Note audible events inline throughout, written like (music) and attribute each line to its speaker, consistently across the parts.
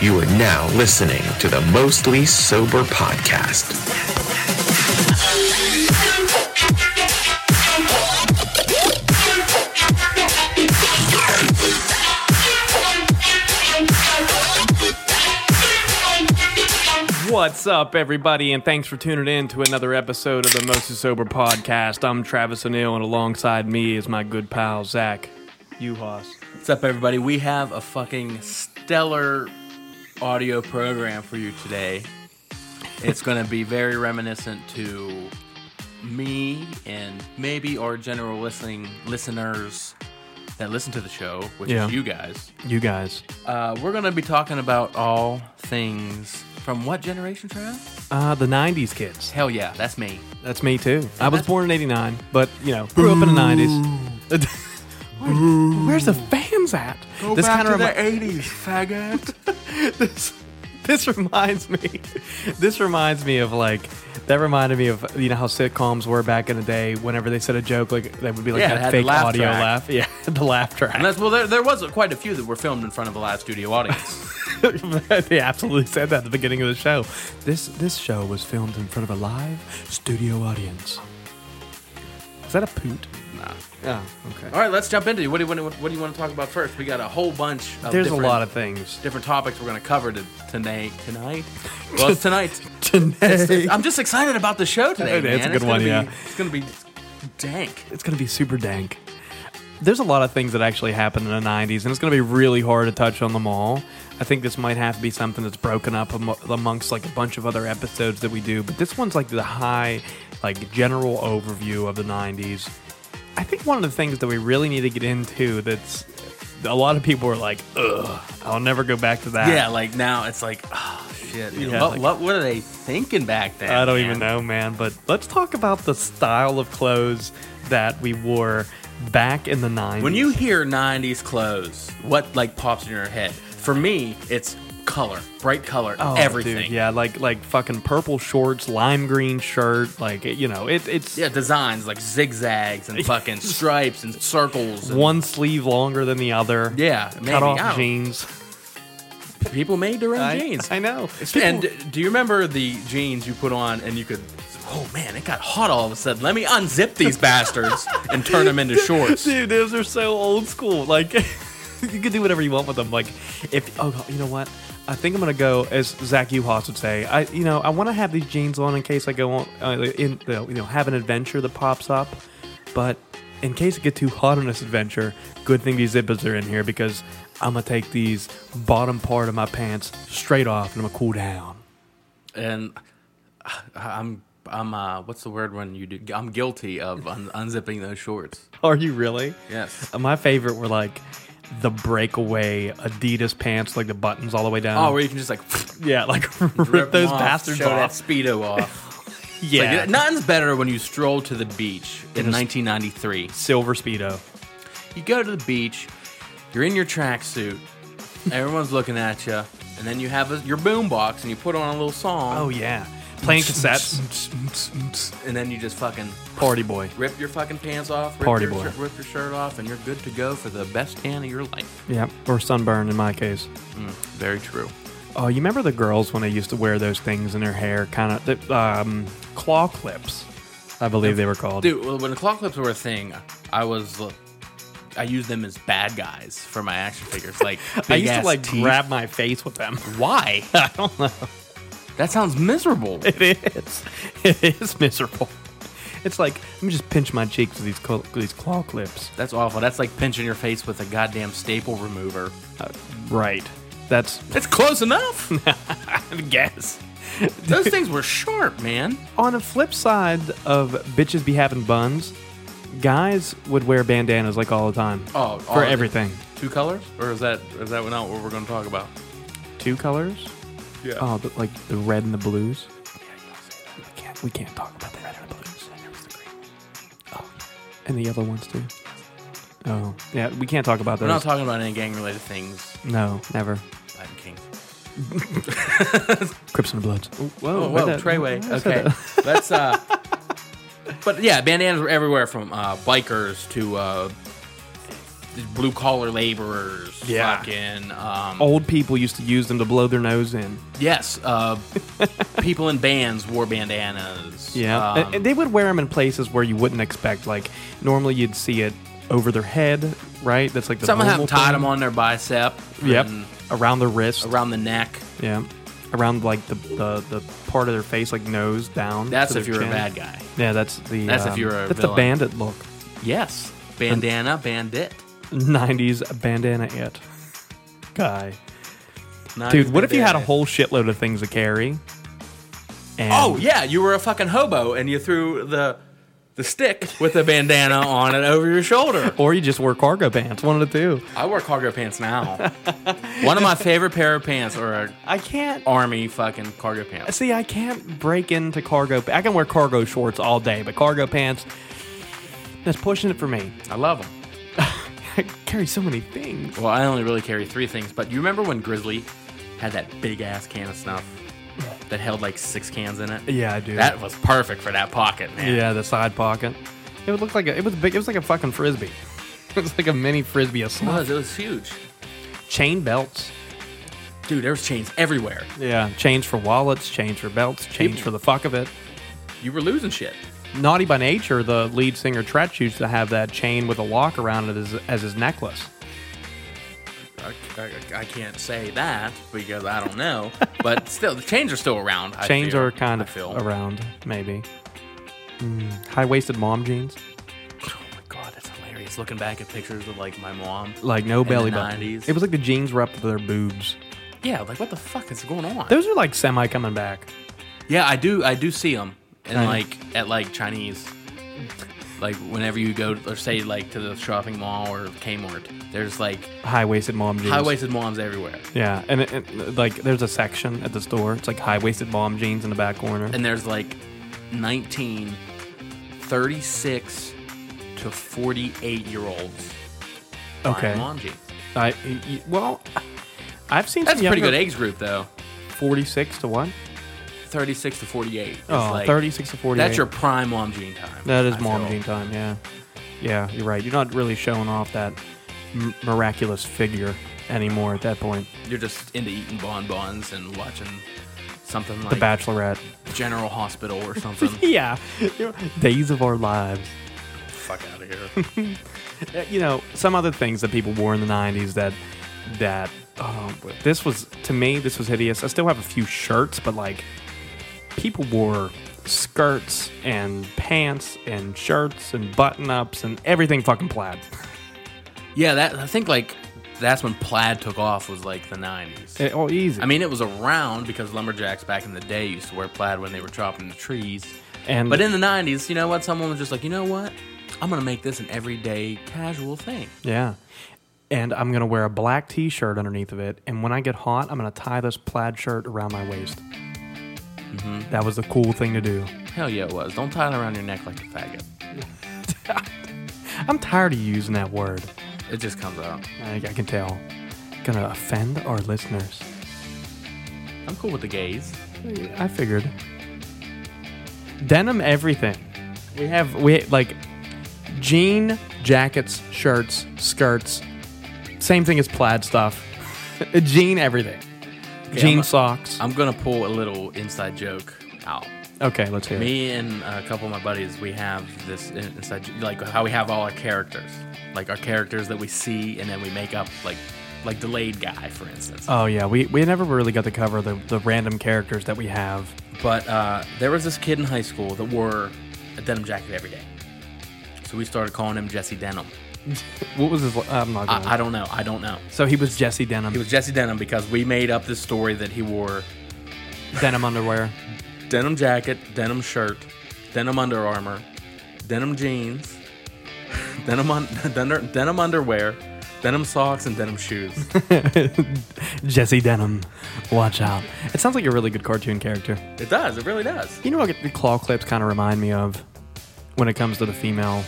Speaker 1: You are now listening to the Mostly Sober Podcast.
Speaker 2: What's up, everybody, and thanks for tuning in to another episode of the Mostly Sober Podcast. I'm Travis O'Neill, and alongside me is my good pal, Zach Uhas.
Speaker 3: What's up, everybody? We have a fucking stellar audio program for you today. It's going to be very reminiscent to me and maybe our general listening listeners that listen to the show, which
Speaker 2: Yeah.
Speaker 3: is you guys.
Speaker 2: You guys.
Speaker 3: Uh, we're going to be talking about all things from what generation, Travis?
Speaker 2: Uh, the 90s kids.
Speaker 3: Hell yeah, that's me.
Speaker 2: That's me, too. I was born in 89, but, you know, grew up in the 90s. (laughs) Where- Where's the fans at? kinda remi-
Speaker 3: '80s, faggot.
Speaker 2: (laughs) this this reminds me this reminds me of like that reminded me of you know how sitcoms were back in the day whenever they said a joke like they would be like
Speaker 3: Yeah, it
Speaker 2: that
Speaker 3: had the
Speaker 2: fake
Speaker 3: laugh
Speaker 2: audio
Speaker 3: track.
Speaker 2: laugh yeah (laughs) the laugh track
Speaker 3: And that's, well, there, there was quite a few that were filmed in front of a live studio audience.
Speaker 2: (laughs) they absolutely said that at the beginning of the show this this show was filmed in front of a live studio audience is that a poot
Speaker 3: nah.
Speaker 2: yeah okay
Speaker 3: All right, let's jump into it. What do you want to, what do you want to talk about first? We got a whole bunch of
Speaker 2: there's a
Speaker 3: Oh, different,
Speaker 2: lot of things
Speaker 3: different topics we're going to cover to, tonight. Tonight? Well, (laughs)
Speaker 2: (laughs)
Speaker 3: it's tonight.
Speaker 2: today
Speaker 3: I'm just excited about the show today,
Speaker 2: Okay, it's a
Speaker 3: man.
Speaker 2: good
Speaker 3: gonna
Speaker 2: one,
Speaker 3: be-
Speaker 2: yeah.
Speaker 3: It's going to be dank.
Speaker 2: it's gonna be super dank. There's a lot of things that actually happened in the '90s, and it's gonna be really hard to touch on them all. I think this might have to be something that's broken up am- amongst like a bunch of other episodes that we do, but this one's like the high, like general overview of the '90s. I think one of the things that we really need to get into that's a lot of people are like, "Ugh, I'll never go back to that."
Speaker 3: Yeah, like now it's like, oh, shit. man.
Speaker 2: Yeah,
Speaker 3: what,
Speaker 2: like-
Speaker 3: what were they thinking back then?
Speaker 2: I don't
Speaker 3: man?
Speaker 2: even know, man. But let's talk about the style of clothes that we wore back in the '90s.
Speaker 3: When you hear 90s clothes, what like pops in your head? For me, it's color, bright color,
Speaker 2: Oh,
Speaker 3: everything.
Speaker 2: dude, yeah, like like fucking purple shorts, lime green shirt, like it- you know, it, it's
Speaker 3: Yeah, designs like zigzags
Speaker 2: (laughs)
Speaker 3: and fucking stripes and circles. And,
Speaker 2: one sleeve longer than the other.
Speaker 3: Yeah, maybe.
Speaker 2: cut
Speaker 3: I
Speaker 2: off
Speaker 3: don't-
Speaker 2: jeans.
Speaker 3: People made their own
Speaker 2: I, (laughs)
Speaker 3: jeans.
Speaker 2: I know.
Speaker 3: and
Speaker 2: People-
Speaker 3: do you remember the jeans you put on and you could? Oh man, it got hot all of a sudden. Let me unzip these bastards and turn them into
Speaker 2: (laughs)
Speaker 3: shorts.
Speaker 2: dude, those are so old school. Like (laughs) you can do whatever you want with them. Like if oh, you know what? I think I'm gonna go as Zach Uhas would say. I you know I want to have these jeans on in case I go on uh, in you know have an adventure that pops up, but in case it get too hot on this adventure, good thing these zippers are in here because I'm gonna take these bottom part of my pants straight off and I'm gonna cool down.
Speaker 3: And I'm I'm uh, what's the word when you do? I'm guilty of un- unzipping those shorts.
Speaker 2: Are you really?
Speaker 3: Yes.
Speaker 2: My favorite were like the breakaway Adidas pants, like the buttons all the way down.
Speaker 3: Oh, where you can just like (laughs)
Speaker 2: Yeah, like (laughs)
Speaker 3: rip
Speaker 2: rip those
Speaker 3: them off,
Speaker 2: bastards
Speaker 3: show that
Speaker 2: off.
Speaker 3: speedo off.
Speaker 2: Yeah,
Speaker 3: Like, nothing's better when you stroll to the beach in 1993.
Speaker 2: silver speedo.
Speaker 3: You go to the beach, you're in your tracksuit, everyone's looking at you, and then you have a, your boombox and you put on a little song,
Speaker 2: Oh yeah, playing cassettes.
Speaker 3: and then you just fucking
Speaker 2: Party boy.
Speaker 3: rip your fucking pants off, rip
Speaker 2: Party
Speaker 3: your,
Speaker 2: boy.
Speaker 3: shir- rip your shirt off, and you're good to go for the best tan of your life.
Speaker 2: Yeah, or sunburn in my case.
Speaker 3: Very true.
Speaker 2: Oh, you remember the girls when they used to wear those things in their hair, kind of um, claw clips, I believe they were called.
Speaker 3: Dude, well, when the claw clips were a thing, I was. I used them as bad guys for my action figures. Like
Speaker 2: I used to
Speaker 3: big-ass
Speaker 2: like
Speaker 3: teeth.
Speaker 2: grab my face with them.
Speaker 3: Why?
Speaker 2: I don't know.
Speaker 3: That sounds miserable.
Speaker 2: (laughs) It is. It is miserable. It's like let me just pinch my cheeks with these cl- these claw clips.
Speaker 3: That's awful. That's like pinching your face with a goddamn staple remover.
Speaker 2: Right. That's (laughs)
Speaker 3: That's close enough.
Speaker 2: I guess.
Speaker 3: Those things were sharp, man.
Speaker 2: on the flip side of bitches be having buns, guys would wear bandanas like all the time.
Speaker 3: Oh, all
Speaker 2: for
Speaker 3: of it.
Speaker 2: everything.
Speaker 3: Two colors, or is that is that not what we're going to talk about?
Speaker 2: Two colors.
Speaker 3: Yeah.
Speaker 2: Oh, the, like the red and the blues. We can't, we can't talk about the red and the blues. Oh, and the yellow ones too. Oh, yeah. We can't talk about
Speaker 3: We're
Speaker 2: those.
Speaker 3: not talking about any gang related things.
Speaker 2: no, never.
Speaker 3: Latin King.
Speaker 2: Crips and Bloods. Whoa,
Speaker 3: Oh,
Speaker 2: where'd
Speaker 3: whoa,
Speaker 2: that-
Speaker 3: Treyway.
Speaker 2: where'd I say
Speaker 3: Okay,
Speaker 2: that?
Speaker 3: let's. uh But yeah, bandanas were everywhere from uh, bikers to uh, blue collar laborers.
Speaker 2: Yeah.
Speaker 3: Fucking. Um,
Speaker 2: Old people used to use them to blow their nose in.
Speaker 3: Yes. Uh, people in bands wore bandanas.
Speaker 2: Yeah,
Speaker 3: Um,
Speaker 2: and, and they would wear them in places where you wouldn't expect. Like normally, you'd see it over their head, right? That's like the
Speaker 3: some of them
Speaker 2: normal
Speaker 3: tied
Speaker 2: thing.
Speaker 3: them on their bicep.
Speaker 2: Yep,
Speaker 3: and
Speaker 2: around the wrist.
Speaker 3: Around the neck.
Speaker 2: yeah, around like the, the the part of their face, like nose down.
Speaker 3: That's
Speaker 2: to
Speaker 3: if
Speaker 2: their
Speaker 3: you're a
Speaker 2: chin.
Speaker 3: bad guy.
Speaker 2: Yeah, that's the.
Speaker 3: That's if
Speaker 2: um,
Speaker 3: you're a
Speaker 2: That's the
Speaker 3: villain.
Speaker 2: bandit look. (laughs)
Speaker 3: Yes. Bandana, bandit.
Speaker 2: '90s bandana it guy.
Speaker 3: Not
Speaker 2: Dude,
Speaker 3: even
Speaker 2: what if you had a
Speaker 3: bandana.
Speaker 2: whole shitload of things to carry? And
Speaker 3: Oh yeah, you were a fucking hobo and you threw the the stick with a bandana on it over your shoulder.
Speaker 2: Or you just wore cargo pants. One of the two.
Speaker 3: (laughs) I wear cargo pants now.
Speaker 2: (laughs)
Speaker 3: One of my favorite pair of pants are
Speaker 2: I can't.
Speaker 3: army fucking cargo pants.
Speaker 2: See, I can't break into cargo. I can wear cargo shorts all day, but cargo pants. That's pushing it for me. (laughs)
Speaker 3: I love them.
Speaker 2: I carry so many things.
Speaker 3: Well, I only really carry three things, but you remember when Grizzly had that big ass can of snuff that held like six cans in it?
Speaker 2: Yeah, I do.
Speaker 3: That was perfect for that pocket, man.
Speaker 2: yeah, the side pocket. It would look like a, it was big. It was like a fucking frisbee. (laughs) It was like a mini frisbee. A
Speaker 3: It
Speaker 2: snuff.
Speaker 3: was. It was huge.
Speaker 2: chain belts.
Speaker 3: Dude, there was chains everywhere.
Speaker 2: Yeah, change for wallets, change for belts, change
Speaker 3: People-
Speaker 2: for the fuck of it.
Speaker 3: You were losing shit.
Speaker 2: Naughty by Nature, the lead singer Tretch used to have that chain with a lock around it as, as his necklace.
Speaker 3: I, I- I can't say that because I don't know.
Speaker 2: (laughs)
Speaker 3: But still, the chains are still around. I
Speaker 2: Chains
Speaker 3: feel.
Speaker 2: are kind
Speaker 3: I
Speaker 2: of
Speaker 3: feel.
Speaker 2: around, maybe. High waisted mom jeans,
Speaker 3: Oh my god, that's hilarious. Looking back at pictures of like my mom.
Speaker 2: like no
Speaker 3: the
Speaker 2: belly button.
Speaker 3: 90s.
Speaker 2: It was like the jeans were up to their boobs.
Speaker 3: Yeah, like what the fuck is going on?
Speaker 2: Those are like semi coming back.
Speaker 3: yeah, I do. I do see them, and
Speaker 2: Kinda.
Speaker 3: like at like Chinese. Like whenever you go, or say like to the shopping mall or Kmart, there's like
Speaker 2: High waisted mom jeans.
Speaker 3: high waisted moms everywhere,
Speaker 2: Yeah, and it, it- like there's a section at the store. It's like high waisted mom jeans in the back corner.
Speaker 3: and there's like 19, 36 to 48 year olds. buying
Speaker 2: Okay.
Speaker 3: mom jeans.
Speaker 2: I, y- well, I've seen
Speaker 3: That's
Speaker 2: some
Speaker 3: a pretty good
Speaker 2: younger-
Speaker 3: age group, though.
Speaker 2: 46 to what?
Speaker 3: 36 to 48. is
Speaker 2: Oh,
Speaker 3: like-
Speaker 2: 36 to 48.
Speaker 3: That's your prime mom jean time.
Speaker 2: That is
Speaker 3: I
Speaker 2: mom
Speaker 3: feel.
Speaker 2: jean time. Yeah, yeah, you're right. You're not really showing off that m- miraculous figure anymore at that point.
Speaker 3: You're just into eating bonbons and watching something
Speaker 2: The
Speaker 3: like
Speaker 2: Bachelorette. (laughs)
Speaker 3: General Hospital or something.
Speaker 2: Yeah, days of our lives.
Speaker 3: Fuck out of here.
Speaker 2: Uh, You know, some other things that people wore in the '90s that that um, this was to me this was hideous. I still have a few shirts, but like people wore skirts and pants and shirts and button ups and everything fucking plaid.
Speaker 3: Yeah, that I think like that's when plaid took off was like the 90s.
Speaker 2: Eh, Oh, easy.
Speaker 3: I mean, it was around because lumberjacks back in the day used to wear plaid when they were chopping the trees.
Speaker 2: and
Speaker 3: But in the 90s, you know what? Someone was just like, you know what? I'm going to make this an everyday casual thing.
Speaker 2: Yeah. And I'm going to wear a black t shirt underneath of it. And when I get hot, I'm going to tie this plaid shirt around my waist.
Speaker 3: Mm-hmm.
Speaker 2: That was the cool thing to do. (laughs)
Speaker 3: Hell yeah, it was. Don't tie it around your neck like a faggot.
Speaker 2: I'm tired of using that word.
Speaker 3: It just comes out.
Speaker 2: I, I can tell. Gonna offend our listeners.
Speaker 3: I'm cool with the gays.
Speaker 2: I figured. Denim everything. We have we like jean jackets, shirts, skirts. Same thing as plaid stuff. (laughs) jean everything. jean
Speaker 3: I'm a-
Speaker 2: socks.
Speaker 3: I'm gonna pull a little inside joke out.
Speaker 2: okay, let's hear it.
Speaker 3: Me and a couple of my buddies, we have this in- inside, jo- like how we have all our characters, like our characters that we see, and then we make up, like, like delayed guy, for instance.
Speaker 2: Oh yeah, we, we never really got to cover the, the random characters that we have.
Speaker 3: But uh, there was this kid in high school that wore a denim jacket every day, so we started calling him Jesse Denim.
Speaker 2: What was his? li- I'm not. Gonna,
Speaker 3: I, I don't know. I don't know.
Speaker 2: so he was Jesse Denim,
Speaker 3: He was Jesse Denim because we made up this story that he wore
Speaker 2: Denim underwear.
Speaker 3: denim jacket, denim shirt, denim Under Armour, denim jeans, (laughs) denim un- (laughs) den- denim underwear, denim socks, and
Speaker 2: (laughs)
Speaker 3: denim shoes.
Speaker 2: Jesse Denim, watch out! It sounds like a really good cartoon character.
Speaker 3: it does. It really does.
Speaker 2: You know what the claw clips kind of remind me of when it comes to the female.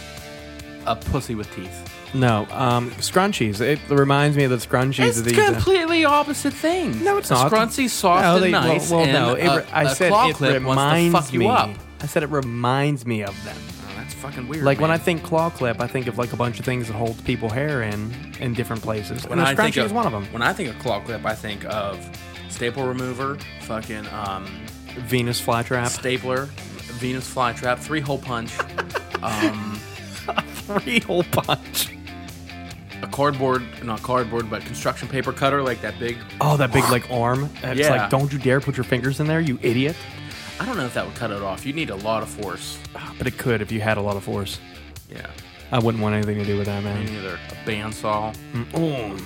Speaker 3: A pussy with teeth.
Speaker 2: No, um, scrunchies. It reminds me of the scrunchies.
Speaker 3: It's
Speaker 2: of these, uh,
Speaker 3: completely opposite thing.
Speaker 2: No, it's not.
Speaker 3: Scrunchy, soft,
Speaker 2: No, they-
Speaker 3: and nice.
Speaker 2: Well, well,
Speaker 3: and
Speaker 2: no, it,
Speaker 3: a-
Speaker 2: re- I
Speaker 3: a
Speaker 2: said
Speaker 3: claw
Speaker 2: it
Speaker 3: clip wants to
Speaker 2: reminds
Speaker 3: fuck you
Speaker 2: me.
Speaker 3: up.
Speaker 2: I said it reminds me of them.
Speaker 3: Oh, that's fucking weird.
Speaker 2: Like when I
Speaker 3: man.
Speaker 2: think claw clip, I think of like a bunch of things that hold people hair in in different places.
Speaker 3: when
Speaker 2: and
Speaker 3: I
Speaker 2: a
Speaker 3: think
Speaker 2: scrunchie
Speaker 3: of,
Speaker 2: is one of them.
Speaker 3: When I think of claw clip, I think of staple remover, fucking um,
Speaker 2: Venus (laughs) flytrap.
Speaker 3: stapler, Venus flytrap, three hole punch,
Speaker 2: Three hole punch.
Speaker 3: a cardboard, not cardboard, but construction paper cutter, like that big.
Speaker 2: Oh, that big like arm. It's
Speaker 3: Yeah.
Speaker 2: like, don't you dare put your fingers in there, you idiot.
Speaker 3: I don't know if that would cut it off. You need a lot of force.
Speaker 2: But it could if you had a lot of force.
Speaker 3: Yeah,
Speaker 2: I wouldn't want anything to do with that,
Speaker 3: you
Speaker 2: man.
Speaker 3: need either a bandsaw.
Speaker 2: Mm.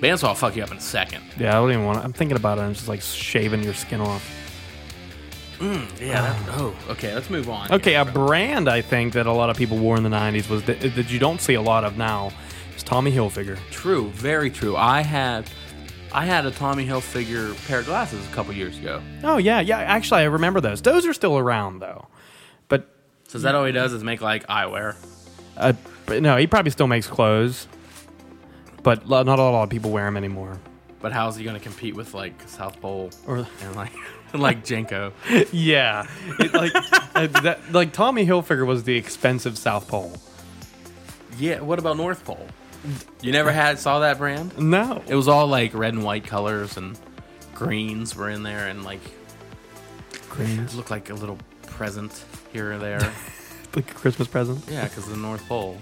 Speaker 3: Bandsaw will fuck you up in a second.
Speaker 2: Yeah, I don't even want. I'm thinking about it. I'm just like shaving your skin off.
Speaker 3: Yeah. That, oh, okay. Let's move on.
Speaker 2: Okay, a brand I think that a lot of people wore in the '90s was that, that you don't see a lot of now is Tommy Hilfiger.
Speaker 3: True. Very true. I had, I had a Tommy Hilfiger pair of glasses a couple years ago.
Speaker 2: Oh yeah, yeah. Actually, I remember those. Those are still around though. But
Speaker 3: So is that all he does is make like eyewear?
Speaker 2: uh, but no, he probably still makes clothes. But lo- not a lot of people wear them anymore.
Speaker 3: But how's he gonna compete with like South Bowl
Speaker 2: Or-
Speaker 3: or and like (laughs) like (laughs) Jenko?
Speaker 2: Yeah, It, like (laughs) uh, that, like Tommy Hilfiger was the expensive South Pole.
Speaker 3: Yeah. What about North Pole? You never had saw that brand?
Speaker 2: No,
Speaker 3: It was all like red and white colors and greens were in there and like it
Speaker 2: Greens.
Speaker 3: looked like a little present here or there. (laughs)
Speaker 2: like a Christmas present.
Speaker 3: yeah, because the North Pole.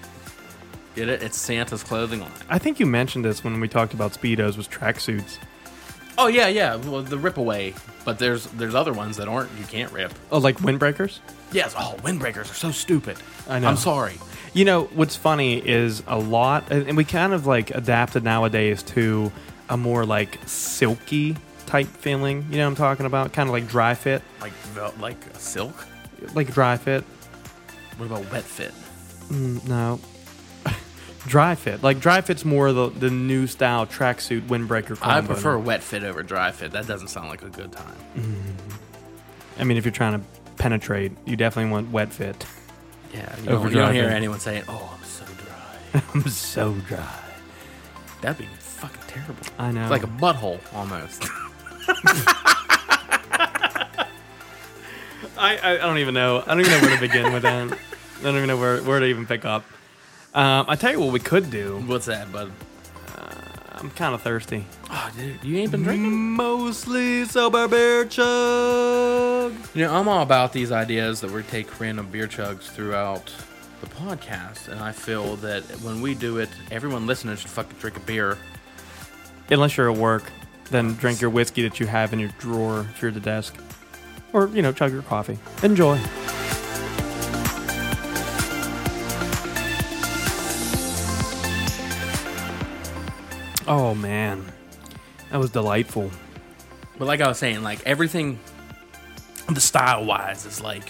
Speaker 3: Get it? It's Santa's clothing line.
Speaker 2: I think you mentioned this when we talked about speedos was tracksuits.
Speaker 3: Oh yeah, yeah. Well, the rip away, but there's there's other ones that aren't. You can't rip.
Speaker 2: Oh, like windbreakers.
Speaker 3: Yes. Oh, windbreakers are so stupid.
Speaker 2: I know.
Speaker 3: I'm sorry.
Speaker 2: You know what's funny is a lot, and and we kind of like adapted nowadays to a more like silky type feeling. You know what I'm talking about? Kind of like dry fit,
Speaker 3: Like vel- like silk.
Speaker 2: like dry fit. Mm,
Speaker 3: What about wet fit?
Speaker 2: No, (laughs) dry fit. Like dry fit's more the the new style tracksuit windbreaker.
Speaker 3: I
Speaker 2: combo.
Speaker 3: prefer wet fit over dry fit. That doesn't sound like a good time.
Speaker 2: I mean, if you're trying to penetrate, you definitely want wet fit. (laughs)
Speaker 3: Yeah, you,
Speaker 2: Over
Speaker 3: don't, you don't
Speaker 2: dry
Speaker 3: hear
Speaker 2: fit.
Speaker 3: anyone saying, "Oh, I'm so dry."
Speaker 2: I'm so dry.
Speaker 3: That'd be fucking terrible.
Speaker 2: I know.
Speaker 3: It's like a butthole Oh. almost.
Speaker 2: I, I, I don't even know. I don't even know where to begin with that. I don't even know where, where to even pick up. Um, I tell you what we could do.
Speaker 3: (laughs) What's that, bud?
Speaker 2: I'm kind of thirsty.
Speaker 3: Oh, dude, you ain't been drinking.
Speaker 2: Mostly sober beer chug.
Speaker 3: You know, I'm all about these ideas that we take random beer chugs throughout the podcast, and I feel that when we do it, everyone listening should fucking drink a beer.
Speaker 2: Unless you're at work, then drink your whiskey that you have in your drawer if you're at the desk. Or, you know, chug your coffee. Enjoy. Oh, man. That was delightful.
Speaker 3: But like I was saying, like everything, the style wise is like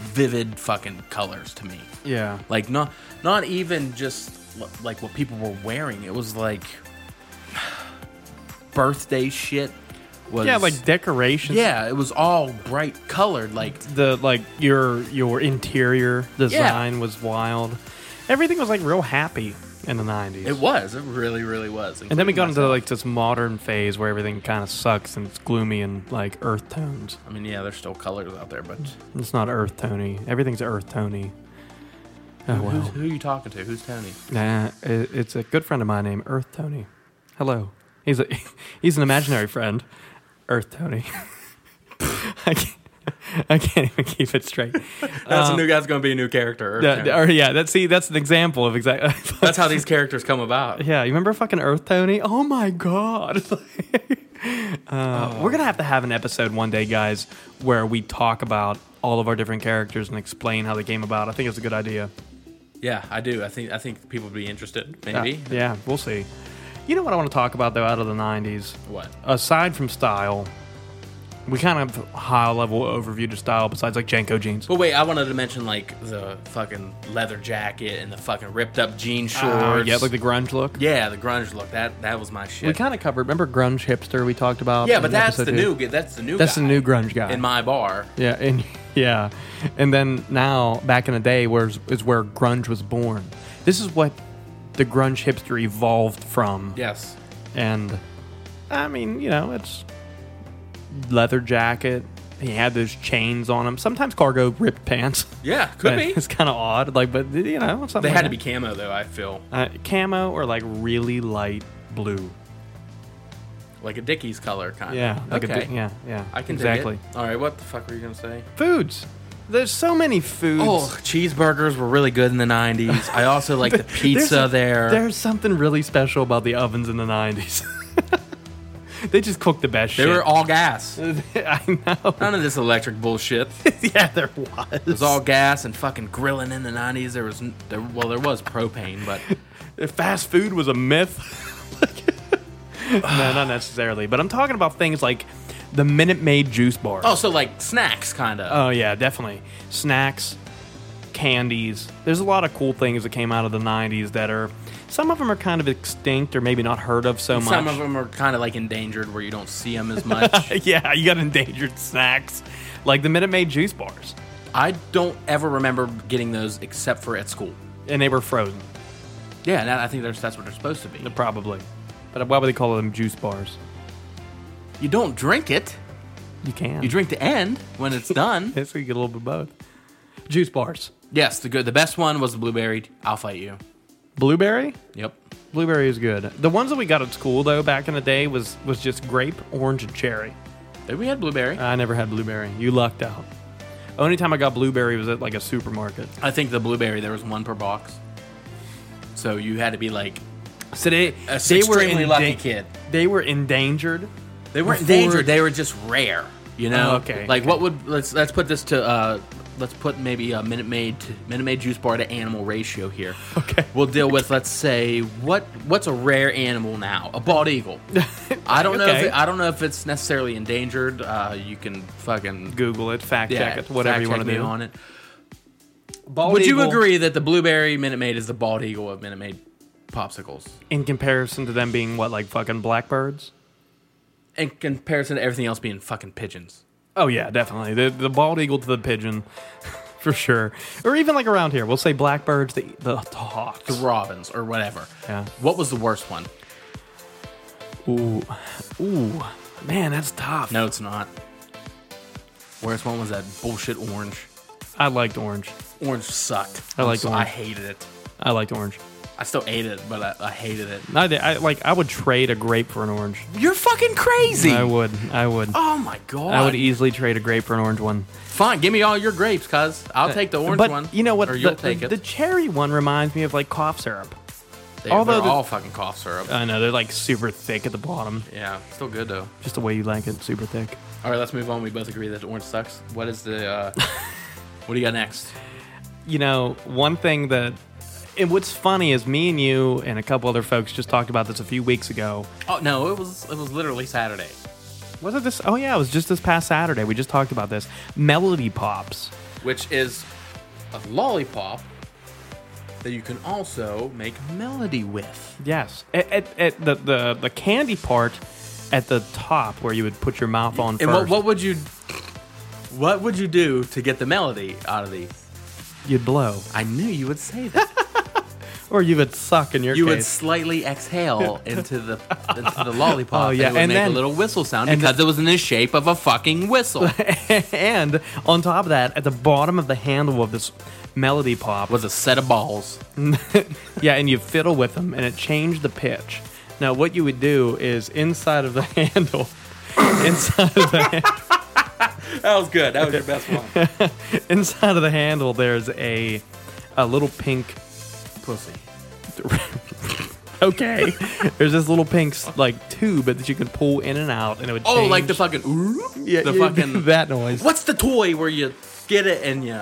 Speaker 3: vivid fucking colors to me.
Speaker 2: Yeah.
Speaker 3: like not not even just l- like what people were wearing it was like (sighs) birthday shit was
Speaker 2: Yeah, like decorations.
Speaker 3: yeah it was all bright colored like
Speaker 2: the like your your interior design was wild. Everything was like real happy in the nineties.
Speaker 3: it was it really really was
Speaker 2: And then we got
Speaker 3: including
Speaker 2: into
Speaker 3: myself.
Speaker 2: like this modern phase where everything kind of sucks and it's gloomy and like earth tones.
Speaker 3: i mean yeah there's still colors out there but
Speaker 2: It's not earth tony. Everything's earth tony. Oh
Speaker 3: who's,
Speaker 2: well.
Speaker 3: who are you talking to who's tony
Speaker 2: Nah, it, it's a good friend of mine named Earth Tony. Hello. He's a (laughs) he's an imaginary friend. Earth Tony. (laughs) I can't, I can't even keep it straight.
Speaker 3: that's a new guy's gonna be a new character
Speaker 2: Um, Yeah, or yeah, that's see, that's an example of exactly.
Speaker 3: that's how these characters come
Speaker 2: (laughs)
Speaker 3: about
Speaker 2: Yeah, you remember fucking Earth Tony? Oh my god. (laughs) Uh,
Speaker 3: Oh.
Speaker 2: We're gonna have to have an episode one day, guys, where we talk about all of our different characters and explain how they came about. I think it's a good idea.
Speaker 3: yeah i do i think i think people would be interested maybe
Speaker 2: Yeah, Uh, yeah, we'll see. You know what I want to talk about though, out of the '90s,
Speaker 3: what
Speaker 2: aside from style, we kind of have high level overview to style besides like Janko jeans.
Speaker 3: But wait, I wanted to mention like the fucking leather jacket and the fucking ripped up jean shorts.
Speaker 2: Uh, yeah, like the grunge look.
Speaker 3: yeah, the grunge look. That that was my shit.
Speaker 2: We kind of covered. Remember grunge hipster we talked about?
Speaker 3: yeah,
Speaker 2: in
Speaker 3: but that's
Speaker 2: episode
Speaker 3: the
Speaker 2: two?
Speaker 3: new. gu- That's the new.
Speaker 2: That's the
Speaker 3: guy
Speaker 2: new grunge guy.
Speaker 3: in my bar.
Speaker 2: Yeah, and yeah, and then now back in the day, where's is where grunge was born. This is what the grunge hipster evolved from.
Speaker 3: Yes.
Speaker 2: and I mean, you know, it's leather jacket, He had those chains on him. Sometimes cargo ripped pants.
Speaker 3: Yeah, (laughs)
Speaker 2: (laughs)
Speaker 3: could be.
Speaker 2: It's kind of odd, like, but you know, something
Speaker 3: They
Speaker 2: like
Speaker 3: had to
Speaker 2: that.
Speaker 3: be camo though. I feel
Speaker 2: uh, camo or like really light blue.
Speaker 3: like a Dickies color kind.
Speaker 2: Yeah, like
Speaker 3: Uh, okay.
Speaker 2: a di- yeah, yeah.
Speaker 3: I can dig it.
Speaker 2: exactly.
Speaker 3: All right, what the fuck were you gonna say?
Speaker 2: Foods. There's so many foods.
Speaker 3: Oh, cheeseburgers were really good in the '90s. I also like the
Speaker 2: (laughs)
Speaker 3: pizza
Speaker 2: there's,
Speaker 3: there.
Speaker 2: There's something really special about the ovens in the 90s. (laughs) they just cooked the best
Speaker 3: they
Speaker 2: shit.
Speaker 3: were all gas.
Speaker 2: (laughs) I know.
Speaker 3: (laughs) None of this electric
Speaker 2: (laughs)
Speaker 3: bullshit.
Speaker 2: yeah, there was.
Speaker 3: It was all gas and fucking grilling in the '90s. There was n- there, well, there was
Speaker 2: (laughs)
Speaker 3: propane, but
Speaker 2: fast food was a myth. (laughs) no, not necessarily. But I'm talking about things like the Minute Maid juice bar.
Speaker 3: also like snacks, kind of.
Speaker 2: Oh, yeah, definitely. Snacks, candies. There's a lot of cool things that came out of the 90s that are. Some of them are kind of extinct or maybe not heard of so much.
Speaker 3: Some of them are kind of like endangered, where you don't see them as
Speaker 2: (laughs)
Speaker 3: much.
Speaker 2: yeah, you got endangered snacks like the Minute Maid juice bars,
Speaker 3: I don't ever remember getting those except for at school.
Speaker 2: and they were frozen
Speaker 3: Yeah, and I think there's, that's what they're supposed to be.
Speaker 2: probably. But why would they call them juice bars?
Speaker 3: You don't drink it.
Speaker 2: You can.
Speaker 3: You drink the end when it's done.
Speaker 2: That's where you get a little bit of both. Juice bars,
Speaker 3: yes, the good, the best one was the blueberry. I'll fight you.
Speaker 2: blueberry.
Speaker 3: Yep.
Speaker 2: Blueberry is good. The ones that we got at school though back in the day was was just grape, orange, and cherry.
Speaker 3: Then we had blueberry.
Speaker 2: I never had blueberry. You lucked out. Only time I got blueberry was at like a supermarket.
Speaker 3: I think the blueberry there was one per box. So you had to be like
Speaker 2: So they
Speaker 3: a extremely lucky
Speaker 2: endan-
Speaker 3: kid.
Speaker 2: They were endangered.
Speaker 3: They weren't
Speaker 2: Before-
Speaker 3: endangered. They were just rare. You know.
Speaker 2: Oh, okay,
Speaker 3: Like what would let's let's put this to uh let's put maybe a Minute Maid to, Minute Maid juice bar to animal ratio here. (laughs)
Speaker 2: Okay.
Speaker 3: We'll deal with let's say what what's a rare animal now? A bald eagle. I don't know. If
Speaker 2: Okay.
Speaker 3: it, I don't know if it's necessarily endangered. Uh, you can fucking
Speaker 2: Google it, fact
Speaker 3: yeah,
Speaker 2: check it, whatever you
Speaker 3: fact
Speaker 2: want
Speaker 3: check
Speaker 2: to
Speaker 3: me
Speaker 2: do.
Speaker 3: on it.
Speaker 2: Bald
Speaker 3: Would you
Speaker 2: eagle-
Speaker 3: agree that the blueberry Minute Maid is the bald eagle of Minute Maid popsicles
Speaker 2: in comparison to them being what like fucking blackbirds
Speaker 3: in comparison to everything else being fucking pigeons?
Speaker 2: oh yeah definitely the, the bald eagle to the pigeon (laughs) for sure or even like around here we'll say blackbirds the, the, the hawks
Speaker 3: Robins or whatever.
Speaker 2: Yeah.
Speaker 3: What was the worst one?
Speaker 2: ooh ooh man that's tough
Speaker 3: No, it's not. Worst one was that bullshit orange.
Speaker 2: i liked orange
Speaker 3: Orange sucked.
Speaker 2: I liked
Speaker 3: So I
Speaker 2: orange.
Speaker 3: hated it.
Speaker 2: i liked orange
Speaker 3: I still ate it, but I, I hated it.
Speaker 2: I, did- I like i would trade a grape for an orange
Speaker 3: You're fucking crazy.
Speaker 2: i would i would
Speaker 3: oh my god.
Speaker 2: i would easily trade a grape for an orange one
Speaker 3: Fine, give me all your grapes, cuz. I'll take the orange
Speaker 2: but
Speaker 3: one.
Speaker 2: you know what
Speaker 3: Or you'll
Speaker 2: the,
Speaker 3: take
Speaker 2: the,
Speaker 3: it.
Speaker 2: the cherry one reminds me of like cough syrup
Speaker 3: they,
Speaker 2: although
Speaker 3: they're
Speaker 2: the-
Speaker 3: all Uh. fucking cough syrup.
Speaker 2: i know they're like super thick at the bottom
Speaker 3: yeah, still good though.
Speaker 2: just the way you like it super thick
Speaker 3: All right, let's move on. We both agree that orange sucks. What is the? (laughs) Uh, what do you got next?
Speaker 2: you know, one thing that and what's funny is me and you and a couple other folks just talked about this a few weeks ago.
Speaker 3: Oh no, it was it was literally Saturday.
Speaker 2: Was it this? Oh yeah, it was just this past Saturday. We just talked about this. Melody pops.
Speaker 3: which is a lollipop that you can also make melody with.
Speaker 2: Yes, at, at, at the, the the candy part at the top where you would put your mouth on
Speaker 3: And what,
Speaker 2: first.
Speaker 3: what would you what would you do to get the melody out of these?
Speaker 2: you'd blow,
Speaker 3: I knew you would say that.
Speaker 2: or you would suck in your
Speaker 3: you would
Speaker 2: case. (laughs)
Speaker 3: slightly exhale into the into the lollipop.
Speaker 2: Oh, yeah,
Speaker 3: and, it would
Speaker 2: and
Speaker 3: make
Speaker 2: then-
Speaker 3: a little whistle sound
Speaker 2: and
Speaker 3: because it was in the shape of a
Speaker 2: (laughs)
Speaker 3: fucking whistle.
Speaker 2: and on top of that, at the bottom of the handle of this melody pop
Speaker 3: was a set of balls.
Speaker 2: (laughs) Yeah, and you fiddle with them, and it changed the pitch. Now, what you would do is inside of the (laughs) handle, inside of the,
Speaker 3: That was good. That was your best one.
Speaker 2: inside of the handle, there's a a little pink.
Speaker 3: Pussy.
Speaker 2: (laughs) Okay, there's this little pink like tube that you could pull in and out, and it would.
Speaker 3: (laughs) Oh,
Speaker 2: change.
Speaker 3: like the fucking ooh,
Speaker 2: yeah,
Speaker 3: the
Speaker 2: yeah,
Speaker 3: fucking
Speaker 2: that noise.
Speaker 3: What's the toy where you get it and you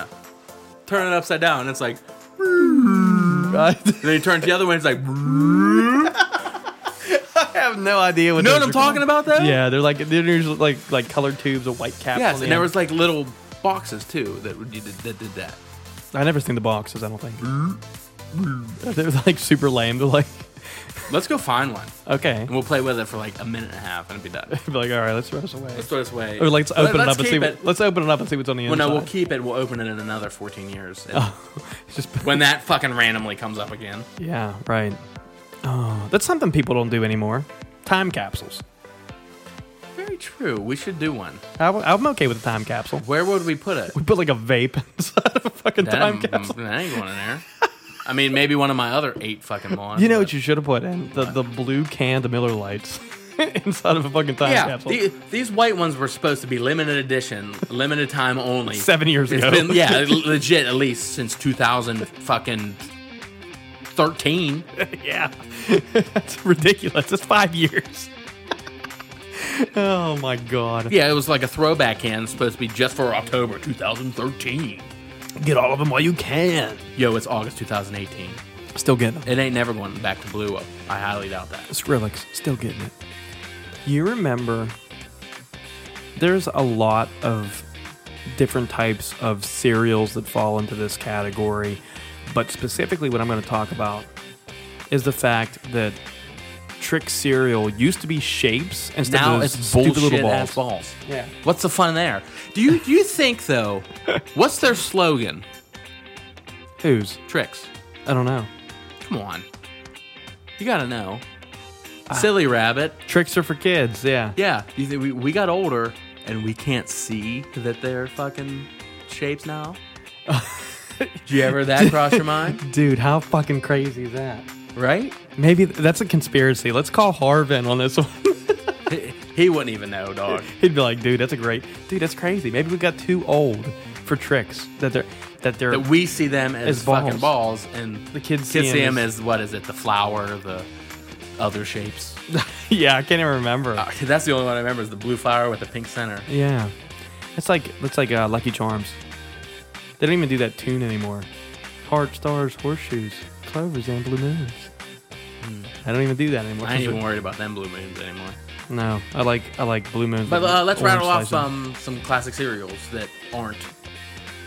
Speaker 3: turn it upside down? And it's like, and
Speaker 2: I
Speaker 3: (laughs) then you turn it to the other one. It's like, you
Speaker 2: have no idea what.
Speaker 3: know
Speaker 2: those
Speaker 3: what I'm
Speaker 2: are
Speaker 3: talking
Speaker 2: called.
Speaker 3: about? Though.
Speaker 2: Yeah, they're like they're usually like like colored tubes with white caps.
Speaker 3: Yes,
Speaker 2: on the
Speaker 3: and there
Speaker 2: end.
Speaker 3: was like little boxes too that would- that did that.
Speaker 2: I never seen the boxes. I don't think. (laughs) They're like super lame. They're like
Speaker 3: Let's go find one
Speaker 2: okay.
Speaker 3: and we'll play with it for like a minute and a half and be done.
Speaker 2: Be like, all right, let's rush away.
Speaker 3: Let's throw this away.
Speaker 2: Or let's
Speaker 3: Let-
Speaker 2: open it
Speaker 3: let's
Speaker 2: up and see.
Speaker 3: keep
Speaker 2: What,
Speaker 3: it.
Speaker 2: Let's open it up and see what's on the
Speaker 3: well,
Speaker 2: inside.
Speaker 3: no, we'll keep it. We'll open it in another 14 years. and
Speaker 2: Just,
Speaker 3: (laughs) when that fucking randomly comes up again.
Speaker 2: yeah, right. Oh, that's something people don't do anymore. Time capsules.
Speaker 3: Very true. We should do one.
Speaker 2: I, am okay with a time capsule. (laughs)
Speaker 3: Where would we put it? (laughs)
Speaker 2: We put like a vape (laughs) inside a fucking
Speaker 3: That
Speaker 2: time
Speaker 3: ain't,
Speaker 2: capsule.
Speaker 3: that ain't going in there. I mean, maybe one of my other eight (laughs) fucking lawns.
Speaker 2: You know
Speaker 3: but-
Speaker 2: what you should have put in the the blue can, the Miller Lights, (laughs) inside of a fucking time
Speaker 3: yeah,
Speaker 2: capsule.
Speaker 3: the- these white ones were supposed to be limited edition, limited time only.
Speaker 2: Seven years
Speaker 3: It's
Speaker 2: ago. (laughs)
Speaker 3: been (laughs) yeah, legit at least since 2000 fucking 13.
Speaker 2: yeah, (laughs) that's ridiculous. It's five years. oh my god!
Speaker 3: Yeah, it was like a throwback can supposed to be just for October 2013.
Speaker 2: Get all of them while you can.
Speaker 3: Yo, it's August 2018.
Speaker 2: Still getting them.
Speaker 3: It ain't never going back to blue. I highly doubt that.
Speaker 2: Skrillex, still getting it. You remember there's a lot of different types of cereals that fall into this category, but specifically what I'm going to talk about is the fact that Trick cereal used to be shapes instead
Speaker 3: Now
Speaker 2: of
Speaker 3: it's
Speaker 2: those stupid
Speaker 3: bullshit
Speaker 2: little balls.
Speaker 3: ass balls.
Speaker 2: Yeah.
Speaker 3: What's the fun there? Do you do you think though? What's their slogan?
Speaker 2: Whose?
Speaker 3: Tricks.
Speaker 2: I don't know.
Speaker 3: Come on. You gotta know. Silly rabbit.
Speaker 2: Tricks are for kids. Yeah.
Speaker 3: Yeah. You think we, we got older and we can't see that they're fucking shapes now? Do you ever that cross
Speaker 2: (laughs)
Speaker 3: your mind?
Speaker 2: Dude, how fucking crazy is that?
Speaker 3: Right?
Speaker 2: Maybe that's a conspiracy. Let's call Harvin on this (laughs) one.
Speaker 3: He, he wouldn't even know, dog.
Speaker 2: He'd be like, dude, that's a great, dude, that's crazy. Maybe we got too old for tricks that they're that they're
Speaker 3: That we see them as,
Speaker 2: As
Speaker 3: fucking balls, and
Speaker 2: The kids see
Speaker 3: kids see
Speaker 2: 'em
Speaker 3: them as what is it? The flower, the other shapes.
Speaker 2: (laughs) yeah. I can't even remember.
Speaker 3: Uh, (laughs) That's the only one I remember is the blue flower with the pink center.
Speaker 2: yeah, it's like it's like uh, Lucky Charms. They don't even do that tune anymore. Heart stars, horseshoes, clovers, and blue moons.
Speaker 3: Hmm.
Speaker 2: I don't even do that anymore.
Speaker 3: I ain't even worried about them blue moons anymore.
Speaker 2: no, I like I like blue moons.
Speaker 3: But
Speaker 2: with
Speaker 3: uh, let's
Speaker 2: orange
Speaker 3: rattle off
Speaker 2: slices.
Speaker 3: some some classic cereals that aren't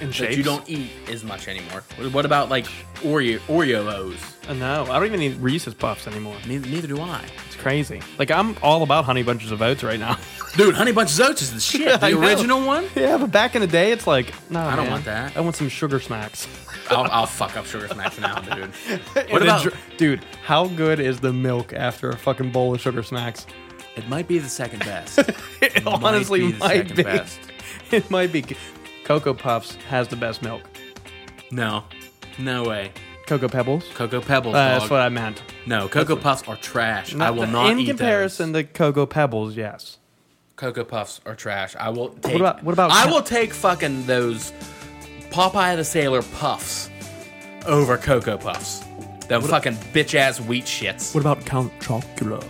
Speaker 2: In
Speaker 3: that
Speaker 2: shapes?
Speaker 3: you don't eat as much anymore. What- What about like Oreo Oreos?
Speaker 2: Uh, no, I don't even need Reese's Puffs anymore.
Speaker 3: Neither, neither do I.
Speaker 2: It's crazy. Like I'm all about Honey Bunches of Oats right now. (laughs)
Speaker 3: Dude, Honey Bunch of Oats is (laughs) the shit.
Speaker 2: I
Speaker 3: The
Speaker 2: know.
Speaker 3: original one.
Speaker 2: yeah, but back in the day, it's like, no,
Speaker 3: don't want that.
Speaker 2: I want some sugar snacks.
Speaker 3: I'll, I'll fuck up Sugar Smacks now, dude.
Speaker 2: What
Speaker 3: (laughs) What
Speaker 2: about,
Speaker 3: about?
Speaker 2: dude? How good is the milk after a fucking bowl of sugar smacks?
Speaker 3: It might be the second (laughs) best. (laughs) It might
Speaker 2: honestly
Speaker 3: the
Speaker 2: might
Speaker 3: second
Speaker 2: be.
Speaker 3: best.
Speaker 2: (laughs) It might be. Cocoa Puffs has the best milk.
Speaker 3: No, no way.
Speaker 2: Cocoa Pebbles.
Speaker 3: Cocoa Pebbles.
Speaker 2: Uh, that's
Speaker 3: dog.
Speaker 2: what I meant.
Speaker 3: no, Cocoa Puffs are trash. I will not
Speaker 2: In
Speaker 3: eat
Speaker 2: comparison
Speaker 3: those.
Speaker 2: to Cocoa Pebbles, yes.
Speaker 3: Cocoa Puffs are trash. I will. Take,
Speaker 2: about- what about-
Speaker 3: I will take fucking those Popeye the Sailor Puffs over Cocoa Puffs. Them fucking bitch ass wheat shits.
Speaker 2: What about Count Chocula?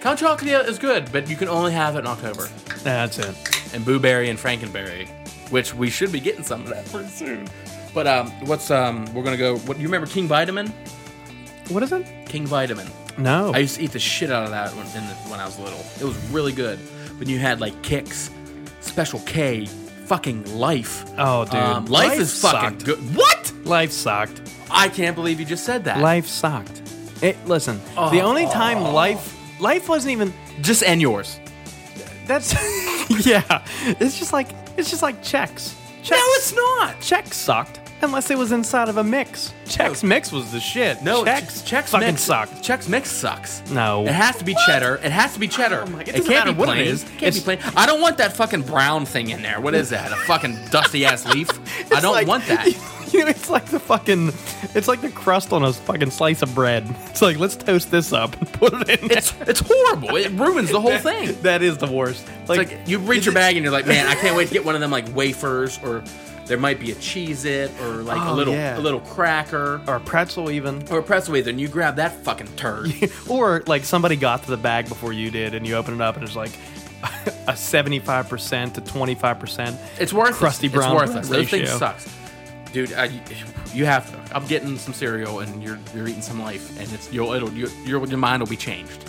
Speaker 3: Count Chocula is good, but you can only have it in October.
Speaker 2: That's it.
Speaker 3: And Blueberry and Frankenberry, which we should be getting some of that pretty soon. But um, what's um, we're gonna go. What you remember King Vitamin?
Speaker 2: What is it?
Speaker 3: King Vitamin.
Speaker 2: No.
Speaker 3: I used to eat the shit out of that when, in the, when I was little. It was really good. When you had like kicks, Special K, fucking Life.
Speaker 2: Oh, dude.
Speaker 3: Um, life,
Speaker 2: Life
Speaker 3: is fucking
Speaker 2: sucked.
Speaker 3: good. What?
Speaker 2: Life sucked.
Speaker 3: I can't believe you just said that.
Speaker 2: Life sucked. It, listen, the only time
Speaker 3: Oh.
Speaker 2: life life wasn't even
Speaker 3: Just end yours.
Speaker 2: That's (laughs) yeah. It's just like it's just like checks. checks.
Speaker 3: No, it's not.
Speaker 2: Checks sucked unless it was inside of a mix. Checks mix was the shit.
Speaker 3: No,
Speaker 2: checks
Speaker 3: Chex, Chex
Speaker 2: fucking
Speaker 3: mix
Speaker 2: sucked. (laughs)
Speaker 3: Chex mix sucks.
Speaker 2: No.
Speaker 3: it has to be cheddar. It has to be cheddar.
Speaker 2: Oh my- it
Speaker 3: it
Speaker 2: doesn't
Speaker 3: can't
Speaker 2: matter
Speaker 3: be
Speaker 2: what it
Speaker 3: plain.
Speaker 2: is.
Speaker 3: Can't
Speaker 2: It's-
Speaker 3: be plain. I don't want that fucking brown thing in there. What is that? A fucking dusty ass leaf?
Speaker 2: (laughs)
Speaker 3: I
Speaker 2: It's
Speaker 3: don't
Speaker 2: like- (laughs)
Speaker 3: want that.
Speaker 2: You know, it's like the fucking, it's like the crust on a fucking slice of bread. It's like let's toast this up and (laughs) put it in.
Speaker 3: It's it's horrible. It ruins the whole thing.
Speaker 2: That is the worst.
Speaker 3: It's like you reach your bag and you're like, man, I can't wait
Speaker 2: (laughs)
Speaker 3: to get one of them like wafers or there might be a cheese it or like
Speaker 2: Oh,
Speaker 3: a little
Speaker 2: yeah.
Speaker 3: a little cracker
Speaker 2: or a pretzel even,
Speaker 3: or a pretzel wafer and you grab that fucking
Speaker 2: (laughs)
Speaker 3: turd.
Speaker 2: or like somebody got to the bag before you did, and you open it up and it's like (laughs) a seventy-five percent to twenty-five percent.
Speaker 3: It's worth
Speaker 2: Crusty
Speaker 3: it.
Speaker 2: brown
Speaker 3: It's worth
Speaker 2: bread
Speaker 3: it. Those things
Speaker 2: ratio.
Speaker 3: sucks. Dude, I, you have to. I'm getting some cereal and you're you're eating some life and it's you'll it'll you, your your mind will be changed.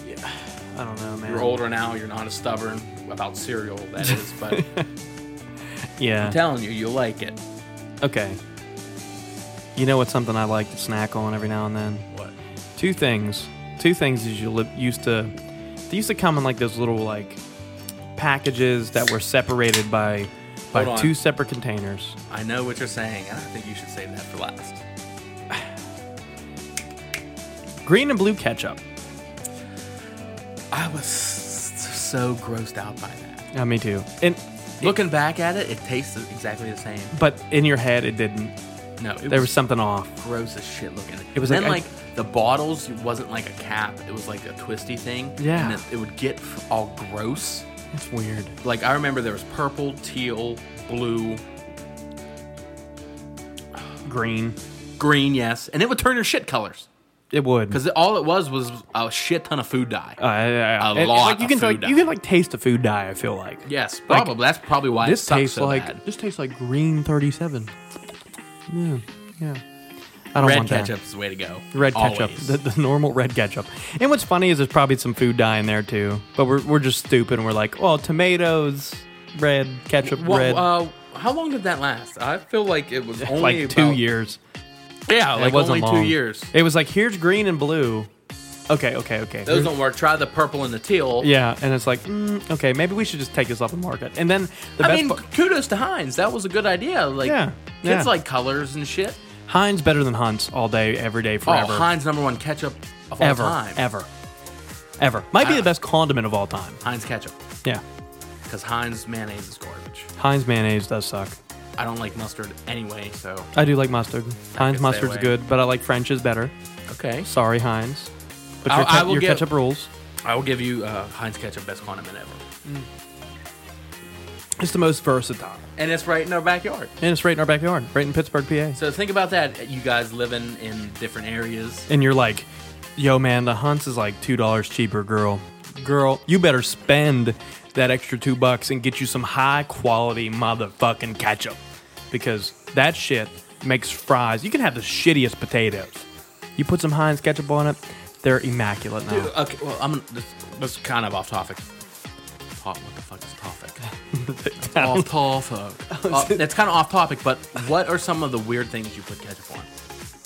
Speaker 2: I don't know, man.
Speaker 3: You're older now. You're not as stubborn about cereal that is, but
Speaker 2: (laughs)
Speaker 3: I'm
Speaker 2: Yeah.
Speaker 3: telling you, you'll like it.
Speaker 2: Okay. You know what's something I like to snack on every now and then?
Speaker 3: What?
Speaker 2: Two things. Two things is you li- used to. They used to come in like those little like packages that were separated by by
Speaker 3: Hold on.
Speaker 2: two separate containers.
Speaker 3: I know what you're saying, and I think you should save that for last.
Speaker 2: Green and blue ketchup.
Speaker 3: I was s- so grossed out by that.
Speaker 2: Yeah, me too. And
Speaker 3: Looking back at it, it tastes exactly the same.
Speaker 2: but in your head, it didn't.
Speaker 3: No, it
Speaker 2: There was
Speaker 3: was
Speaker 2: something off.
Speaker 3: gross as shit looking.
Speaker 2: It was
Speaker 3: then
Speaker 2: like
Speaker 3: like,
Speaker 2: I-
Speaker 3: the bottles wasn't like a cap; it was like a twisty thing.
Speaker 2: Yeah.
Speaker 3: and it, it would get f- all gross.
Speaker 2: It's weird.
Speaker 3: Like I remember there was purple, teal, blue,
Speaker 2: Green.
Speaker 3: green, yes, and it would turn your shit colors
Speaker 2: It would.
Speaker 3: because all it was was a shit ton of food dye.
Speaker 2: Uh, yeah,
Speaker 3: A
Speaker 2: yeah.
Speaker 3: lot
Speaker 2: you
Speaker 3: of
Speaker 2: can
Speaker 3: food
Speaker 2: like you
Speaker 3: dye.
Speaker 2: can like taste the food dye. I feel like
Speaker 3: yes,
Speaker 2: Like,
Speaker 3: probably that's probably why
Speaker 2: this
Speaker 3: it sucks
Speaker 2: tastes
Speaker 3: so
Speaker 2: like
Speaker 3: bad.
Speaker 2: this tastes like green thirty seven. Yeah, yeah. I don't
Speaker 3: red
Speaker 2: want
Speaker 3: ketchup is the way to go.
Speaker 2: that. Red ketchup,
Speaker 3: Always.
Speaker 2: the, the normal red ketchup. And what's funny is there's probably some food dye in there too, but we're, we're just stupid and we're like, well, tomatoes, red ketchup,
Speaker 3: Wha-
Speaker 2: red,
Speaker 3: uh, how long did that last? I feel like it was
Speaker 2: (laughs)
Speaker 3: only
Speaker 2: like two
Speaker 3: about-
Speaker 2: years.
Speaker 3: Yeah, like
Speaker 2: it wasn't
Speaker 3: only
Speaker 2: long.
Speaker 3: two years.
Speaker 2: It was like here's green and blue. Okay, okay, okay.
Speaker 3: Those
Speaker 2: Here's-
Speaker 3: don't work. Try the purple and the teal.
Speaker 2: yeah, and it's like, mm, okay, maybe we should just take this off the market. And then the
Speaker 3: I
Speaker 2: best
Speaker 3: mean,
Speaker 2: part-
Speaker 3: kudos to Heinz. That was a good idea. Like,
Speaker 2: Yeah,
Speaker 3: kids
Speaker 2: yeah.
Speaker 3: like colors and shit.
Speaker 2: Heinz better than Hunt's all day, every day, forever.
Speaker 3: Oh, Heinz number one ketchup of all
Speaker 2: ever,
Speaker 3: time.
Speaker 2: ever, ever. Might be
Speaker 3: Ah.
Speaker 2: the best condiment of all time.
Speaker 3: Heinz ketchup,
Speaker 2: Yeah,
Speaker 3: because Heinz mayonnaise is garbage.
Speaker 2: Heinz mayonnaise does suck.
Speaker 3: I don't like mustard anyway, so
Speaker 2: I do like mustard. Heinz
Speaker 3: stay
Speaker 2: mustard's
Speaker 3: away.
Speaker 2: good, but I like French's better.
Speaker 3: okay.
Speaker 2: Sorry, Heinz. But
Speaker 3: I-
Speaker 2: your,
Speaker 3: I
Speaker 2: ke-
Speaker 3: will
Speaker 2: your
Speaker 3: give-
Speaker 2: ketchup rules.
Speaker 3: I will give you uh, Heinz ketchup best condiment ever,
Speaker 2: It's the most versatile,
Speaker 3: and it's right in our backyard.
Speaker 2: and it's right in our backyard, right in Pittsburgh, PA.
Speaker 3: So think about that. You guys living in different areas.
Speaker 2: and you're like, "Yo, man, the Hunts is like two dollars cheaper, girl. Girl, you better spend that extra two bucks and get you some high quality motherfucking ketchup, because that shit makes fries. You can have the shittiest potatoes. You put some Heinz ketchup on it, they're immaculate now.
Speaker 3: Okay, well, I'm this, this is kind of off topic. Top, what the fuck is topic?
Speaker 2: (laughs)
Speaker 3: off topic. Uh, it's kind of off topic, but what are some of the weird things you put ketchup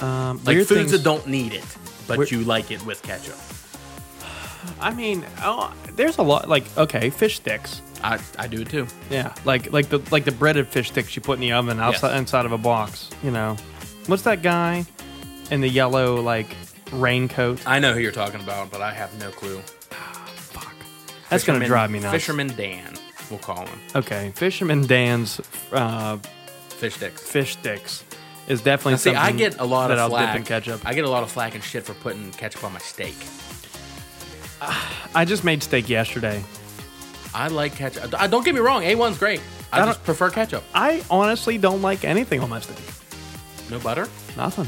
Speaker 3: on?
Speaker 2: Um,
Speaker 3: Like
Speaker 2: weird things-
Speaker 3: foods that don't need it, but
Speaker 2: Weird-
Speaker 3: you like it with ketchup.
Speaker 2: I mean, oh, there's a lot. Like, okay, fish sticks.
Speaker 3: I, I do it too.
Speaker 2: Yeah, like like the like the breaded fish sticks you put in the oven outside
Speaker 3: Yes.
Speaker 2: inside of a box. You know, what's that guy in the yellow like raincoat?
Speaker 3: I know who you're talking about, but I have no clue.
Speaker 2: Fuck, that's gonna
Speaker 3: Fisherman-
Speaker 2: drive me nuts.
Speaker 3: Fisherman Dan, we'll call him.
Speaker 2: Okay, Fisherman Dan's uh,
Speaker 3: Fish sticks.
Speaker 2: fish sticks is definitely
Speaker 3: See,
Speaker 2: something
Speaker 3: I get a lot
Speaker 2: that
Speaker 3: of
Speaker 2: I'll
Speaker 3: flack.
Speaker 2: dip in ketchup.
Speaker 3: I get a lot of flack and shit for putting ketchup on my steak.
Speaker 2: I just made steak yesterday.
Speaker 3: I like ketchup. I, don't get me wrong, A1's great. I,
Speaker 2: I don't-
Speaker 3: just prefer ketchup.
Speaker 2: I honestly don't like anything on my steak.
Speaker 3: No butter?
Speaker 2: Nothing.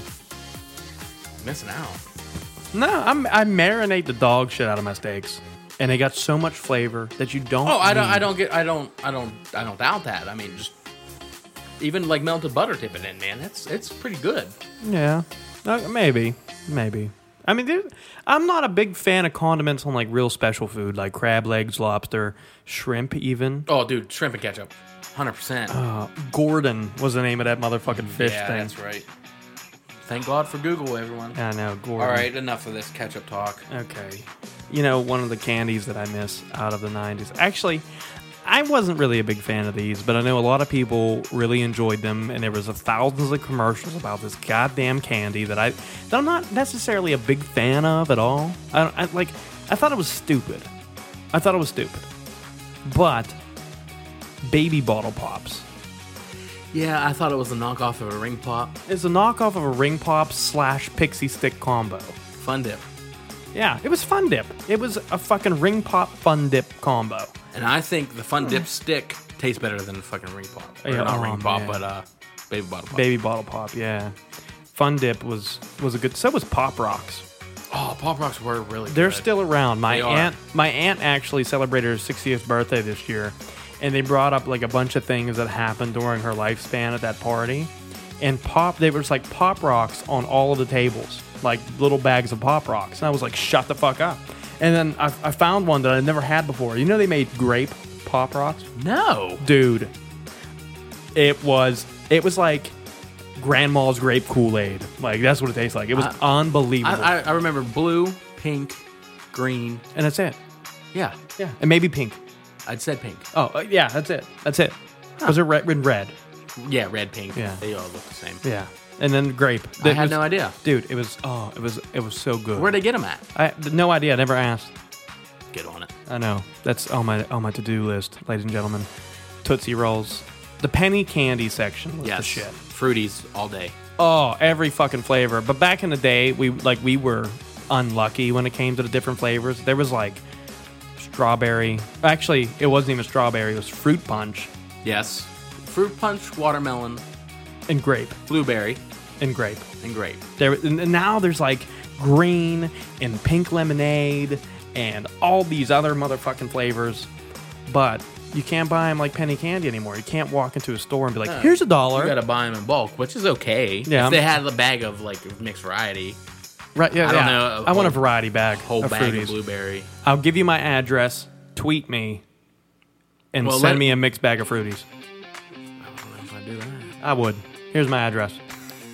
Speaker 3: Missing out.
Speaker 2: No, I'm, I marinate the dog shit out of my steaks, and they got so much flavor that you don't.
Speaker 3: Oh, I don't.
Speaker 2: need-
Speaker 3: I don't get. I don't. I don't. I don't doubt that. I mean, just even like melted butter dipping in, man. That's it's pretty good.
Speaker 2: Yeah, Uh, maybe, maybe. I mean, there- I'm not a big fan of condiments on like real special food, like crab legs, lobster, shrimp, even.
Speaker 3: Oh, dude, shrimp and ketchup, hundred percent.
Speaker 2: Uh, Gordon was the name of that motherfucking fish
Speaker 3: Yeah,
Speaker 2: thing.
Speaker 3: that's right. Thank God for Google, everyone.
Speaker 2: I know, Gordon.
Speaker 3: All right, enough of this ketchup talk.
Speaker 2: Okay. You know, one of the candies that I miss out of the 90s. Actually, I wasn't really a big fan of these, but I know a lot of people really enjoyed them, and there was a thousands of commercials about this goddamn candy that I that I'm not necessarily a big fan of at all. I, don't- I like. I thought it was stupid. I thought it was stupid. But baby bottle pops.
Speaker 3: Yeah, I thought it was a knockoff of a ring pop.
Speaker 2: It's a knockoff of a ring pop slash pixie stick combo.
Speaker 3: Fun dip.
Speaker 2: Yeah, it was fun dip. It was a fucking ring pop fun dip combo.
Speaker 3: And I think the fun dip stick tastes better than the fucking ring pop. Or
Speaker 2: Yeah,
Speaker 3: Hmm. not
Speaker 2: oh,
Speaker 3: ring pop,
Speaker 2: man.
Speaker 3: but uh, baby bottle pop.
Speaker 2: Baby bottle pop, yeah. Fun dip was was a good. So was Pop Rocks.
Speaker 3: Oh, pop rocks were really.
Speaker 2: They're
Speaker 3: good.
Speaker 2: still around. My
Speaker 3: They are.
Speaker 2: aunt, my aunt actually celebrated her 60th birthday this year, and they brought up like a bunch of things that happened during her lifespan at that party, and pop. They were just like Pop Rocks on all of the tables, like little bags of Pop Rocks, and I was like, shut the fuck up. And then I, I found one that I never had before. You know they made grape Pop Rocks.
Speaker 3: no.
Speaker 2: dude it was it was like grandma's grape kool-aid like that's what it tastes like it was unbelievable
Speaker 3: I, I, I remember blue, pink, green.
Speaker 2: and that's it
Speaker 3: Yeah,
Speaker 2: yeah and maybe pink
Speaker 3: I'd said pink.
Speaker 2: oh uh, yeah that's it that's it was it red and red
Speaker 3: Yeah, red, pink.
Speaker 2: Yeah.
Speaker 3: they all look the same.
Speaker 2: yeah and then grape
Speaker 3: I
Speaker 2: It
Speaker 3: had
Speaker 2: was-
Speaker 3: no idea.
Speaker 2: dude it was oh it was it was so good
Speaker 3: Where'd I get them at?
Speaker 2: I, no idea I never asked
Speaker 3: Get on it.
Speaker 2: I know. That's on my on my to do list, ladies and gentlemen. Tootsie Rolls. The penny candy section was the
Speaker 3: Yes.
Speaker 2: shit.
Speaker 3: Fruities all day.
Speaker 2: Oh, every fucking flavor. But back in the day, we like we were unlucky when it came to the different flavors. There was like strawberry. Actually, it wasn't even strawberry. It was fruit punch
Speaker 3: Yes. Fruit punch, watermelon,
Speaker 2: and grape
Speaker 3: blueberry,
Speaker 2: and grape.
Speaker 3: and grape.
Speaker 2: There and and now there's like green and pink lemonade and all these other motherfucking flavors, but you can't buy them like penny candy anymore. You can't walk into a store and be like, "Here's a dollar."
Speaker 3: You gotta buy them in bulk, which is okay.
Speaker 2: Yeah.
Speaker 3: If they had a bag of like mixed variety,
Speaker 2: right? Yeah,
Speaker 3: I don't
Speaker 2: yeah.
Speaker 3: know, a
Speaker 2: I want a
Speaker 3: whole-
Speaker 2: variety bag.
Speaker 3: whole
Speaker 2: of
Speaker 3: bag
Speaker 2: Fruities.
Speaker 3: of blueberry.
Speaker 2: I'll give you my address. Tweet me and
Speaker 3: Well,
Speaker 2: send
Speaker 3: let-
Speaker 2: me a mixed bag of fruities.
Speaker 3: I don't know if I do that.
Speaker 2: I would. Here's my address.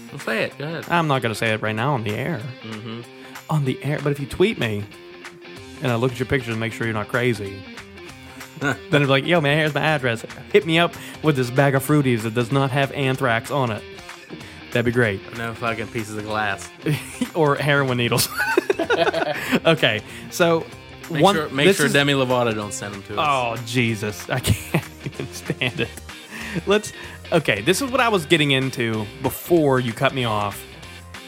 Speaker 3: Well, say it. Go ahead.
Speaker 2: I'm not going to say it right now on the air. Mm-hmm. On the air. But if you tweet me and I look at your pictures and make sure you're not
Speaker 3: (laughs)
Speaker 2: crazy, then it's like, yo, man, here's my address. Hit me up with this bag of fruities that does not have anthrax on it. That'd be great. (laughs)
Speaker 3: No fucking pieces of glass.
Speaker 2: or heroin
Speaker 3: (laughs)
Speaker 2: needles. (laughs) okay. So,
Speaker 3: Make
Speaker 2: one.
Speaker 3: sure, make
Speaker 2: this
Speaker 3: sure
Speaker 2: is-
Speaker 3: Demi Lovato don't send them to us.
Speaker 2: Oh Jesus, I (laughs) can't even stand it. Let's okay. This is what I was getting into before you cut me off.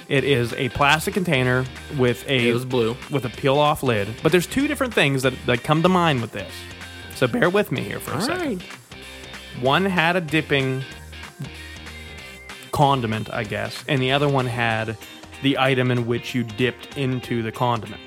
Speaker 2: It is a plastic container with a
Speaker 3: It was blue.
Speaker 2: with a peel off lid. But there's two different things that, that come to mind with this. So bear with me here for a
Speaker 3: Oh,
Speaker 2: second. One had a dipping condiment, I guess, and the other one had the item in which you dipped into the condiment.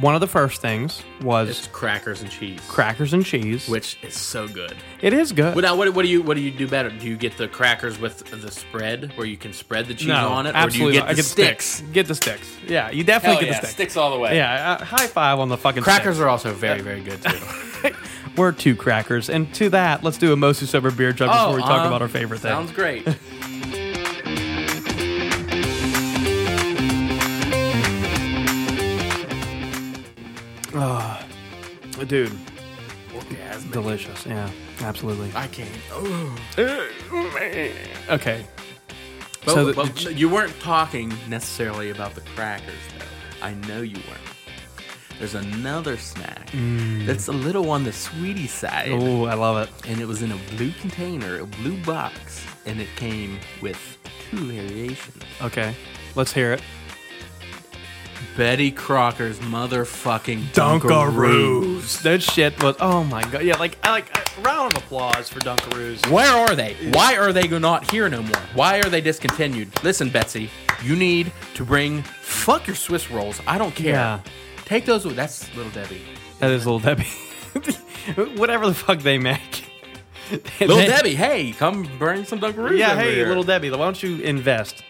Speaker 2: One of the first things was
Speaker 3: It's crackers and cheese,
Speaker 2: crackers and cheese.
Speaker 3: which is so good.
Speaker 2: it is good.
Speaker 3: But now, what, what do you what do you do better? Do you get the crackers with the spread, where you can spread the cheese on it, or do you
Speaker 2: absolutely
Speaker 3: get
Speaker 2: not. I
Speaker 3: the sticks?
Speaker 2: Get the sticks. Yeah, you definitely
Speaker 3: Hell
Speaker 2: get
Speaker 3: yeah,
Speaker 2: the sticks.
Speaker 3: sticks all the way.
Speaker 2: Yeah, uh, high five on the fucking
Speaker 3: Crackers
Speaker 2: sticks.
Speaker 3: are also very very good
Speaker 2: (laughs)
Speaker 3: too.
Speaker 2: We're two crackers, and to that, let's do a mostly sober beer jug before we talk
Speaker 3: um,
Speaker 2: about our favorite thing.
Speaker 3: Sounds great.
Speaker 2: Dude, delicious. Yeah, absolutely. (laughs)
Speaker 3: I can't. Oh,
Speaker 2: Okay.
Speaker 3: But,
Speaker 2: So the-
Speaker 3: but
Speaker 2: the
Speaker 3: oh, you weren't talking necessarily about the crackers, though. I know you weren't. There's another snack that's a little on the sweetie side,
Speaker 2: Mm. Oh, I love it.
Speaker 3: and it was in a blue container, a blue box, and it came with two variations.
Speaker 2: Okay, let's hear it.
Speaker 3: Betty Crocker's motherfucking Dunkaroos.
Speaker 2: Dunkaroos. That shit was. Oh my god. Yeah, like I like a round of applause for Dunkaroos.
Speaker 3: Where are they? Why are they not here no more? Why are they discontinued? Listen, Betsy, you need to bring fuck your Swiss rolls. I don't care.
Speaker 2: Yeah.
Speaker 3: Take those. with- That's Little Debbie.
Speaker 2: That is Little Debbie. (laughs) Whatever the fuck they make.
Speaker 3: Little
Speaker 2: They-
Speaker 3: Debbie, hey, come bring some Dunkaroos.
Speaker 2: Yeah,
Speaker 3: over
Speaker 2: hey,
Speaker 3: here.
Speaker 2: Little Debbie, why don't you invest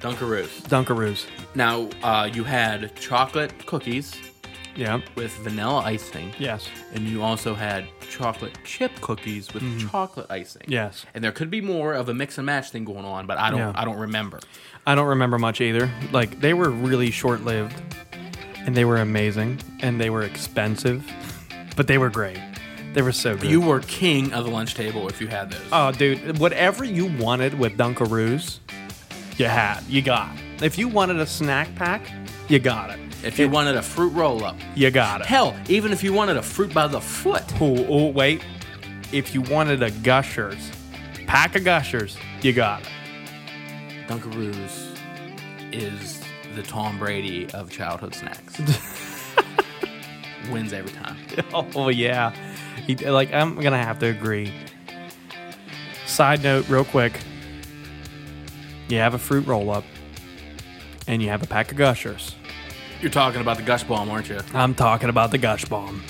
Speaker 3: Dunkaroos.
Speaker 2: Dunkaroos?
Speaker 3: Now, uh, you had chocolate cookies
Speaker 2: Yeah.
Speaker 3: with vanilla icing,
Speaker 2: Yes.
Speaker 3: and you also had chocolate chip cookies with chocolate icing.
Speaker 2: Mm-hmm. Yes.
Speaker 3: And there could be more of a mix and match thing going on, but I don't.
Speaker 2: Yeah.
Speaker 3: I don't remember.
Speaker 2: I don't remember much either. Like they were really short-lived, and they were amazing, and they were expensive, but they were great. They were so good.
Speaker 3: You were king of the lunch table if you had those.
Speaker 2: Oh, dude, whatever you wanted with Dunkaroos, you had, you got. If you wanted a snack pack, you got it.
Speaker 3: If you wanted a fruit roll up,
Speaker 2: You got it.
Speaker 3: hell, even if you wanted a fruit by the foot,
Speaker 2: Oh, oh, wait. If you wanted a Gushers, pack of Gushers, you got it.
Speaker 3: Dunkaroos is the Tom Brady of
Speaker 2: (laughs)
Speaker 3: childhood snacks. Wins every time.
Speaker 2: Oh yeah, he, like I'm gonna have to agree. Side note, real quick. You have a fruit roll up, and you have a pack of gushers.
Speaker 3: You're talking about the gush bomb, aren't you?
Speaker 2: I'm talking about the gush bomb.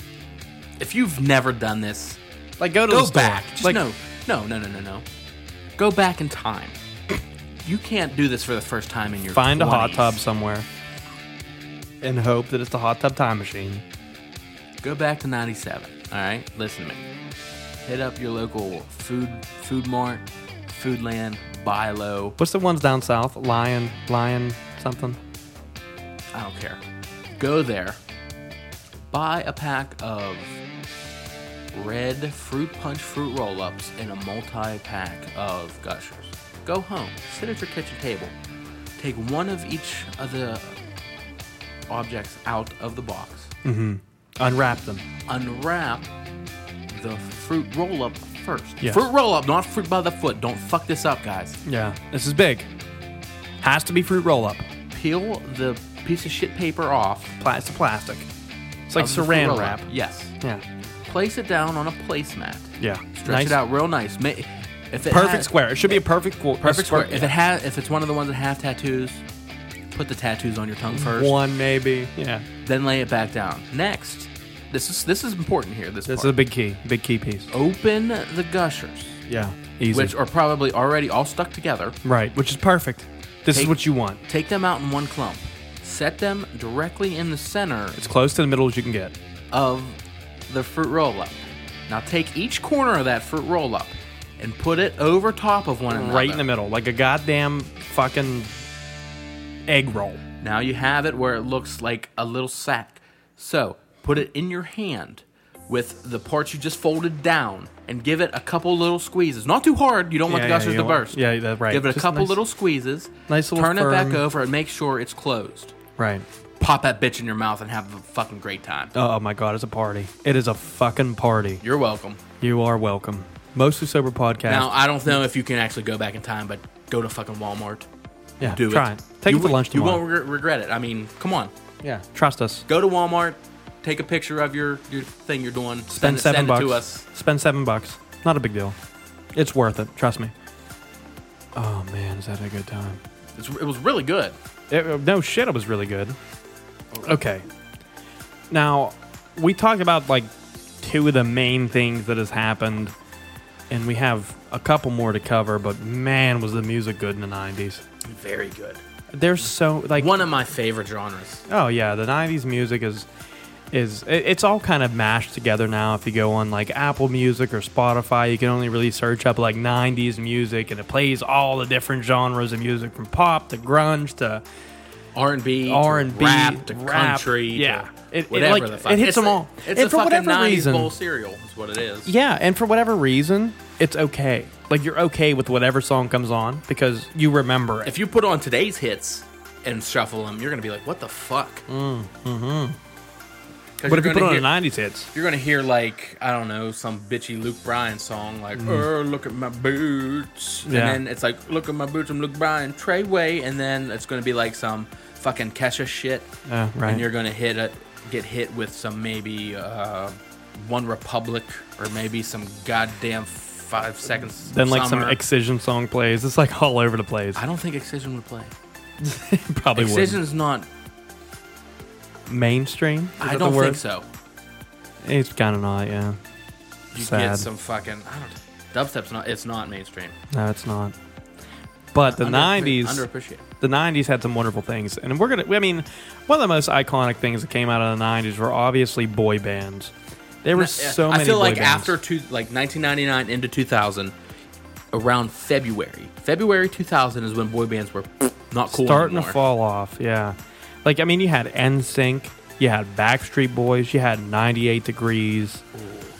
Speaker 3: If you've never done this,
Speaker 2: Like go to
Speaker 3: go
Speaker 2: the store.
Speaker 3: back. Just
Speaker 2: like
Speaker 3: no, no, no, no, no, no. Go back in time. You can't do this for the first time in your
Speaker 2: find a hot
Speaker 3: 20s.
Speaker 2: tub somewhere, and hope that it's the hot tub time machine.
Speaker 3: Go back to '97. All right, listen to me. Hit up your local food food mart, Foodland, buy low.
Speaker 2: What's the ones down south? Lion, lion, something.
Speaker 3: I don't care. Go there, buy a pack of red fruit punch fruit roll ups and a multi pack of gushers. Go home, sit at your kitchen table, take one of each of the objects out of the box,
Speaker 2: Unwrap them.
Speaker 3: unwrap the fruit roll up first.
Speaker 2: Yes.
Speaker 3: Fruit roll up, not fruit by the foot. Don't fuck this up, guys.
Speaker 2: Yeah, this is big. Has to be fruit roll up.
Speaker 3: Peel the piece of shit paper off.
Speaker 2: Pla- It's plastic. It's like
Speaker 3: of the fruit
Speaker 2: saran
Speaker 3: roll-up.
Speaker 2: wrap.
Speaker 3: Yes.
Speaker 2: Yeah,
Speaker 3: Place it down on a placemat.
Speaker 2: yeah.
Speaker 3: Stretch it out real nice. Ma- if it
Speaker 2: Perfect
Speaker 3: has-
Speaker 2: square. It should be a perfect qu-
Speaker 3: Perfect
Speaker 2: perfect
Speaker 3: square. If it has, if it's one of the ones that have tattoos, put the tattoos on your tongue first.
Speaker 2: One maybe. Yeah.
Speaker 3: Then lay it back down. Next, this is this is important here. This,
Speaker 2: This is a
Speaker 3: part.
Speaker 2: big key. Big key piece.
Speaker 3: open the gushers,
Speaker 2: Yeah. Easy.
Speaker 3: which are probably already all stuck together.
Speaker 2: right. Which is perfect. This is
Speaker 3: Take-
Speaker 2: what you want.
Speaker 3: Take them out in one clump. Set them directly in the center
Speaker 2: As close to the middle as you can get.
Speaker 3: of the fruit roll up. Now take each corner of that fruit roll up and put it over top of one another.
Speaker 2: Right in the middle, like a goddamn fucking egg roll.
Speaker 3: Now you have it where it looks like a little sack. So put it in your hand with the parts you just folded down and give it a couple little squeezes. Not too hard. You don't want
Speaker 2: Yeah,
Speaker 3: the
Speaker 2: yeah,
Speaker 3: gushers
Speaker 2: you
Speaker 3: to
Speaker 2: don't want-
Speaker 3: burst.
Speaker 2: yeah, that's right.
Speaker 3: Give it a
Speaker 2: Just
Speaker 3: couple
Speaker 2: nice-
Speaker 3: little squeezes.
Speaker 2: nice little
Speaker 3: Turn it back
Speaker 2: firm-
Speaker 3: over and make sure it's closed.
Speaker 2: Right.
Speaker 3: Pop that bitch in your mouth and have a fucking great time.
Speaker 2: Oh my god, it's a party. It is a fucking party.
Speaker 3: You're welcome.
Speaker 2: You are welcome. Mostly sober podcast.
Speaker 3: Now I don't know if you can actually go back in time, but go to fucking Walmart.
Speaker 2: yeah,
Speaker 3: Do
Speaker 2: try
Speaker 3: it.
Speaker 2: Take
Speaker 3: you,
Speaker 2: it for
Speaker 3: won't-
Speaker 2: lunch tomorrow.
Speaker 3: You won't re- regret it. I mean, come on.
Speaker 2: yeah, trust us.
Speaker 3: Go to Walmart. Take a picture of your, your thing you're doing.
Speaker 2: Spend
Speaker 3: it,
Speaker 2: seven
Speaker 3: send
Speaker 2: bucks.
Speaker 3: it to us.
Speaker 2: Spend seven bucks. Not a big deal. It's worth it. Trust me. Oh man, is that a good time?
Speaker 3: It's, it was really good.
Speaker 2: It, no shit, it was really good. Okay. Now, we talked about like two of the main things that has happened, and we have a couple more to cover. But man, was the music good in the '90s.
Speaker 3: Very good.
Speaker 2: There's so like
Speaker 3: One of my favorite genres.
Speaker 2: Oh yeah, the '90s music is is it- it's all kind of mashed together now. If you go on like Apple Music or Spotify, you can only really search up like '90s music, and it plays all the different genres of music from pop to grunge to
Speaker 3: R and B,
Speaker 2: R and B,
Speaker 3: rap, to
Speaker 2: rap,
Speaker 3: country, to
Speaker 2: yeah. It- it,
Speaker 3: whatever
Speaker 2: like,
Speaker 3: the fuck.
Speaker 2: it hits
Speaker 3: It's
Speaker 2: them
Speaker 3: a-
Speaker 2: all.
Speaker 3: It's
Speaker 2: And
Speaker 3: a
Speaker 2: for
Speaker 3: fucking
Speaker 2: whatever
Speaker 3: 90s
Speaker 2: reason-
Speaker 3: bowl cereal is what it is.
Speaker 2: Yeah, and for whatever reason, it's okay. Like you're okay with whatever song comes on because you remember it.
Speaker 3: If you put on today's hits and shuffle them, you're gonna be like, what the fuck? Mm, mm-hmm.
Speaker 2: But if you put on the '90s hits,
Speaker 3: You're gonna hear like I don't know some bitchy Luke Bryan song like "Oh look at my boots,"
Speaker 2: Mm. Yeah.
Speaker 3: and then it's like "Look at my boots, I'm Luke Bryan, Treyway," and then it's gonna be like some fucking Kesha shit,
Speaker 2: Yeah, right.
Speaker 3: and you're gonna hit it, get hit with some maybe uh, One Republic or maybe some goddamn Five Seconds. of
Speaker 2: then like
Speaker 3: Summer.
Speaker 2: some Excision song plays. It's like all over the place.
Speaker 3: I don't think Excision would play.
Speaker 2: Probably would
Speaker 3: Excision's not.
Speaker 2: mainstream. Is
Speaker 3: I
Speaker 2: that
Speaker 3: don't
Speaker 2: the word?
Speaker 3: think so.
Speaker 2: It's kind of not, yeah.
Speaker 3: You
Speaker 2: Sad.
Speaker 3: get some fucking. I don't. Dubstep's not. It's not mainstream.
Speaker 2: No, it's not. But the '90s,
Speaker 3: Underappre- Underappreciated.
Speaker 2: the '90s had some wonderful things, and we're gonna. I mean, one of the most iconic things that came out of the '90s were obviously boy bands. There were
Speaker 3: Yeah,
Speaker 2: so many.
Speaker 3: I feel
Speaker 2: boy
Speaker 3: like
Speaker 2: bands.
Speaker 3: after two, like 1999 into 2000, around February, February 2000 is when boy bands were not cool
Speaker 2: starting
Speaker 3: anymore.
Speaker 2: to fall off. Yeah, like I mean, you had NSYNC, you had Backstreet Boys, you had 98 Degrees.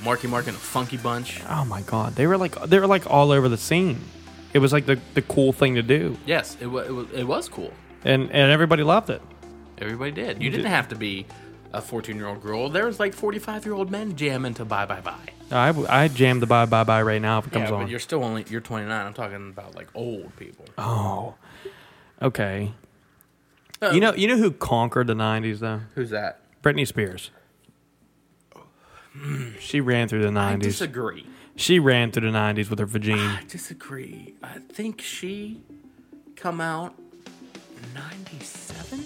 Speaker 3: Marky Mark and a Funky Bunch.
Speaker 2: Oh my God, they were like they were like all over the scene. It was like the, the cool thing to do,
Speaker 3: Yes, it was, it was. It was cool.
Speaker 2: and and everybody loved it.
Speaker 3: Everybody did. You didn't have to be a 14 year old girl. There was like 45 year old men jamming to Bye Bye Bye.
Speaker 2: I, I jammed the bye bye bye right now if it comes
Speaker 3: yeah,
Speaker 2: on.
Speaker 3: but you're still only you're 29. I'm talking about like old people.
Speaker 2: Oh, okay.
Speaker 3: Oh.
Speaker 2: You know, you know who conquered the '90s though?
Speaker 3: Who's that?
Speaker 2: Britney Spears. She ran through the
Speaker 3: Mm. I
Speaker 2: '90s.
Speaker 3: disagree.
Speaker 2: She ran through the '90s with her vagina.
Speaker 3: I disagree. I think she come out 97.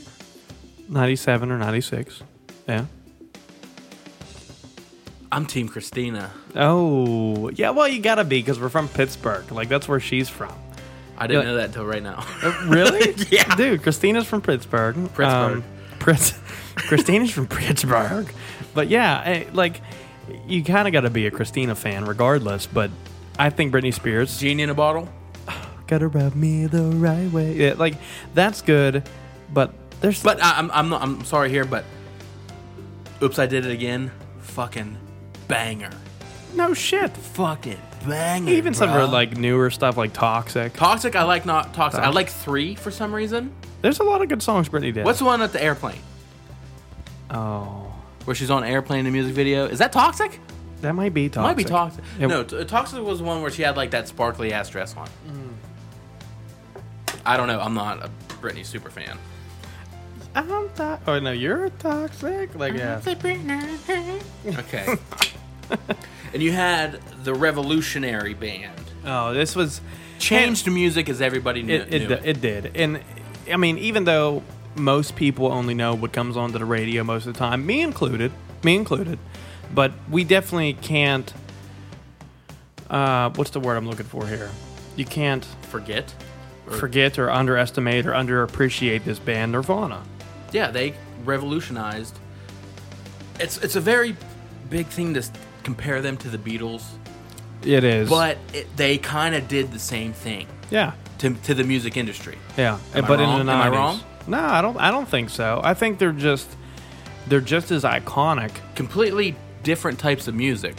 Speaker 2: '97 or '96. Yeah.
Speaker 3: I'm Team Christina.
Speaker 2: Oh, yeah. Well, you gotta be because we're from Pittsburgh. Like that's where she's from.
Speaker 3: I didn't
Speaker 2: Yeah.
Speaker 3: know that until right (laughs) now.
Speaker 2: Really?
Speaker 3: Yeah.
Speaker 2: Dude, Christina's from Pittsburgh.
Speaker 3: Pittsburgh.
Speaker 2: Prince,
Speaker 3: (laughs)
Speaker 2: Christina's from Pittsburgh. But yeah, eh, like, you kind of got to be a Christina fan regardless. But I think Britney Spears.
Speaker 3: Genie in a bottle.
Speaker 2: Gotta rub me the right way. Yeah, like, that's good. But there's.
Speaker 3: But I, I'm I'm not, I'm sorry here, but oops, I did it again. Fucking banger.
Speaker 2: no shit.
Speaker 3: Fucking banger.
Speaker 2: Even some of her,
Speaker 3: bruh.
Speaker 2: like, newer stuff, like Toxic.
Speaker 3: toxic. I like not toxic. I like three for some reason.
Speaker 2: There's a lot of good songs Britney did.
Speaker 3: What's the one at the airplane?
Speaker 2: Oh.
Speaker 3: where she's on airplane in a music video. Is that toxic?
Speaker 2: That might be toxic.
Speaker 3: Might be toxic.
Speaker 2: It-
Speaker 3: no, t- toxic was the one where she had like that sparkly ass dress on. I don't know. I'm not a Britney super fan.
Speaker 2: I'm toxic. Oh no, you're toxic. Like yeah.
Speaker 3: Okay. (laughs) and you had the Revolutionary Band.
Speaker 2: Oh, this was
Speaker 3: Changed music as everybody knew
Speaker 2: it. It,
Speaker 3: knew
Speaker 2: d- it did, and I mean, even though most people only know what comes onto the radio most of the time, me included, me included, but we definitely can't. Uh, what's the word I'm looking for here? You can't
Speaker 3: Forget.
Speaker 2: forget or underestimate or underappreciate this band, Nirvana.
Speaker 3: yeah, they revolutionized. It's it's a very big thing to s- compare them to the Beatles,
Speaker 2: It is,
Speaker 3: but it, they kind of did the same thing
Speaker 2: yeah,
Speaker 3: to, to the music industry.
Speaker 2: yeah.
Speaker 3: Am I
Speaker 2: but in
Speaker 3: wrong?
Speaker 2: the
Speaker 3: Am
Speaker 2: 90s,
Speaker 3: I wrong?
Speaker 2: No, I don't. I don't think so. I think they're just they're just as iconic
Speaker 3: Completely different types of music.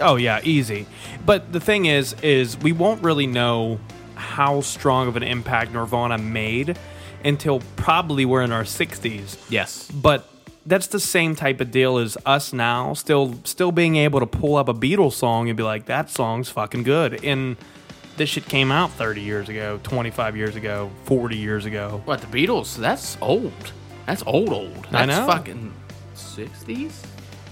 Speaker 2: Oh yeah, easy. But the thing is, is we won't really know how strong of an impact Nirvana made until probably we're in our sixties.
Speaker 3: Yes.
Speaker 2: But that's the same type of deal as us now, still still being able to pull up a Beatles song and be like, that song's fucking good. And this shit came out thirty years ago, twenty five years ago, forty years ago.
Speaker 3: What the Beatles? That's old. That's old old. That's
Speaker 2: I know.
Speaker 3: fucking sixties.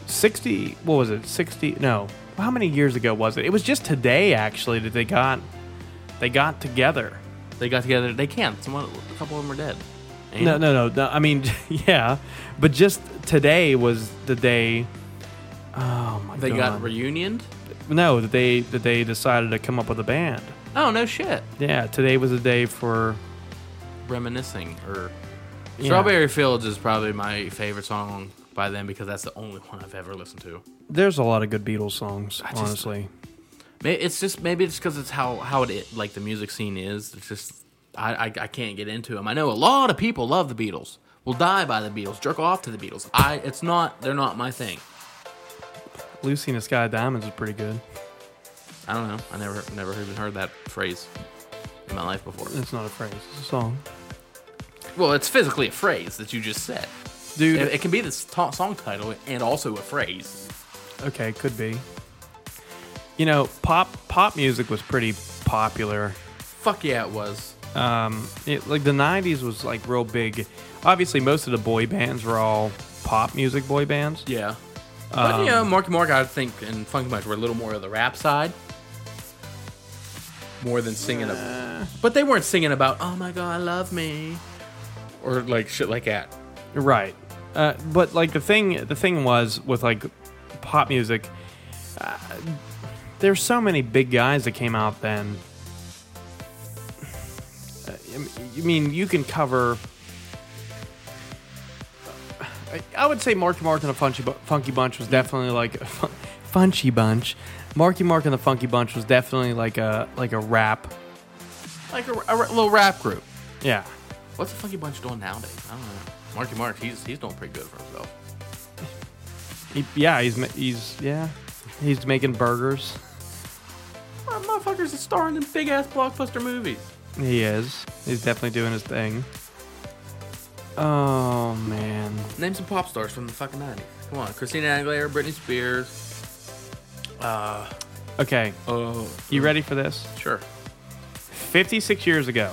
Speaker 2: Sixty what was it? Sixty no. How many years ago was it? It was just today actually that they got they got together.
Speaker 3: They got together. They can't. Someone, a couple of them are dead. And
Speaker 2: No, no, no, no. I mean, (laughs) yeah, but just today was the day. Oh my
Speaker 3: They got
Speaker 2: god!
Speaker 3: reunioned.
Speaker 2: no, that they that they decided to come up with a band.
Speaker 3: Oh no shit.
Speaker 2: Yeah, today was the day for.
Speaker 3: reminiscing or
Speaker 2: Yeah.
Speaker 3: strawberry fields is probably my favorite song by them because that's the only one i've ever listened to
Speaker 2: There's a lot of good Beatles songs,
Speaker 3: just-
Speaker 2: honestly.
Speaker 3: May- it's just maybe it's because it's how how it i- like the music scene is it's just I, I i can't get into them i know a lot of people love the beatles will die by the beatles jerk off to the beatles i it's not they're not my thing
Speaker 2: Lucy in the Sky Diamonds is pretty good.
Speaker 3: i don't know i never never even heard that phrase in my life before
Speaker 2: It's not a phrase; it's a song,
Speaker 3: well it's physically a phrase that you just said
Speaker 2: dude.
Speaker 3: it, it can be this to song title and also a phrase
Speaker 2: okay, could be. You know, pop pop music was pretty popular
Speaker 3: fuck yeah it was
Speaker 2: um, it, like the '90s was like real big. Obviously, most of the boy bands were all pop music boy bands.
Speaker 3: Yeah. But, you know, Marky Mark, I think, and Funky Punch were a little more of the rap side. More than singing. ab- but they weren't singing about, oh my God, love me. Or like shit like that.
Speaker 2: Right. Uh, but like the thing, the thing was with like pop music, uh, there's so many big guys that came out then. Uh, I mean, you can cover. I- I would say Marky Mark and the Funky, Bu- Funky Bunch was definitely like (laughs) a fun- Funky Bunch. Marky Mark and the Funky Bunch was definitely like a like a rap.
Speaker 3: Like a, a little rap group.
Speaker 2: Yeah.
Speaker 3: What's the Funky Bunch doing nowadays? I don't know. Marky Mark, he's he's doing pretty good for himself.
Speaker 2: He, yeah, he's ma- he's yeah, he's making burgers.
Speaker 3: My motherfuckers are starring in big ass blockbuster movies.
Speaker 2: He is. He's definitely doing his thing. Oh man.
Speaker 3: Name some pop stars from the fucking 90s. Come on. Christina Aguilera, Britney Spears.
Speaker 2: Okay,
Speaker 3: Oh.
Speaker 2: you ready for this?
Speaker 3: (laughs) Sure.
Speaker 2: 56 years ago,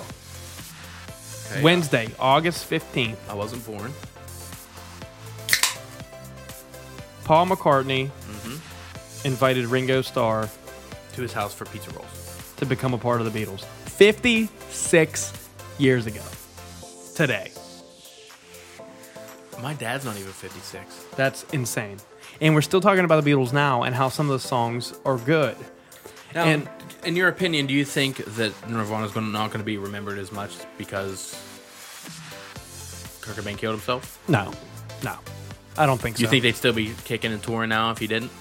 Speaker 3: Okay.
Speaker 2: Wednesday, August 15th,
Speaker 3: I wasn't born.
Speaker 2: Paul McCartney invited Ringo Starr
Speaker 3: To his house for pizza rolls.
Speaker 2: to become a part of the Beatles. 56 years ago. Today.
Speaker 3: My dad's not even 56.
Speaker 2: That's insane. And we're still talking about the Beatles now and how some of the songs are good.
Speaker 3: Now,
Speaker 2: And-
Speaker 3: in your opinion, do you think that Nirvana's gonna, not going to be remembered as much because Kurt Cobain killed himself?
Speaker 2: No. No. I don't think so.
Speaker 3: You think they'd still be kicking and touring now if he didn't?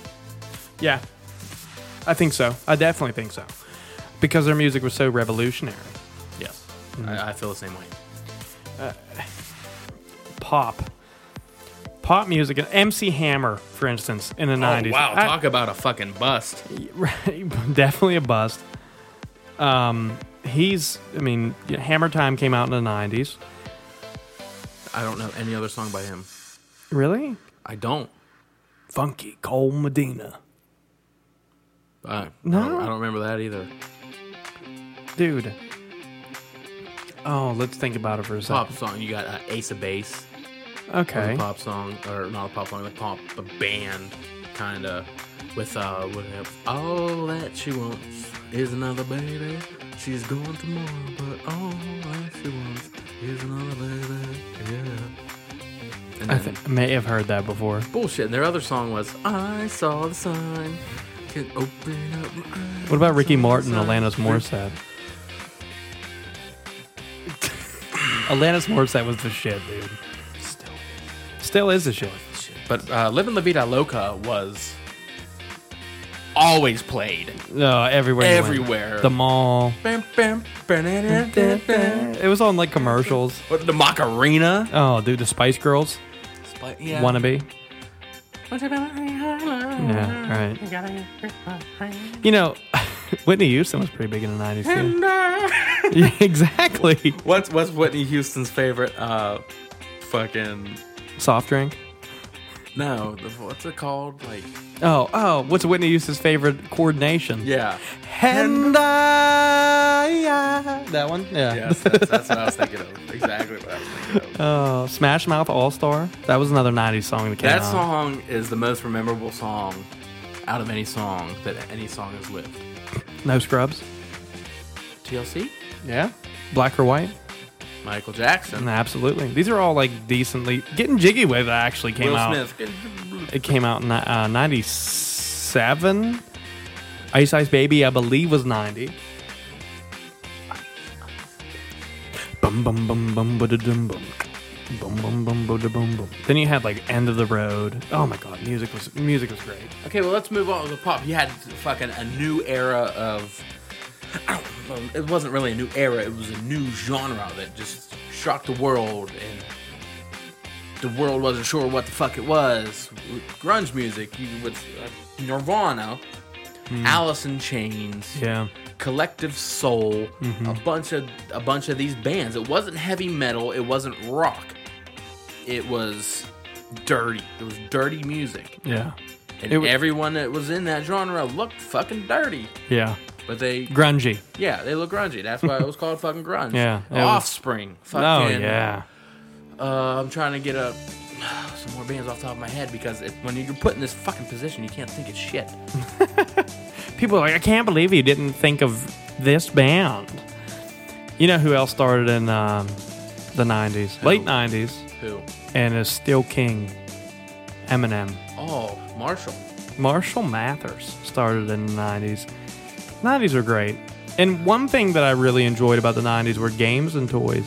Speaker 2: Yeah. I think so. I definitely think so. Because their music was so revolutionary.
Speaker 3: Yes. Mm-hmm. I, I feel the same way.
Speaker 2: Pop. Pop music and MC Hammer, for instance, in the 90s.
Speaker 3: Oh, wow,
Speaker 2: I-
Speaker 3: talk about a fucking bust.
Speaker 2: right, (laughs) definitely a bust. Um, he's, I mean, yeah, Hammer Time came out in the 90s.
Speaker 3: I don't know any other song by him.
Speaker 2: Really?
Speaker 3: I don't.
Speaker 2: Funky Cole Medina.
Speaker 3: I,
Speaker 2: No.
Speaker 3: I, don't, I don't remember that either.
Speaker 2: Dude. Oh, let's think about it for a
Speaker 3: Pop
Speaker 2: second.
Speaker 3: song. You got uh, Ace of Base. was
Speaker 2: Okay.
Speaker 3: a pop song, or not a pop song, like pop a band, kind of, with uh, with all that she wants is another baby. She's gone tomorrow, but all that she wants is another baby. Yeah. And
Speaker 2: I
Speaker 3: then,
Speaker 2: th- may have heard that before.
Speaker 3: bullshit. And their other song was I saw the sign. Can open up my eyes.
Speaker 2: What about Ricky
Speaker 3: Saw the
Speaker 2: Martin and
Speaker 3: sign."
Speaker 2: Alanis
Speaker 3: (laughs)
Speaker 2: Morissette? Alanis Morissette was the shit, dude.
Speaker 3: Still.
Speaker 2: Still is the shit.
Speaker 3: But uh, "Living La Vida Loca" was always played.
Speaker 2: No, everywhere. you went.
Speaker 3: Everywhere.
Speaker 2: The mall.
Speaker 3: Bam, bam, ba-da-da, da-da.
Speaker 2: It was on like commercials.
Speaker 3: What the Macarena?
Speaker 2: Oh, dude, the Spice Girls.
Speaker 3: yeah.
Speaker 2: Wannabe. Yeah,
Speaker 3: Yeah,
Speaker 2: right. You know, (laughs) Whitney Houston was pretty big in the 90s,
Speaker 3: uh,
Speaker 2: too. (laughs) Yeah, exactly.
Speaker 3: What's what's Whitney Houston's favorite? Uh, fucking
Speaker 2: Soft drink.
Speaker 3: no. the- What's it called? Like
Speaker 2: Oh, oh, what's Whitney Houston's favorite coordination?
Speaker 3: yeah.
Speaker 2: And I- That one? Yeah.
Speaker 3: Yes, that's, that's what I was thinking of. Exactly what I was thinking of.
Speaker 2: Oh, Smash Mouth All Star. That was another 90s song that came
Speaker 3: That
Speaker 2: out.
Speaker 3: song is the most memorable song out of any song that any song has lived.
Speaker 2: No Scrubs.
Speaker 3: TLC,
Speaker 2: Yeah. Black or White.
Speaker 3: Michael Jackson,
Speaker 2: Absolutely. These are all like decently. Getting Jiggy with actually came
Speaker 3: Will
Speaker 2: out.
Speaker 3: Smith.
Speaker 2: It came out in uh, 97. Ice Ice Baby, I believe, was 90. Bum bum bum bum ba da dum bum. Bum bum bum ba da bum bum. Then you had like End of the Road. Oh my god, music was music was great.
Speaker 3: Okay, well, let's move on to the pop. You had fucking a new era of. (clears throat) I don't know, It wasn't really a new era. It was a new genre that just shocked the world, and the world wasn't sure what the fuck it was. With Grunge music, you with uh, Nirvana, Alice in Chains,
Speaker 2: Yeah.
Speaker 3: Collective Soul, a bunch of a bunch of these bands. It wasn't heavy metal. It wasn't rock. It was dirty. It was dirty music.
Speaker 2: Yeah.
Speaker 3: And
Speaker 2: It w-
Speaker 3: everyone that was in that genre looked fucking dirty.
Speaker 2: Yeah.
Speaker 3: But they,
Speaker 2: Grungy.
Speaker 3: yeah, they look grungy. That's why it was called fucking grunge.
Speaker 2: Yeah, it was-
Speaker 3: Offspring.
Speaker 2: Oh
Speaker 3: Fucking,
Speaker 2: yeah.
Speaker 3: Uh, I'm trying to get up (sighs) some more bands off the top of my head because if, when you're put in this fucking position, you can't think of shit.
Speaker 2: People are like, I can't believe you didn't think of this band. You know who else started in um, the 90s? Late 90s.
Speaker 3: Who?
Speaker 2: And is still king. Eminem.
Speaker 3: Oh, Marshall.
Speaker 2: Marshall Mathers started in the 90s. 90s are great. And one thing that I really enjoyed about the 90s were games and toys.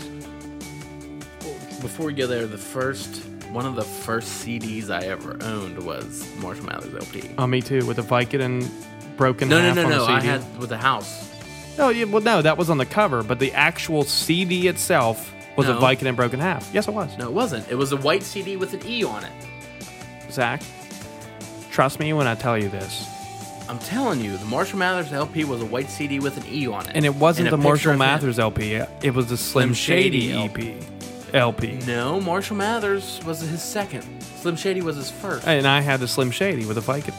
Speaker 3: Before we go there, the first one of the first CDs I ever owned was Marshall Mathers LP.
Speaker 2: Oh, me too, with the Vicodin broken
Speaker 3: No, no,
Speaker 2: half
Speaker 3: no,
Speaker 2: on the
Speaker 3: no. I
Speaker 2: CD.
Speaker 3: had with the house.
Speaker 2: No, yeah, well, no, that was on the cover, but the actual CD itself was a
Speaker 3: No.
Speaker 2: Vicodin broken half. Yes, it was.
Speaker 3: No, it wasn't. It was a white CD with an E on it.
Speaker 2: Zach, trust me when I tell you this.
Speaker 3: I'm telling you, the Marshall Mathers LP was a white CD with an E on it.
Speaker 2: And it wasn't
Speaker 3: a
Speaker 2: the Marshall
Speaker 3: picture of
Speaker 2: Mathers LP. It was the Slim
Speaker 3: Slim Shady
Speaker 2: Shady, E EP. LP.
Speaker 3: him. No, Marshall Mathers was his second. Slim Shady was his first.
Speaker 2: And I had the Slim Shady with a Viking.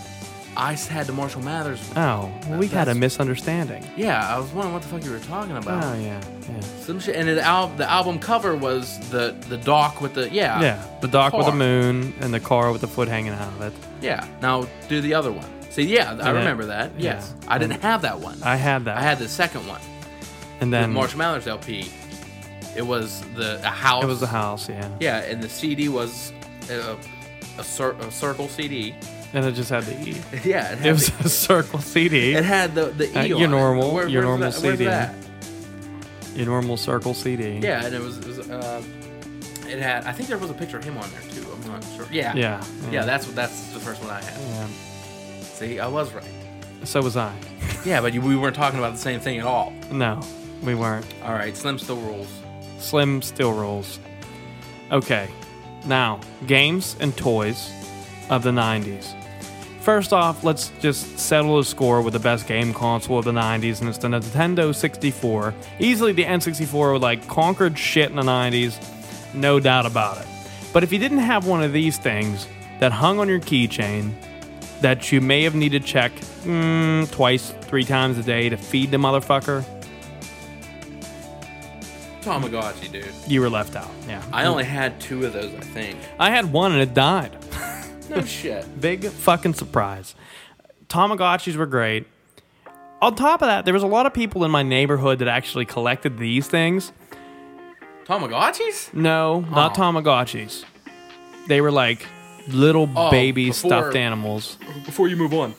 Speaker 3: I had the Marshall Mathers.
Speaker 2: Oh, well, we had a
Speaker 3: Uh, That's-
Speaker 2: misunderstanding.
Speaker 3: Yeah, I was wondering what the fuck you were talking about.
Speaker 2: Oh yeah, yeah,
Speaker 3: Slim Shady, and the, al- the album cover was the the dock with the yeah
Speaker 2: yeah. The dock with the
Speaker 3: Uh, car.
Speaker 2: moon and the car with the foot hanging out of it.
Speaker 3: yeah. Now do the other one. See, yeah, I
Speaker 2: And it-
Speaker 3: remember that.
Speaker 2: yeah.
Speaker 3: Yes, I didn't have that one.
Speaker 2: I had that.
Speaker 3: I had the second one.
Speaker 2: and
Speaker 3: The
Speaker 2: then
Speaker 3: Marshall Mathers LP. It was the a house.
Speaker 2: it was the house, yeah.
Speaker 3: Yeah, and the CD was a, a, cir- a circle CD.
Speaker 2: And it just had the E.
Speaker 3: (laughs) Yeah, it had,
Speaker 2: It was
Speaker 3: the,
Speaker 2: a (laughs) circle CD.
Speaker 3: it had the, the E
Speaker 2: Uh,
Speaker 3: on
Speaker 2: your
Speaker 3: it.
Speaker 2: normal- your
Speaker 3: where's
Speaker 2: normal
Speaker 3: that- where's
Speaker 2: CD.
Speaker 3: that?
Speaker 2: Your normal circle CD.
Speaker 3: Yeah, and it was, it, was uh, it had. I think there was a picture of him on there too. I'm not sure. Yeah,
Speaker 2: Yeah.
Speaker 3: yeah. that's what that's the first one I had.
Speaker 2: Yeah.
Speaker 3: See, I was right.
Speaker 2: So was I.
Speaker 3: Yeah, but you, we weren't talking about the same thing at all.
Speaker 2: No, we weren't.
Speaker 3: All right, Slim still rules.
Speaker 2: Slim still rolls. Okay, now games and toys of the 90s. First off, let's just settle the score with the best game console of the 90s, and it's the Nintendo 64. Easily the N64 like conquered shit in the 90s, no doubt about it. But if you didn't have one of these things, that hung on your keychain that you may have needed to check mm, twice, three times a day to feed the motherfucker,
Speaker 3: Tamagotchi, dude.
Speaker 2: you were left out. Yeah.
Speaker 3: I only had two of those, I think.
Speaker 2: I had one and it died. (laughs)
Speaker 3: No shit.
Speaker 2: Big fucking surprise. Tamagotchis were great. On top of that, there was a lot of people in my neighborhood that actually collected these things.
Speaker 3: Tamagotchis?
Speaker 2: No, not
Speaker 3: Oh.
Speaker 2: Tamagotchis. They were like little
Speaker 3: Oh,
Speaker 2: baby
Speaker 3: before-
Speaker 2: stuffed animals.
Speaker 3: before you move on,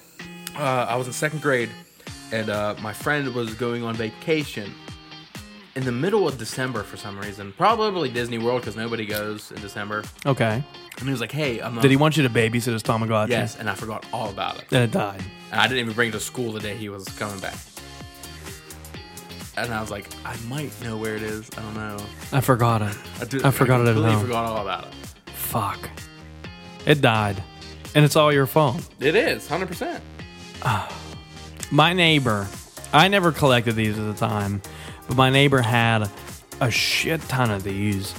Speaker 3: uh, I was in second grade, and uh, my friend was going on vacation in the middle of December for some reason. Probably Disney World because nobody goes in December.
Speaker 2: Okay.
Speaker 3: And he was like, "Hey, I'm."
Speaker 2: Did he want you to babysit his Tamagotchi?
Speaker 3: Yes, and I forgot all about it.
Speaker 2: And it died.
Speaker 3: And I didn't even bring it to school the day he was coming back. And I was like, I might know where it is. I don't know.
Speaker 2: I forgot it. I,
Speaker 3: did-
Speaker 2: forgot it. at
Speaker 3: Completely
Speaker 2: home.
Speaker 3: forgot all about it.
Speaker 2: Fuck. It died. And it's all your fault.
Speaker 3: It is 100. percent
Speaker 2: My neighbor, I never collected these at the time, but my neighbor had a shit ton of these.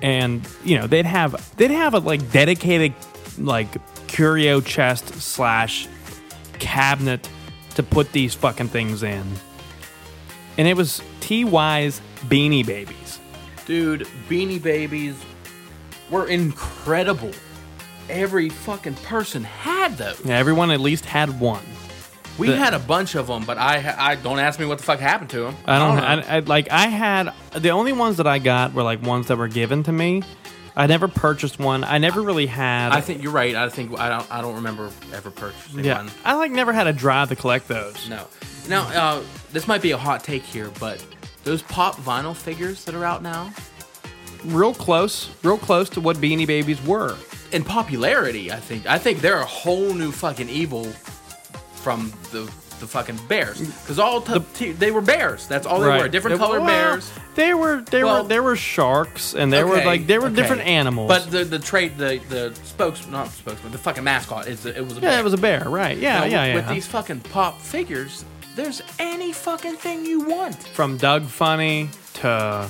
Speaker 2: And, you know, they'd have they'd have a like dedicated like curio chest slash cabinet to put these fucking things in. And it was TY's beanie babies.
Speaker 3: Dude, Beanie Babies were incredible. Every fucking person had those.
Speaker 2: Yeah, everyone at least had one.
Speaker 3: We
Speaker 2: The-
Speaker 3: had a bunch of them, but I I don't ask me what the fuck happened to them.
Speaker 2: I don't.
Speaker 3: know.
Speaker 2: I, I, like I had the only ones that I got were like ones that were given to me. I never purchased one. I never really had.
Speaker 3: I think you're right. I think I don't I don't remember ever purchasing
Speaker 2: Yeah,
Speaker 3: one.
Speaker 2: I like never had a drive to collect those.
Speaker 3: No. Now, uh, this might be a hot take here, but those pop vinyl figures that are out now
Speaker 2: Real close, real close to what Beanie Babies were.
Speaker 3: in popularity, I think I think they're a whole new fucking evil from the the fucking bears because all t- t- they were bears. That's all Oh, they were. Different
Speaker 2: They-
Speaker 3: colored
Speaker 2: well,
Speaker 3: bears.
Speaker 2: They were. They
Speaker 3: Well-
Speaker 2: were. There were sharks, and there were
Speaker 3: Okay,
Speaker 2: like there were
Speaker 3: okay.
Speaker 2: different animals.
Speaker 3: But the the trait the the spokes not spokesman the fucking mascot is the, it was a
Speaker 2: yeah,
Speaker 3: bear.
Speaker 2: it was a bear, right? Yeah,
Speaker 3: Now,
Speaker 2: yeah, yeah.
Speaker 3: With these fucking pop figures, there's any fucking thing you want.
Speaker 2: From Doug Funny to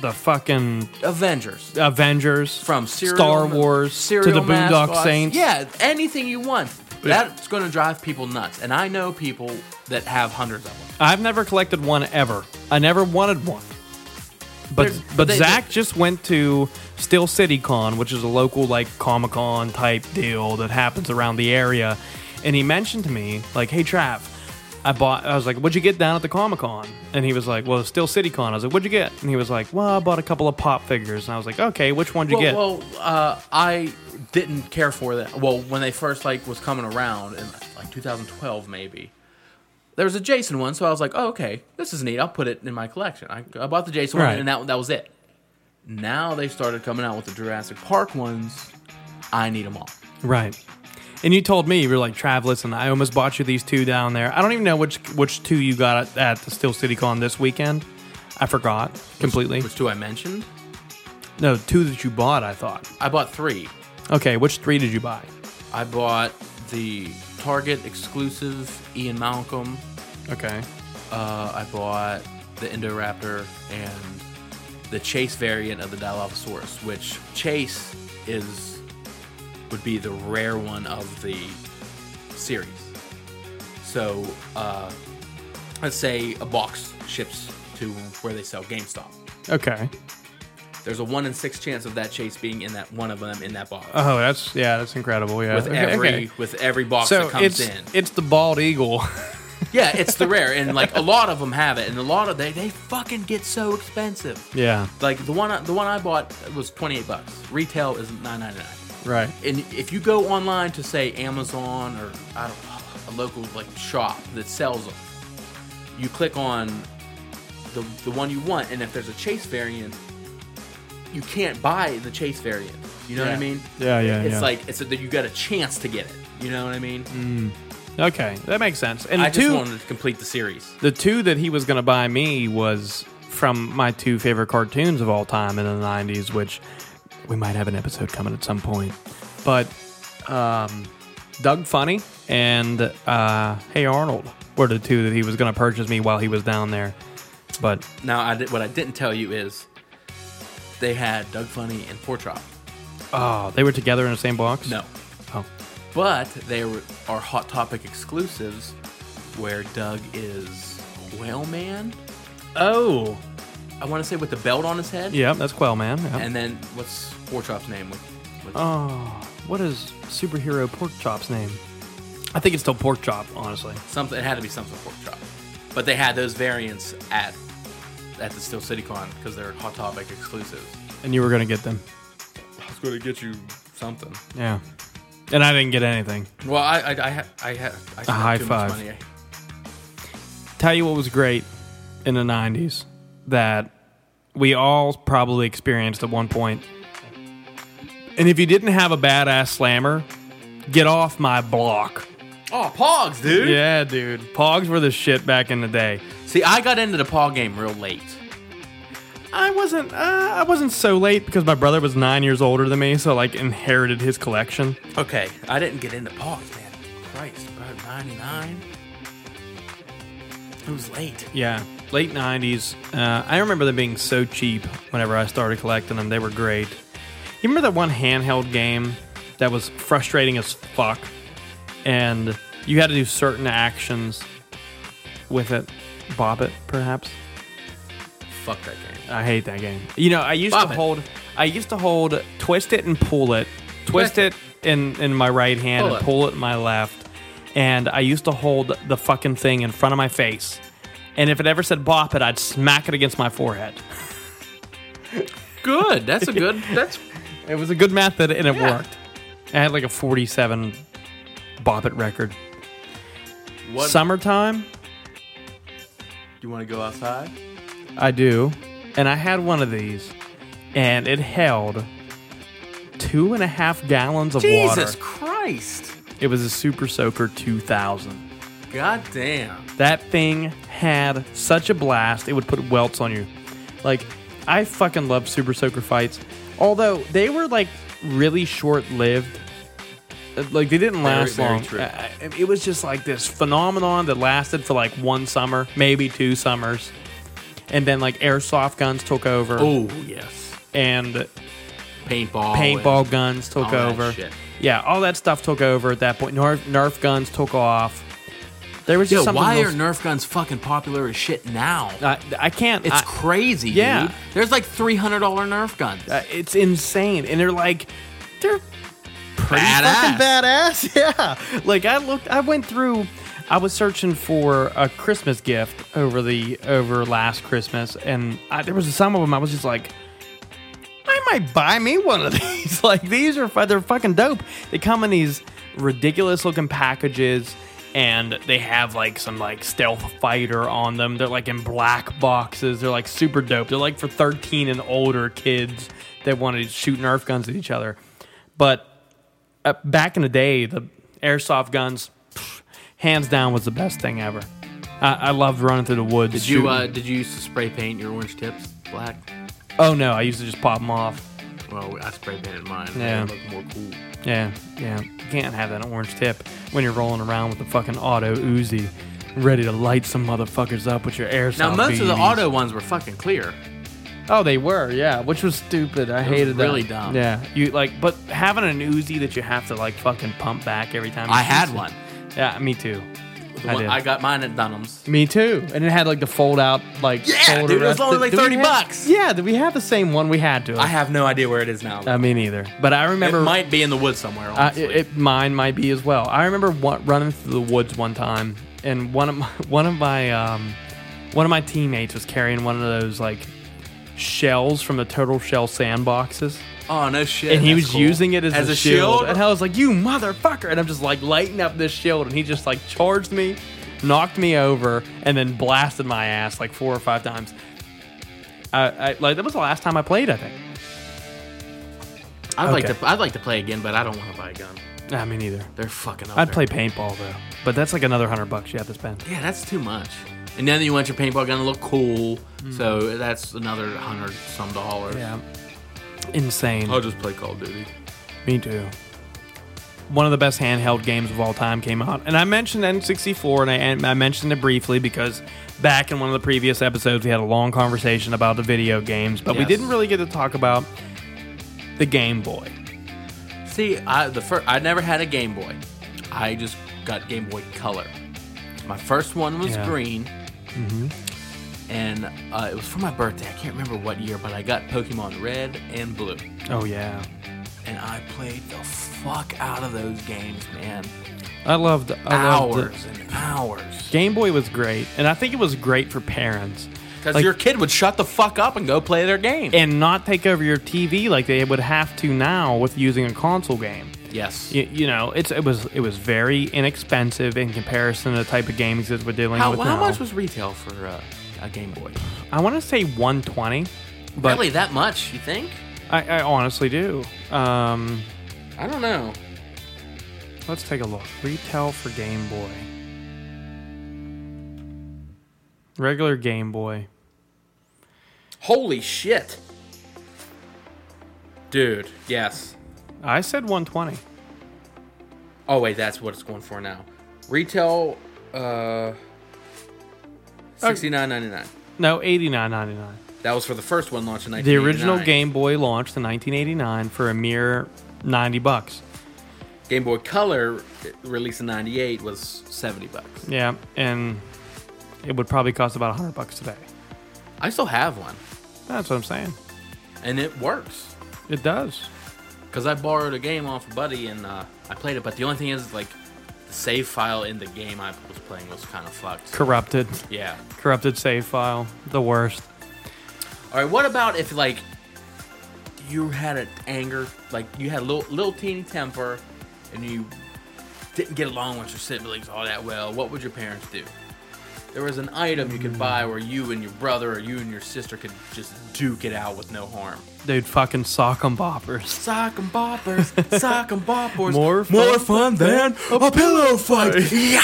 Speaker 2: the fucking
Speaker 3: Avengers
Speaker 2: Avengers,
Speaker 3: from serial,
Speaker 2: Star Wars to
Speaker 3: serial
Speaker 2: the Boondock
Speaker 3: mascots.
Speaker 2: Saints.
Speaker 3: Yeah, anything you want.
Speaker 2: Yeah.
Speaker 3: That's going to drive people nuts, and I know people that have hundreds of them.
Speaker 2: I've never collected one ever. I never wanted one. But
Speaker 3: They're-
Speaker 2: but
Speaker 3: they-
Speaker 2: Zach just went to Still City Con, which is a local like Comic Con type deal that happens around the area, and he mentioned to me like, "Hey Trav, I bought." I was like, "What'd you get down at the Comic Con?" And he was like, "Well, Still City Con." I was like, "What'd you get?" And he was like, "Well, I bought a couple of pop figures." And I was like, "Okay, which one'd you get?"
Speaker 3: well, well uh, I didn't care for that. Well, when they first like was coming around in like 2012, maybe there was a Jason one, so I was like, oh okay, this is neat. I'll put it in my collection. I, I bought the Jason
Speaker 2: Right.
Speaker 3: one, and that that was it. Now they started coming out with the Jurassic Park ones. I need them all.
Speaker 2: Right. And you told me you were like, Trav, listen, I almost bought you these two down there. I don't even know which which two you got at, at the Steel City Con this weekend. I forgot completely.
Speaker 3: Which two I mentioned?
Speaker 2: no, two that you bought. I thought.
Speaker 3: I bought three.
Speaker 2: Okay, which three did you buy?
Speaker 3: I bought the Target exclusive Ian Malcolm.
Speaker 2: Okay.
Speaker 3: Uh, I bought the Indoraptor and the Chase variant of the Dilophosaurus, which Chase is would be the rare one of the series. So uh, let's say a box ships to where they sell GameStop.
Speaker 2: Okay.
Speaker 3: There's a one in six chance of that Chase being in that one of them in that box.
Speaker 2: Oh, that's yeah, that's incredible. Yeah.
Speaker 3: with
Speaker 2: Okay,
Speaker 3: every
Speaker 2: okay.
Speaker 3: with every box
Speaker 2: So
Speaker 3: that comes
Speaker 2: it's
Speaker 3: in.
Speaker 2: it's the bald eagle.
Speaker 3: Yeah, it's the rare, and like a lot of them have it, and a lot of they they fucking get so expensive.
Speaker 2: yeah.
Speaker 3: Like the one I- the one I bought was twenty eight bucks. Retail is nine ninety nine.
Speaker 2: Right.
Speaker 3: And if you go online to say Amazon or I don't know a local like shop that sells them, you click on the the one you want, and if there's a Chase variant, you can't buy the Chase variant. You know what
Speaker 2: Yeah.
Speaker 3: I mean?
Speaker 2: Yeah, yeah,
Speaker 3: It's
Speaker 2: yeah. Mm.
Speaker 3: like it's a, you got a chance to get it. You know what I mean?
Speaker 2: (laughs) Okay, that makes sense. And
Speaker 3: I
Speaker 2: two,
Speaker 3: just wanted to complete the series.
Speaker 2: the two that he was going to buy me was from my two favorite cartoons of all time in the 90s which we might have an episode coming at some point but um, doug funny and uh, hey arnold were the two that he was going to purchase me while he was down there but
Speaker 3: Now, I did, what I didn't tell you is they had Doug Funny and Portrop.
Speaker 2: oh they were together in the same box
Speaker 3: No,
Speaker 2: Oh,
Speaker 3: But they are are Hot Topic exclusives where Doug is Whale Man.
Speaker 2: oh,
Speaker 3: I want to say with the belt on his head.
Speaker 2: yeah, that's Quail Man. yeah.
Speaker 3: And then what's Forchoff's name? With, with
Speaker 2: oh, what is superhero Pork Chop's name? I think it's still Pork Chop, honestly.
Speaker 3: something. It had to be something Porkchop. But they had those variants at at the Steel City Con because they're Hot Topic exclusives.
Speaker 2: And you were gonna get them,
Speaker 3: I was going to get you something.
Speaker 2: yeah. And I didn't get anything.
Speaker 3: Well, I I I had I, had I spent
Speaker 2: high
Speaker 3: too
Speaker 2: five.
Speaker 3: Much money.
Speaker 2: tell you what was great in the 90s that we all probably experienced at one point. And if you didn't have a badass slammer, get off my block.
Speaker 3: Oh, Pogs, dude.
Speaker 2: Yeah, dude. Pogs were the shit back in the day.
Speaker 3: See, I got into the Pog game real late.
Speaker 2: I wasn't uh, I wasn't so late because my brother was 9 years older than me, so like inherited his collection.
Speaker 3: Okay, I didn't get into Pogs, man. Christ, about ninety nine. It was late.
Speaker 2: Yeah, late 90s. Uh, I remember them being so cheap whenever I started collecting them. They were great. You remember that one handheld game that was frustrating as fuck? And you had to do certain actions with it. Bob it, perhaps?
Speaker 3: Fuck that game.
Speaker 2: I hate that game. You know, I used
Speaker 3: Bob
Speaker 2: to
Speaker 3: it.
Speaker 2: hold, I used to hold, twist it and pull it, twist
Speaker 3: Twist it.
Speaker 2: it in in my right hand
Speaker 3: Pull
Speaker 2: and
Speaker 3: it.
Speaker 2: pull it in my left, and I used to hold the fucking thing in front of my face, and if it ever said bop it, I'd smack it against my forehead. (laughs)
Speaker 3: Good. That's a good. That's
Speaker 2: It was a good method and it
Speaker 3: Yeah.
Speaker 2: worked. I had like a forty-seven bop it record.
Speaker 3: (laughs) what.
Speaker 2: Summertime,
Speaker 3: you want to go outside?
Speaker 2: I do, and I had one of these, and it held two and a half gallons of water.
Speaker 3: Jesus Christ!
Speaker 2: It was a Super Soaker 2000.
Speaker 3: God damn.
Speaker 2: That thing had such a blast, it would put welts on you. Like, I fucking love Super Soaker fights. Although, they were, like, really short lived. Like, they didn't last
Speaker 3: very
Speaker 2: long.
Speaker 3: true.
Speaker 2: I- I- It was just, like, this phenomenon that lasted for, like, one summer, maybe two summers. And then, like, airsoft guns took over,
Speaker 3: Oh yes.
Speaker 2: and
Speaker 3: Paintball.
Speaker 2: paintball guns took
Speaker 3: all that
Speaker 2: over.
Speaker 3: shit.
Speaker 2: Yeah, all that stuff took over at that point. Nerf, Nerf guns took off. There was just
Speaker 3: Yo,
Speaker 2: something.
Speaker 3: why
Speaker 2: else-
Speaker 3: are Nerf guns fucking popular as shit now?
Speaker 2: I, I can't.
Speaker 3: It's
Speaker 2: I-
Speaker 3: crazy,
Speaker 2: yeah.
Speaker 3: dude. There's like three hundred dollar Nerf guns.
Speaker 2: uh, it's insane, and they're like, they're pretty
Speaker 3: Badass.
Speaker 2: fucking badass. (laughs) Yeah, like I looked, I went through, I was searching for a Christmas gift over the over last Christmas, and I, there was some of them I was just like. I might buy me one of (laughs) these. like these are fu- they're fucking dope. They come in these ridiculous looking packages, and they have like some like stealth fighter on them. They're like in black boxes. They're like super dope. They're like for thirteen and older kids that want to shoot Nerf guns at each other. But uh, back in the day, the airsoft guns, pff, hands down, was the best thing ever. I, I loved running through the woods.
Speaker 3: Did you uh,
Speaker 2: shooting.
Speaker 3: did you used to spray paint your orange tips black?
Speaker 2: oh no, I used to just pop them off.
Speaker 3: Well, I spray painted mine.
Speaker 2: Yeah.
Speaker 3: Yeah, look more cool.
Speaker 2: Yeah, yeah. You can't have that orange tip when you're rolling around with the fucking auto Uzi, ready to light some motherfuckers up with your airsoft.
Speaker 3: Now most of the
Speaker 2: BBs.
Speaker 3: auto ones were fucking clear.
Speaker 2: Oh, they were, yeah, which was stupid. I
Speaker 3: was
Speaker 2: hated that.
Speaker 3: really dumb.
Speaker 2: Yeah, you like, but having an Uzi that you have to like fucking pump back every time. you
Speaker 3: I had
Speaker 2: use it-
Speaker 3: one.
Speaker 2: Yeah, me too.
Speaker 3: The
Speaker 2: I
Speaker 3: one-
Speaker 2: did.
Speaker 3: I got mine at Dunham's.
Speaker 2: me too, and it had like the fold out like.
Speaker 3: Yeah,
Speaker 2: fold
Speaker 3: dude, it was
Speaker 2: arrest-
Speaker 3: only, like,
Speaker 2: Did we
Speaker 3: 30
Speaker 2: have-
Speaker 3: bucks.
Speaker 2: Yeah, did we have the same one? We had to.
Speaker 3: I have no idea where it is now.
Speaker 2: I mean, either, but I remember
Speaker 3: it might be in the woods somewhere.
Speaker 2: Uh,
Speaker 3: Honestly.
Speaker 2: it, it- mine might be as well. I remember wa- running through the woods one time, and one of my, (laughs) one of my um, one of my teammates was carrying one of those like shells from the turtle shell sandboxes,
Speaker 3: oh no shit!
Speaker 2: and he
Speaker 3: that's
Speaker 2: was
Speaker 3: cool.
Speaker 2: using it as,
Speaker 3: as
Speaker 2: a, shield. And I was like, "You motherfucker!" And I'm just like lighting up this shield, and he just like charged me, knocked me over, and then blasted my ass like four or five times. I, I like that was the last time I played. I think.
Speaker 3: I'd like
Speaker 2: Okay.
Speaker 3: to. I'd like to play again, but I don't want to buy a gun.
Speaker 2: I mean, either.
Speaker 3: They're fucking. Up
Speaker 2: I'd
Speaker 3: there.
Speaker 2: play paintball though, but that's like another hundred bucks you have to spend.
Speaker 3: Yeah, that's too much. And then you want your paintball gun to look cool, so that's another hundred some dollars.
Speaker 2: Hmm. Yeah. Insane.
Speaker 3: I'll just play Call of Duty.
Speaker 2: Me too. One of the best handheld games of all time came out. And I mentioned N64 and I, and I mentioned it briefly because back in one of the previous episodes, we had a long conversation about the video games, but we
Speaker 3: Yes.
Speaker 2: didn't really get to talk about the Game Boy.
Speaker 3: See, I the first I never had a Game Boy. I just got Game Boy Color. My first one was
Speaker 2: Yeah. Mm-hmm.
Speaker 3: green, and uh, it was for my birthday. I can't remember what year, but I got Pokemon Red and Blue,
Speaker 2: Oh yeah.
Speaker 3: and I played the fuck out of those games, man.
Speaker 2: I loved I loved
Speaker 3: Hours
Speaker 2: it.
Speaker 3: and hours.
Speaker 2: Game Boy was great, and I think it was great for parents
Speaker 3: Because
Speaker 2: Like-
Speaker 3: your kid would shut the fuck up and go play their game.
Speaker 2: and not take over your TV like they would have to now with using a console game.
Speaker 3: yes.
Speaker 2: You, you know, it's it was it was very inexpensive in comparison to the type of games that we're dealing
Speaker 3: How,
Speaker 2: with
Speaker 3: how
Speaker 2: now.
Speaker 3: much was retail for uh, a Game Boy?
Speaker 2: I want to say 120, but
Speaker 3: really, that much? You think?
Speaker 2: I, I honestly do. Um,
Speaker 3: I don't know.
Speaker 2: let's take a look. Retail for Game Boy. Regular Game Boy.
Speaker 3: Holy shit. Dude, yes.
Speaker 2: I said 120.
Speaker 3: Oh wait, that's what it's going for now. Retail uh sixty nine ninety nine.
Speaker 2: No, 89.99.
Speaker 3: That was for the first one launched in
Speaker 2: The
Speaker 3: 1989.
Speaker 2: original Game Boy launched in 1989 for a mere 90 bucks.
Speaker 3: Game Boy Color uh, released in ninety eight was seventy bucks.
Speaker 2: Yeah, and it would probably cost about 100 bucks today.
Speaker 3: I still have one.
Speaker 2: That's what I'm saying.
Speaker 3: And it works.
Speaker 2: It does.
Speaker 3: Because I borrowed a game off a buddy and uh, I played it, but the only thing is like the save file in the game I was playing was kind of fucked.
Speaker 2: Corrupted.
Speaker 3: Yeah.
Speaker 2: Corrupted save file. The worst.
Speaker 3: All right, what about if like you had an anger, like you had a little little teeny temper, and you didn't get along with your siblings all that well? What would your parents do? There was an item you could buy where you and your brother or you and your sister could just duke it out with no harm.
Speaker 2: Dude, fucking sock 'em boppers. (laughs)
Speaker 3: Sock and boppers, sock and boppers,
Speaker 2: More fun
Speaker 3: than a pillow fight. Yeah.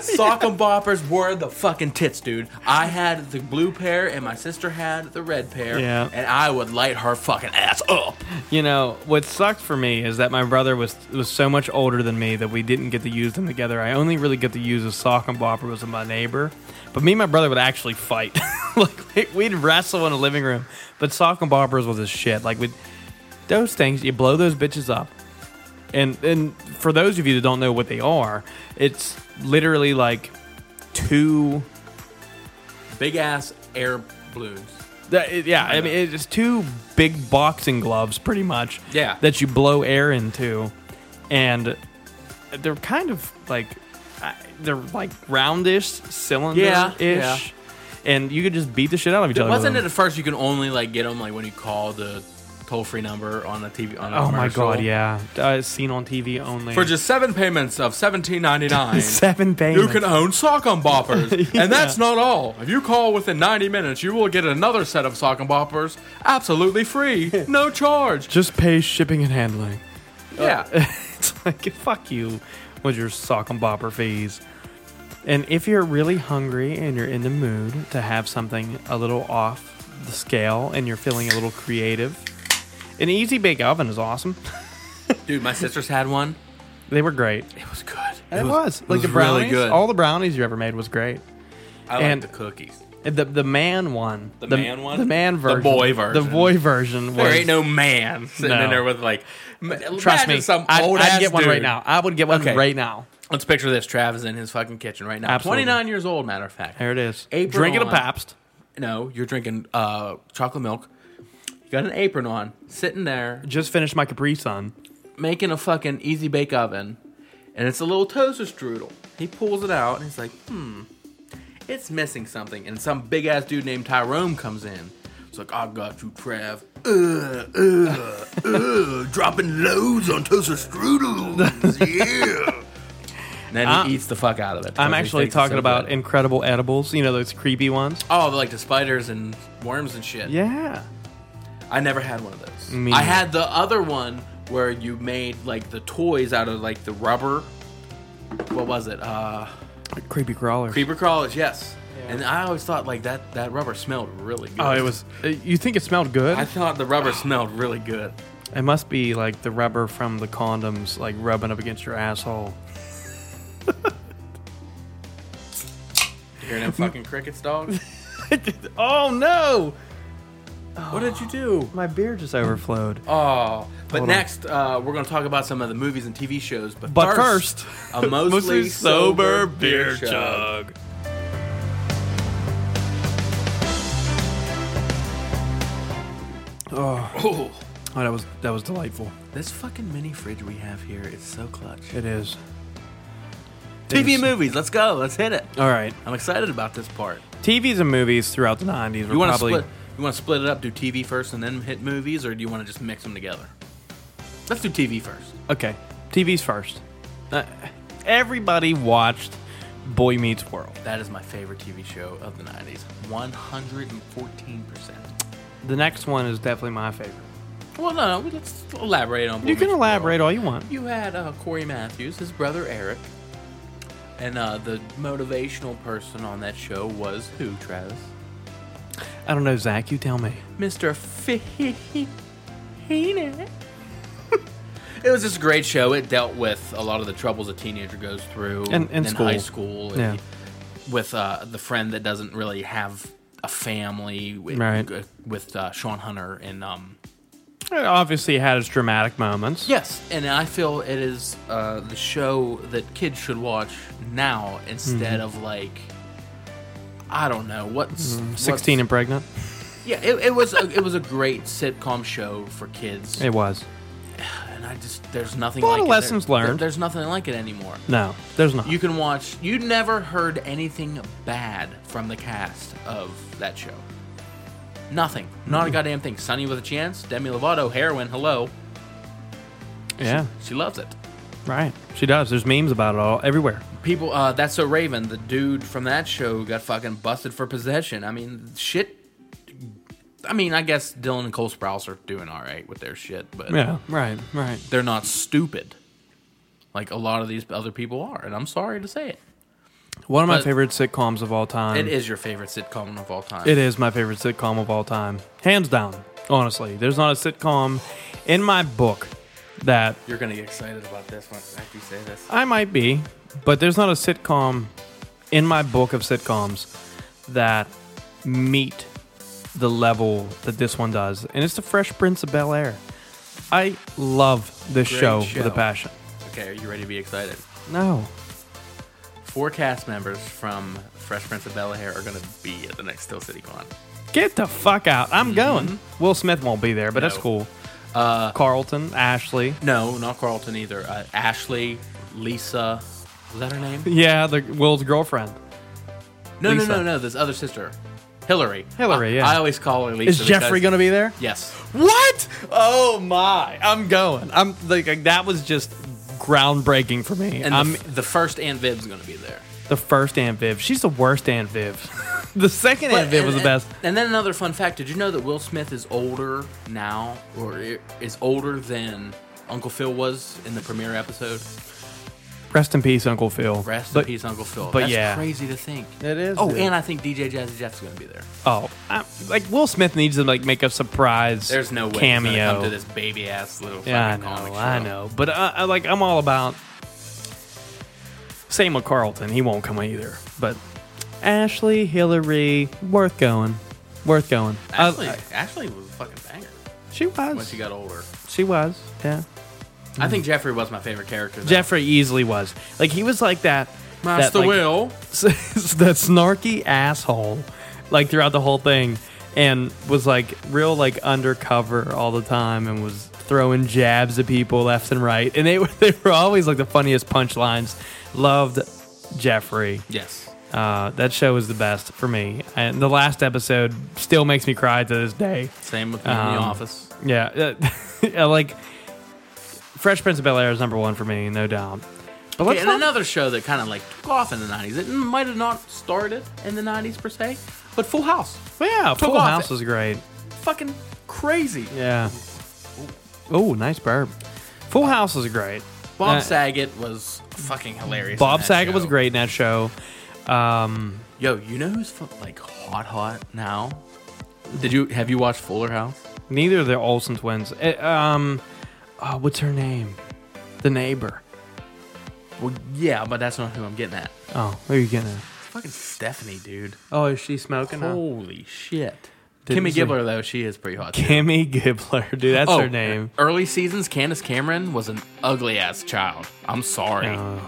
Speaker 3: sock and boppers were the fucking tits, dude. I had the blue pair and my sister had the red pair,
Speaker 2: Yeah.
Speaker 3: and I would light her fucking ass up.
Speaker 2: You know what sucked for me is that my brother was was so much older than me that we didn't get to use them together. I only really get to use a sock and bopper was with my neighbor, but me and my brother would actually fight. (laughs) like we- we'd wrestle in the living room, but sock and boppers was his shit. Like with those things, you blow those bitches up, and and for those of you that don't know what they are, it's literally like two
Speaker 3: Big ass air balloons.
Speaker 2: That, it- yeah, I mean, it's two big boxing gloves, pretty much.
Speaker 3: Yeah.
Speaker 2: That you blow air into, and they're kind of like I- they're like roundish, cylinder-ish,
Speaker 3: yeah.
Speaker 2: and you could just beat the shit out of each other. with
Speaker 3: Wasn't it
Speaker 2: them.
Speaker 3: at first you can only like get them like when you call the toll free number on the TV on a
Speaker 2: oh my
Speaker 3: commercial?
Speaker 2: god! Yeah, uh, seen on TV only
Speaker 3: For just seven payments of seventeen
Speaker 2: (laughs)
Speaker 3: ninety (laughs) nine.
Speaker 2: seven
Speaker 3: You
Speaker 2: payments.
Speaker 3: can own sock on boppers.
Speaker 2: (laughs)
Speaker 3: And that's not all. If you call within 90 minutes, you will get another set of sock on boppers
Speaker 2: (laughs)
Speaker 3: absolutely free, no charge.
Speaker 2: just pay shipping and handling. Uh,
Speaker 3: Yeah.
Speaker 2: (laughs) it's like fuck you with your sock and bopper fees. And if you're really hungry and you're in the mood to have something a little off the scale and you're feeling a little creative, an easy bake oven is awesome. (laughs)
Speaker 3: Dude, my sister's had one.
Speaker 2: They were great.
Speaker 3: It was good.
Speaker 2: It, was, like the brownies.
Speaker 3: really good.
Speaker 2: All the brownies you ever made was great.
Speaker 3: I like
Speaker 2: and-
Speaker 3: the cookies.
Speaker 2: And The the man one.
Speaker 3: The man one?
Speaker 2: The man
Speaker 3: The
Speaker 2: version.
Speaker 3: boy
Speaker 2: The
Speaker 3: version.
Speaker 2: boy version.
Speaker 3: There
Speaker 2: was-
Speaker 3: ain't no man sitting
Speaker 2: No.
Speaker 3: in there with like. ma-
Speaker 2: Trust
Speaker 3: imagine
Speaker 2: me,
Speaker 3: some
Speaker 2: I'd,
Speaker 3: old
Speaker 2: I'd
Speaker 3: ass
Speaker 2: get one
Speaker 3: dude.
Speaker 2: right now. I would get one
Speaker 3: Okay.
Speaker 2: right now.
Speaker 3: Let's picture this. Trav is in his fucking kitchen right now.
Speaker 2: Absolutely.
Speaker 3: 29 years old, matter of fact.
Speaker 2: There it is.
Speaker 3: Apron
Speaker 2: Drinking
Speaker 3: on.
Speaker 2: a Pabst.
Speaker 3: No, you're drinking uh, chocolate milk. You got an apron on, sitting there,
Speaker 2: Just finished my Capri Sun.
Speaker 3: making a fucking easy bake oven, and it's a little toaster strudel. He pulls it out and he's like, hmm, it's missing something. And some big ass dude named Tyrone comes in. It's like, I got you, Trav. Uh, uh, uh, dropping loads on toaster (laughs) strudels. Yeah. And then he
Speaker 2: I'm-
Speaker 3: eats the fuck out of it.
Speaker 2: Uh, I'm
Speaker 3: 'cause he
Speaker 2: actually
Speaker 3: thinks it's
Speaker 2: talking
Speaker 3: so
Speaker 2: about
Speaker 3: good.
Speaker 2: incredible edibles, you know, those creepy ones.
Speaker 3: oh, like the spiders and worms and shit.
Speaker 2: Yeah.
Speaker 3: I never had one of those.
Speaker 2: Me
Speaker 3: I
Speaker 2: neither.
Speaker 3: had the other one where you made like the toys out of like the rubber. What was it? Uh,
Speaker 2: Creepy crawlers.
Speaker 3: creeper crawlers. Yes. And I always thought like that that rubber smelled really good.
Speaker 2: oh, it was. uh, You think it smelled good?
Speaker 3: I thought the rubber smelled really good.
Speaker 2: it must be like the rubber from the condoms, like rubbing up against your asshole.
Speaker 3: You hear them fucking crickets, dog?
Speaker 2: oh no!
Speaker 3: What did you do?
Speaker 2: My beer just overflowed.
Speaker 3: (laughs) Oh, but
Speaker 2: Hold on.
Speaker 3: next uh, we're going to talk about some of the movies and TV shows. But,
Speaker 2: But first, (laughs)
Speaker 3: a mostly, sober, beer chug. Oh,
Speaker 2: Oh, that was that was delightful.
Speaker 3: this fucking mini fridge we have here is so clutch.
Speaker 2: It is.
Speaker 3: TV
Speaker 2: is-
Speaker 3: movies, let's go, let's hit it.
Speaker 2: All right,
Speaker 3: I'm excited about this part.
Speaker 2: TVs and movies throughout the '90s were
Speaker 3: You want to
Speaker 2: probably.
Speaker 3: split? You want to split it up? Do TV first and then hit movies, or do you want to just mix them together? Let's do TV first.
Speaker 2: Okay, TVs first. Uh, everybody watched Boy Meets World.
Speaker 3: That is my favorite TV show of the '90s. 114 percent.
Speaker 2: The next one is definitely my favorite.
Speaker 3: Well, no, no, let's elaborate on.
Speaker 2: You
Speaker 3: Boy
Speaker 2: can
Speaker 3: Meets
Speaker 2: elaborate
Speaker 3: World.
Speaker 2: all you want.
Speaker 3: You had uh, Corey Matthews, his brother Eric, and uh, the motivational person on that show was who? Travis,
Speaker 2: I don't know, Zach. You tell me.
Speaker 3: Mr. Feeney. It was just a great show. It dealt with a lot of the troubles a teenager goes through
Speaker 2: And- and
Speaker 3: in
Speaker 2: school.
Speaker 3: high school,
Speaker 2: Yeah.
Speaker 3: and with uh, the friend that doesn't really have a family, with,
Speaker 2: Right.
Speaker 3: with uh, Sean Hunter and um,
Speaker 2: It obviously had its dramatic moments.
Speaker 3: Yes, and I feel it is uh, the show that kids should watch now instead
Speaker 2: Mm-hmm.
Speaker 3: of like I don't know what's
Speaker 2: Sixteen and
Speaker 3: what's-
Speaker 2: pregnant.
Speaker 3: yeah, it, it was a, it was a great sitcom show for kids,
Speaker 2: It was.
Speaker 3: and I just there's nothing
Speaker 2: A lot
Speaker 3: like
Speaker 2: of
Speaker 3: it.
Speaker 2: lessons
Speaker 3: There-
Speaker 2: learned.
Speaker 3: There's nothing like it anymore.
Speaker 2: No, there's not.
Speaker 3: You can watch. You never heard anything bad from the cast of that show. Nothing. Not
Speaker 2: Mm-hmm.
Speaker 3: a goddamn thing. Sunny with a chance. Demi Lovato, heroin. Hello.
Speaker 2: yeah,
Speaker 3: She loves it.
Speaker 2: right. She does. There's memes about it all everywhere.
Speaker 3: people uh that's so raven the dude from that show got fucking busted for possession i mean shit i mean i guess dylan and cole sprouse are doing all right with their shit but
Speaker 2: Yeah, Uh, right, right.
Speaker 3: they're not stupid like a lot of these other people are and i'm sorry to say it
Speaker 2: One of my
Speaker 3: But-
Speaker 2: favorite sitcoms of all time.
Speaker 3: it is your favorite sitcom of all time
Speaker 2: Um, It is my favorite sitcom of all time, hands down. Honestly, there's not a sitcom in my book that
Speaker 3: you're gonna get excited about this one after you say this
Speaker 2: I might be, but there's not a sitcom in my book of sitcoms that meet the level that this one does, and it's The Fresh Prince of Bel Air. I love this
Speaker 3: Great
Speaker 2: show,
Speaker 3: show.
Speaker 2: with a passion.
Speaker 3: okay are you ready to be excited
Speaker 2: No,
Speaker 3: four cast members from fresh prince of bel-air are gonna be at the next still city con
Speaker 2: get the fuck out. I'm going. Will Smith won't be there, but that's
Speaker 3: Mm-hmm. No. Uh,
Speaker 2: cool. Carlton, Ashley.
Speaker 3: No, not Carlton either. Uh, Ashley, Lisa, was that her name?
Speaker 2: Yeah, the Will's girlfriend.
Speaker 3: No,
Speaker 2: Lisa.
Speaker 3: no, no, no. This other sister, Hillary.
Speaker 2: Hillary,
Speaker 3: I,
Speaker 2: yeah.
Speaker 3: I always call her Lisa.
Speaker 2: Is Jeffrey
Speaker 3: because-
Speaker 2: going to be there?
Speaker 3: Yes.
Speaker 2: What? Oh my! I'm going. I'm like, like, that was just groundbreaking for me.
Speaker 3: And
Speaker 2: I'm
Speaker 3: the, the first Aunt Viv's gonna be there.
Speaker 2: the first Aunt Viv. She's the worst Aunt Viv. (laughs) the second Aunt Viv was the
Speaker 3: and-
Speaker 2: best.
Speaker 3: And then another fun fact: Did you know that Will Smith is older now, or i- is older than Uncle Phil was in the premiere episode?
Speaker 2: Rest in peace, Uncle Phil.
Speaker 3: Rest
Speaker 2: but,
Speaker 3: in peace, Uncle Phil.
Speaker 2: but
Speaker 3: That's
Speaker 2: yeah.
Speaker 3: crazy to think.
Speaker 2: It is,
Speaker 3: Oh,
Speaker 2: dude.
Speaker 3: and I think DJ Jazzy Jeff's gonna be there.
Speaker 2: Oh, I, like Will Smith needs to like make a surprise.
Speaker 3: There's no way he's gonna
Speaker 2: cameo.
Speaker 3: come to this baby ass little.
Speaker 2: yeah, I
Speaker 3: fucking comic
Speaker 2: know. I
Speaker 3: show.
Speaker 2: know. But uh, I, I like I'm all about. Same with Carlton. He won't come either. But Ashley, Hillary, worth going. Worth going. I-
Speaker 3: Ashley,
Speaker 2: I-
Speaker 3: Ashley was a fucking banger
Speaker 2: she was.
Speaker 3: once she got older.
Speaker 2: She was, yeah.
Speaker 3: I
Speaker 2: Hmm.
Speaker 3: think Jeffrey was my favorite character. though.
Speaker 2: Jeffrey easily was. Like he was like that. that, like, (laughs)
Speaker 3: Will.
Speaker 2: that snarky asshole, like throughout the whole thing, and was like real like undercover all the time, and was throwing jabs at people left and right, and they were (laughs) they were always like the funniest punchlines. Loved Jeffrey.
Speaker 3: Yes.
Speaker 2: Uh, that show was the best for me, and the last episode still makes me cry to this day.
Speaker 3: Same with me in the
Speaker 2: Um,
Speaker 3: office.
Speaker 2: Yeah, uh, (laughs) yeah, like Fresh Prince of Bel Air is number one for me, no doubt. But
Speaker 3: Okay,
Speaker 2: let's
Speaker 3: and
Speaker 2: not-
Speaker 3: another show that kind of like took off in the '90s. It might have not started in the '90s per se, but Full House,
Speaker 2: yeah, uh, Full
Speaker 3: off
Speaker 2: House
Speaker 3: it.
Speaker 2: was great.
Speaker 3: fucking crazy.
Speaker 2: Yeah. Oh, nice burp. Full House was great.
Speaker 3: Bob
Speaker 2: Uh,
Speaker 3: Saget was fucking hilarious. in
Speaker 2: Bob
Speaker 3: that
Speaker 2: Saget was
Speaker 3: show.
Speaker 2: great in that show. Um,
Speaker 3: Yo, you know who's fu- like hot, hot now? Did you have you watched Fuller House?
Speaker 2: neither of the Olsen twins. Eh, um, oh, what's her name? The neighbor.
Speaker 3: Well, yeah, but that's not who I'm getting at.
Speaker 2: Oh, where are you getting? At?
Speaker 3: Fucking Stephanie, dude.
Speaker 2: Oh, is she smoking? now?
Speaker 3: Holy shit.
Speaker 2: Didn't
Speaker 3: Kimmy
Speaker 2: say-
Speaker 3: Gibbler, though, she is pretty hot. too.
Speaker 2: Kimmy Gibbler, (laughs) dude. That's
Speaker 3: Oh,
Speaker 2: her name.
Speaker 3: Early seasons, Candace Cameron was an ugly ass child. I'm sorry.
Speaker 2: Oh.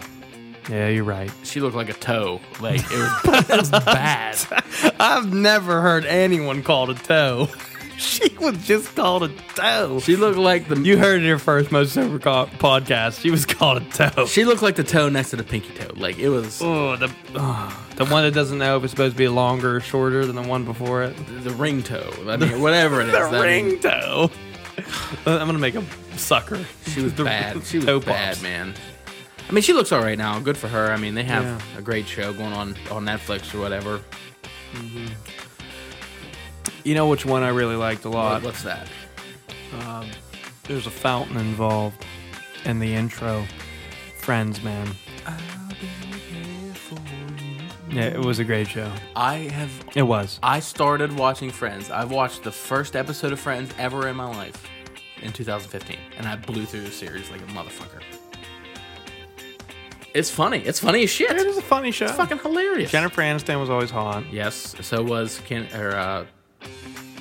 Speaker 2: yeah, you're right.
Speaker 3: She looked like a toe. Like
Speaker 2: (laughs)
Speaker 3: it was, it was bad.
Speaker 2: I've never heard anyone called a toe. (laughs) she was just called a toe.
Speaker 3: She looked like the
Speaker 2: You heard it here first, most sober co- podcast. She was called a toe.
Speaker 3: She looked like the toe next to the pinky toe. Like it was
Speaker 2: Oh, the oh, the one that doesn't know if it's supposed to be longer or shorter than the one before it.
Speaker 3: the ring toe. I mean, whatever it is.
Speaker 2: (laughs) The
Speaker 3: I mean,
Speaker 2: ring toe. I'm gonna make a sucker.
Speaker 3: she was
Speaker 2: (laughs) The
Speaker 3: bad. She was
Speaker 2: toe
Speaker 3: bad,
Speaker 2: pops.
Speaker 3: man. I mean, she looks all right now. Good for her. I mean, they have
Speaker 2: Yeah.
Speaker 3: a great show going on on Netflix or whatever.
Speaker 2: You know which one I really liked a lot.
Speaker 3: What- What's that?
Speaker 2: There's a fountain involved in the intro. Friends, man. Yeah, it was a great show.
Speaker 3: I have.
Speaker 2: It was.
Speaker 3: I started watching Friends. I've watched the first episode of Friends ever in my life in 2015, and I blew through the series like a motherfucker. It's funny. It's funny as shit.
Speaker 2: It was a funny show.
Speaker 3: It's fucking hilarious.
Speaker 2: Jennifer Aniston was always hot.
Speaker 3: Yes. So was Ken or uh,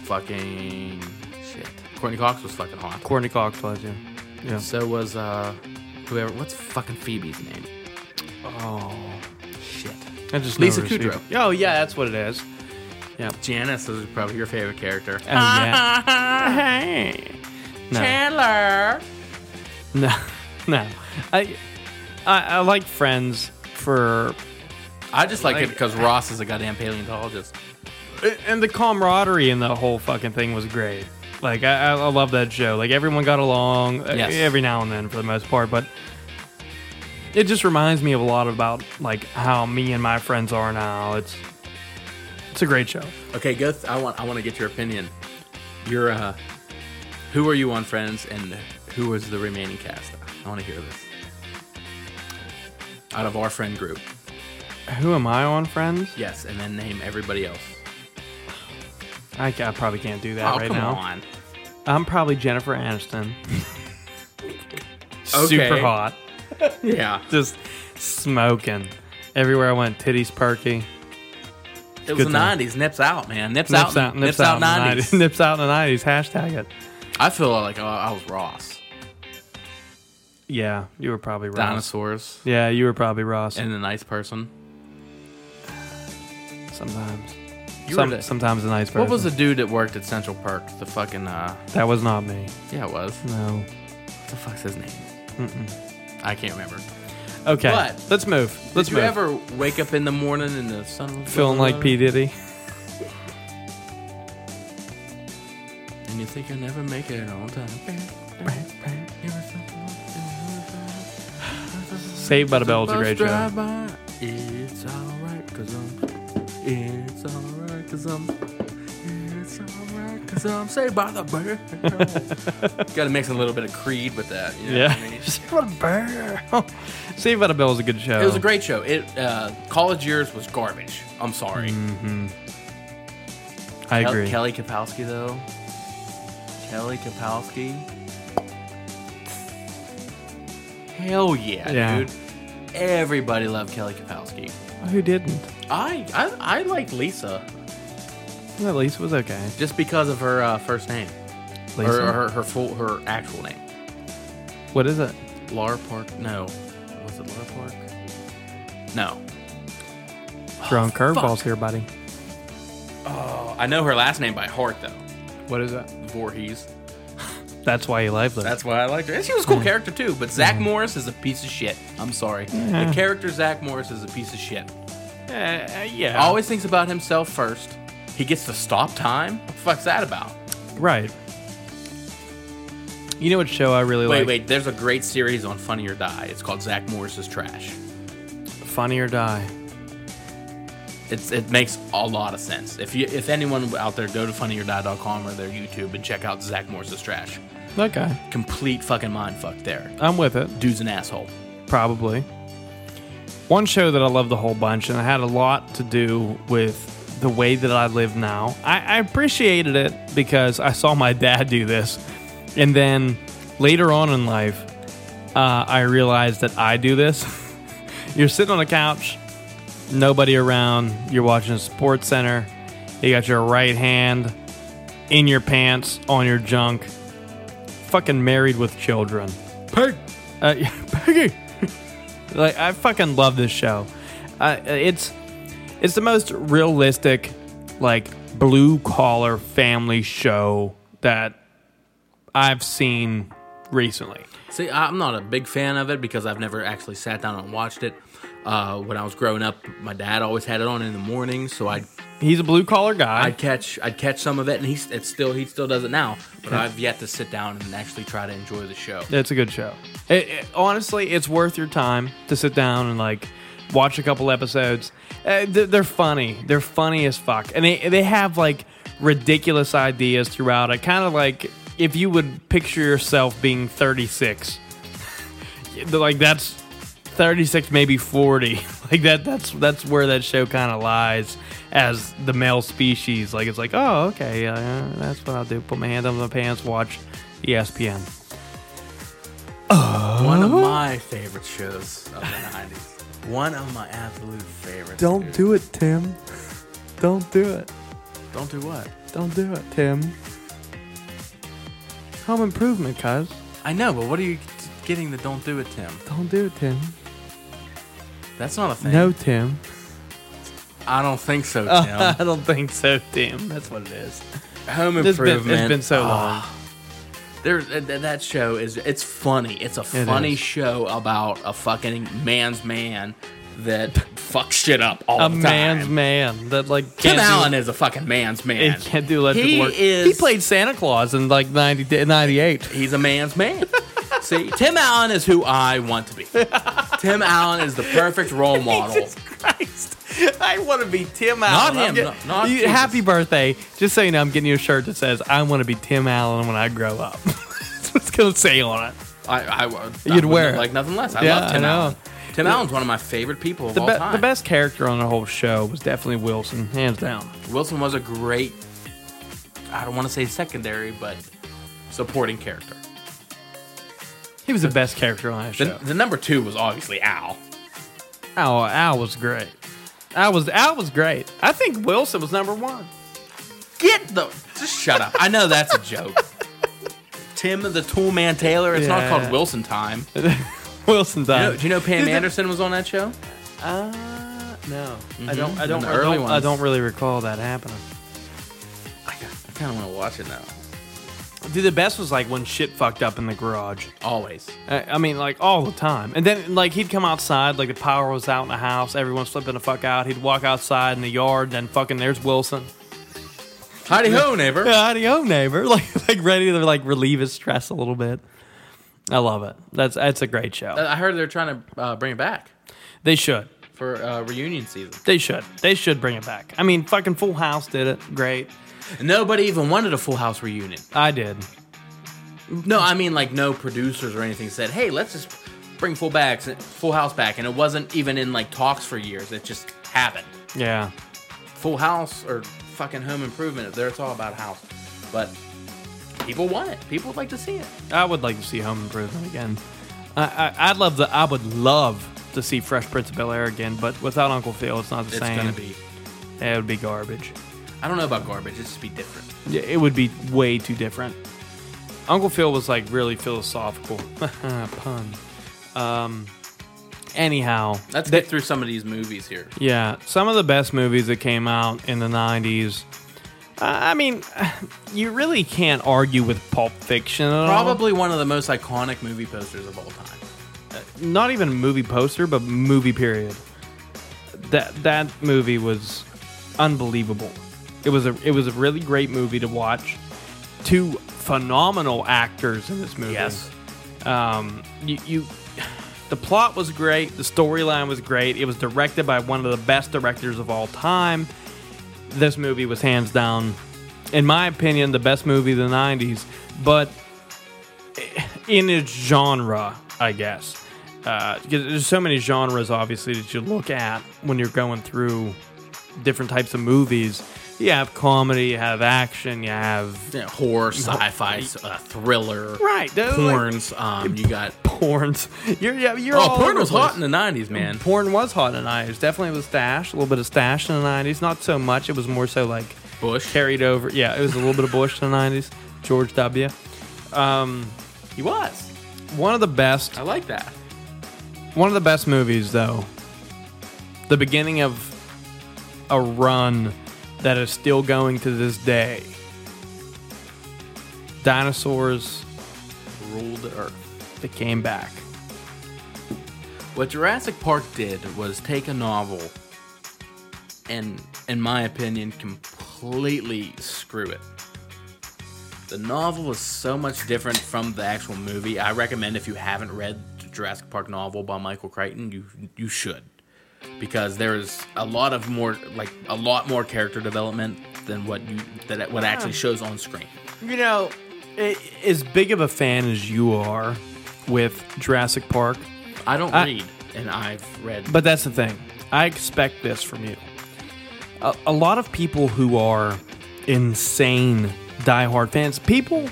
Speaker 3: fucking shit. Courtney Cox was fucking hot.
Speaker 2: Courtney Cox was, yeah. Yeah.
Speaker 3: So was uh, whoever. What's fucking Phoebe's name?
Speaker 2: Oh.
Speaker 3: Shit.
Speaker 2: I just
Speaker 3: Lisa
Speaker 2: noticed
Speaker 3: Kudrow.
Speaker 2: you- Oh, yeah, that's what it is.
Speaker 3: Janice is probably your favorite character.
Speaker 2: Oh, yeah. (laughs) hey. No.
Speaker 3: Chandler.
Speaker 2: No. No. I, I, I like Friends for
Speaker 3: I just like, it
Speaker 2: Like-
Speaker 3: because Ross is a goddamn paleontologist.
Speaker 2: and the camaraderie in the whole fucking thing was great. Like I, I I love that show. Like everyone got along uh,
Speaker 3: Yes.
Speaker 2: every now and then for the most part, but it just reminds me of a lot about like how me and my friends are now. It's it's a great show.
Speaker 3: Okay, go. Th- I want. I want to get your opinion. Your uh, who are you on Friends, and who was the remaining cast? I want to hear this. Out of our friend group,
Speaker 2: Who am I on Friends?
Speaker 3: yes, and then name everybody else.
Speaker 2: I, ca- I probably can't do that
Speaker 3: Oh,
Speaker 2: right
Speaker 3: come
Speaker 2: now.
Speaker 3: on.
Speaker 2: I'm probably Jennifer Aniston. Super
Speaker 3: Okay.
Speaker 2: hot,
Speaker 3: Yeah.
Speaker 2: just smoking everywhere I went. Titties perky.
Speaker 3: It was
Speaker 2: good
Speaker 3: the
Speaker 2: time.
Speaker 3: 90s. Nips out, man. Nips,
Speaker 2: Nips
Speaker 3: out.
Speaker 2: out, nips, out, in the 90s. (laughs) Nips out in the 90s. Hashtag it.
Speaker 3: I feel like oh, I was Ross.
Speaker 2: Yeah, you were probably Ross.
Speaker 3: Dinosaurs.
Speaker 2: Yeah, you were probably Ross.
Speaker 3: And a nice person.
Speaker 2: sometimes,
Speaker 3: You
Speaker 2: Some-
Speaker 3: were the-
Speaker 2: sometimes a nice person.
Speaker 3: What was the dude that worked at Central Park? The fucking, uh,
Speaker 2: That was not me.
Speaker 3: yeah, it was.
Speaker 2: No.
Speaker 3: What the fuck's his name? Mm-mm. I can't remember.
Speaker 2: Okay.
Speaker 3: But-
Speaker 2: let's move. Let's
Speaker 3: Did you
Speaker 2: move.
Speaker 3: ever wake up in the morning and the sun was
Speaker 2: Feeling like
Speaker 3: going
Speaker 2: P Diddy?
Speaker 3: down And you think you'll never make it on time.
Speaker 2: Saved by the Bell is a
Speaker 3: Bus
Speaker 2: great show.
Speaker 3: drive by. It's alright, cause I'm. It's alright, cause I'm. It's alright, cause I'm saved by
Speaker 2: (laughs)
Speaker 3: the bell. Gotta mix a little bit of Creed with that. You know
Speaker 2: Yeah.
Speaker 3: What I mean? (laughs)
Speaker 2: Saved by the Bell. Saved by the Bell is a good show.
Speaker 3: It was a great show. It uh, College Years was garbage. I'm sorry.
Speaker 2: Mm-hmm. I
Speaker 3: Kel-
Speaker 2: agree.
Speaker 3: Kelly Kapowski, though. Kelly Kapowski. Hell yeah,
Speaker 2: Yeah.
Speaker 3: dude. Everybody loved Kelly Kapowski.
Speaker 2: Who didn't?
Speaker 3: I, I I like Lisa
Speaker 2: At least it was okay.
Speaker 3: just because of her uh, first name
Speaker 2: Lisa.
Speaker 3: or her, her full her actual name.
Speaker 2: What is it?
Speaker 3: Laura Park. No, was it Laura Park? No,
Speaker 2: Throwing curveballs here, buddy.
Speaker 3: oh, I know her last name by heart though.
Speaker 2: What is it?
Speaker 3: Voorhees.
Speaker 2: That's why you like this.
Speaker 3: That's why I liked her. And she was a
Speaker 2: Mm.
Speaker 3: cool character too. But Zach Morris is a piece of shit. I'm sorry. The character Zach Morris is a piece of shit.
Speaker 2: uh, yeah.
Speaker 3: Always thinks about himself first. He gets to stop time. What the fuck's that about?
Speaker 2: Right. You know what show I really
Speaker 3: Wait,
Speaker 2: like?
Speaker 3: wait. There's a great series on Funny or Die. It's called Zach Morris's Trash.
Speaker 2: Funny or Die.
Speaker 3: It's it makes a lot of sense. If you if anyone out there go to funnyordie.com or their YouTube and check out Zach Morris's Trash.
Speaker 2: Okay.
Speaker 3: Complete fucking mindfuck there.
Speaker 2: I'm with it.
Speaker 3: Dude's an asshole.
Speaker 2: Probably. One show that I love the whole bunch, and it had a lot to do with the way that I live now. I, I appreciated it because I saw my dad do this. And then later on in life, uh, I realized that I do this. (laughs) you're sitting on a couch, nobody around, you're watching Sports Center, you got your right hand in your pants, on your junk, fucking married with children. Peg, uh, (laughs) yeah, Peggy. like I fucking love this show. Uh, it's it's the most realistic, like blue collar family show that I've seen recently.
Speaker 3: See, I'm not a big fan of it because I've never actually sat down and watched it. Uh, when I was growing up, my dad always had it on in the morning, so I'd
Speaker 2: He's a blue collar guy.
Speaker 3: I'd catch I'd catch some of it, and he's it's still he still does it now. But I've yet to sit down and actually try to enjoy the show.
Speaker 2: It's a good show. It, it- honestly, it's worth your time to sit down and like watch a couple episodes. Uh, th- they're funny. They're funny as fuck, and they they have like ridiculous ideas throughout. It kind of like if you would picture yourself being (laughs) 36, They're like that's 36, maybe 40. (laughs) Like that. That's that's where that show kind of lies as the male species. Like it's like, oh, okay, uh, that's what I'll do. Put my hand on my pants, watch E ESPN.
Speaker 3: One of my favorite shows of the '90s. One of my absolute favorites. dude.
Speaker 2: it, Tim. Don't do it.
Speaker 3: Don't do what?
Speaker 2: Don't do it, Tim. Home improvement, cuz.
Speaker 3: I know, but what are you getting the "Don't do it, Tim"?
Speaker 2: Don't do it, Tim.
Speaker 3: That's not a thing.
Speaker 2: Tim. (laughs)
Speaker 3: I don't think so, Tim.
Speaker 2: I don't think so, Tim. That's what it is.
Speaker 3: Home
Speaker 2: It's been,
Speaker 3: improvement.
Speaker 2: it's been so
Speaker 3: Ah,
Speaker 2: long.
Speaker 3: There, th- th- that show is it's funny. It's a funny
Speaker 2: is.
Speaker 3: show about a fucking man's man that fucks shit up all
Speaker 2: A
Speaker 3: the time.
Speaker 2: man's man that like
Speaker 3: Tim
Speaker 2: can't do-
Speaker 3: Allen is a fucking man's man.
Speaker 2: He can't do electric
Speaker 3: He
Speaker 2: work.
Speaker 3: is-
Speaker 2: He played Santa Claus in like 90, 98.
Speaker 3: He's a man's man. See, Tim Allen is who I want to be. Tim Allen is the
Speaker 2: (laughs)
Speaker 3: perfect role
Speaker 2: (laughs)
Speaker 3: model.
Speaker 2: Jesus Christ. I want to be Tim
Speaker 3: Not
Speaker 2: Allen.
Speaker 3: him,
Speaker 2: I'm getting-
Speaker 3: no- not
Speaker 2: You-
Speaker 3: Jesus.
Speaker 2: happy birthday. Just so you know, I'm getting you a shirt that says, I want to be Tim Allen when I grow up. (laughs) That's what it's going to say on it.
Speaker 3: I, I, I
Speaker 2: You'd wear
Speaker 3: wouldn't
Speaker 2: it.
Speaker 3: like nothing less. I
Speaker 2: Yeah,
Speaker 3: love Tim
Speaker 2: I know.
Speaker 3: Allen. Tim Allen's one of my favorite people of
Speaker 2: The,
Speaker 3: all
Speaker 2: be-
Speaker 3: time.
Speaker 2: the best character on the whole show was definitely Wilson, hands down.
Speaker 3: Wilson was a great. I don't want to say secondary, but supporting character.
Speaker 2: He was the best character on that
Speaker 3: The,
Speaker 2: show.
Speaker 3: the number two was obviously Al.
Speaker 2: Al, Al was great. Al was Al was great. I think Wilson was number one. (laughs)
Speaker 3: Get the just shut up. I know that's a joke. Tim the Tool Man Taylor. It's not
Speaker 2: Yeah.
Speaker 3: called Wilson time. Do
Speaker 2: Wilson
Speaker 3: you
Speaker 2: died.
Speaker 3: know, do you know Pam Anderson was on that show?
Speaker 2: Uh, no, I don't. I
Speaker 3: Mhm.
Speaker 2: don't.
Speaker 3: The
Speaker 2: I
Speaker 3: early
Speaker 2: don't, I
Speaker 3: ones.
Speaker 2: don't really recall that happening.
Speaker 3: I, I kind of want to watch it now.
Speaker 2: Dude, the best was like when shit fucked up in the garage.
Speaker 3: Always.
Speaker 2: I I mean, like all the time. And then, like, he'd come outside, like, the power was out in the house, everyone's flipping the fuck out. He'd walk outside in the yard, and then fucking there's Wilson.
Speaker 3: Heidi ho, neighbor.
Speaker 2: Audio neighbor, (laughs) like, like ready to like relieve his stress a little bit. I love it. That's that's a great show.
Speaker 3: Uh, I heard they're trying to uh, bring it back
Speaker 2: They should.
Speaker 3: for uh, reunion season.
Speaker 2: They should. They should bring it back. I mean, fucking Full House did it. Great.
Speaker 3: Nobody even wanted a Full House reunion.
Speaker 2: I did.
Speaker 3: No, I mean like no producers or anything said, "Hey, let's just bring Full Bags, Full House back," and it wasn't even in like talks for years. It just happened.
Speaker 2: Yeah.
Speaker 3: Full House or fucking Home Improvement. There, it's all about house, but people want it. People would like to see it.
Speaker 2: I would like to see Home Improvement again. I, I I'd love the I would love to see Fresh Prince of Bel Air again, but without Uncle Phil, it's not the
Speaker 3: It's
Speaker 2: same.
Speaker 3: gonna be.
Speaker 2: It would be garbage.
Speaker 3: I don't know about garbage. It'd just be different.
Speaker 2: Yeah, It would be way too different. Uncle Phil was like really philosophical. (laughs) Pun. Um. Anyhow,
Speaker 3: Let's
Speaker 2: they-
Speaker 3: get through some of these movies here.
Speaker 2: Yeah, some of the best movies that came out in the 90s. Uh, I mean, (sighs) you really can't argue with Pulp Fiction at all.
Speaker 3: Probably one of the most iconic movie posters of all time.
Speaker 2: Not even a movie poster, but movie period. That that movie was unbelievable. It was a it was a really great movie to watch. Two phenomenal actors in this movie. um, you, you the plot was great the storyline was great it was directed by one of the best directors of all time this movie was hands down in my opinion the best movie of the 90s but in its genre i guess uh, 'cause there's so many genres obviously that you look at when you're going through different types of movies you have comedy you have action you have
Speaker 3: Yeah, horror, sci-fi, uh, thriller,
Speaker 2: right those, like,
Speaker 3: porns. Um, you got. (laughs)
Speaker 2: porns you're, you're, you're
Speaker 3: Oh,
Speaker 2: all
Speaker 3: porn
Speaker 2: over
Speaker 3: was
Speaker 2: the place.
Speaker 3: hot in the '90s, man.
Speaker 2: Porn was hot in the 90s. Definitely was stash, a little bit of stash in the 90s. Not so much. It was more so like
Speaker 3: Bush.
Speaker 2: carried over. Yeah, it was a little bit of Bush in the '90s. George W. Um,
Speaker 3: He was.
Speaker 2: one of the best.
Speaker 3: I like that.
Speaker 2: One of the best movies, though. The beginning of a run that is still going to this day. Dinosaurs
Speaker 3: Ruled the earth.
Speaker 2: that came back.
Speaker 3: What Jurassic Park did was take a novel and, in my opinion, completely screw it. The novel is so much different from the actual movie. I recommend if you haven't read the Jurassic Park novel by Michael Crichton, you you should. Because there is a lot of more like a lot more character development than what you that what actually shows on screen.
Speaker 2: You know, a- as big of a fan as you are with Jurassic Park,
Speaker 3: I don't
Speaker 2: I-
Speaker 3: read and I've read
Speaker 2: but that's the thing. I expect this from you. A, a lot of people who are insane diehard fans, people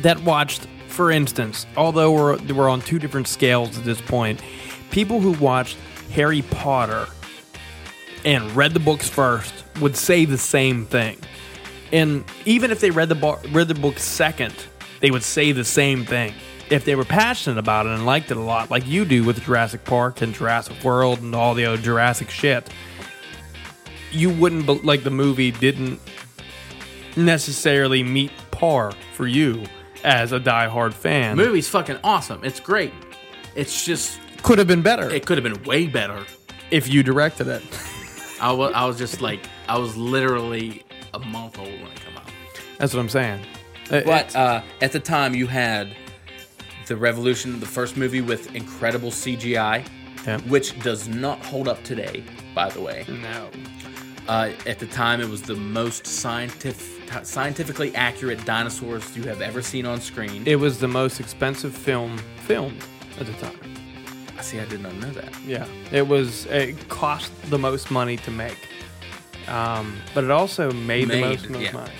Speaker 2: that watched, for instance, although we're, we're on two different scales at this point, people who watched Harry Potter and read the books first would say the same thing. And even if they read the bo- read the book second, they would say the same thing. If they were passionate about it and liked it a lot, like you do with Jurassic Park and Jurassic World and all the other Jurassic shit, you wouldn't be- like the movie didn't necessarily meet par for you as a diehard fan.
Speaker 3: movie's fucking awesome. It's great. It's just
Speaker 2: Could have been better
Speaker 3: it could have been way better.
Speaker 2: if you directed it.
Speaker 3: I was, I was just like, I was literally a month old when it came out.
Speaker 2: That's what I'm saying.
Speaker 3: But uh, at the time, you had the Revolution, the first movie with incredible CGI,
Speaker 2: Yeah. Hmm.
Speaker 3: which does not hold up today, by the way.
Speaker 2: no.
Speaker 3: Uh, at the time, it was the most scientific, scientifically accurate dinosaurs you have ever seen on screen.
Speaker 2: It was the most expensive film filmed at the time.
Speaker 3: I See, I did not know that.
Speaker 2: Yeah, it was. It cost the most money to make, um, but it also made,
Speaker 3: Made,
Speaker 2: the most, most
Speaker 3: yeah.
Speaker 2: money.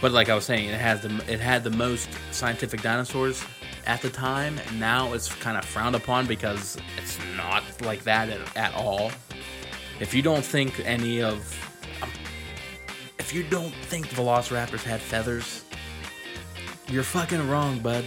Speaker 3: But like I was saying, it has the it had the most scientific dinosaurs at the time. and Now it's kind of frowned upon because it's not like that at, at all. If you don't think any of, um, if you don't think Velociraptors had feathers, you're fucking wrong, bud.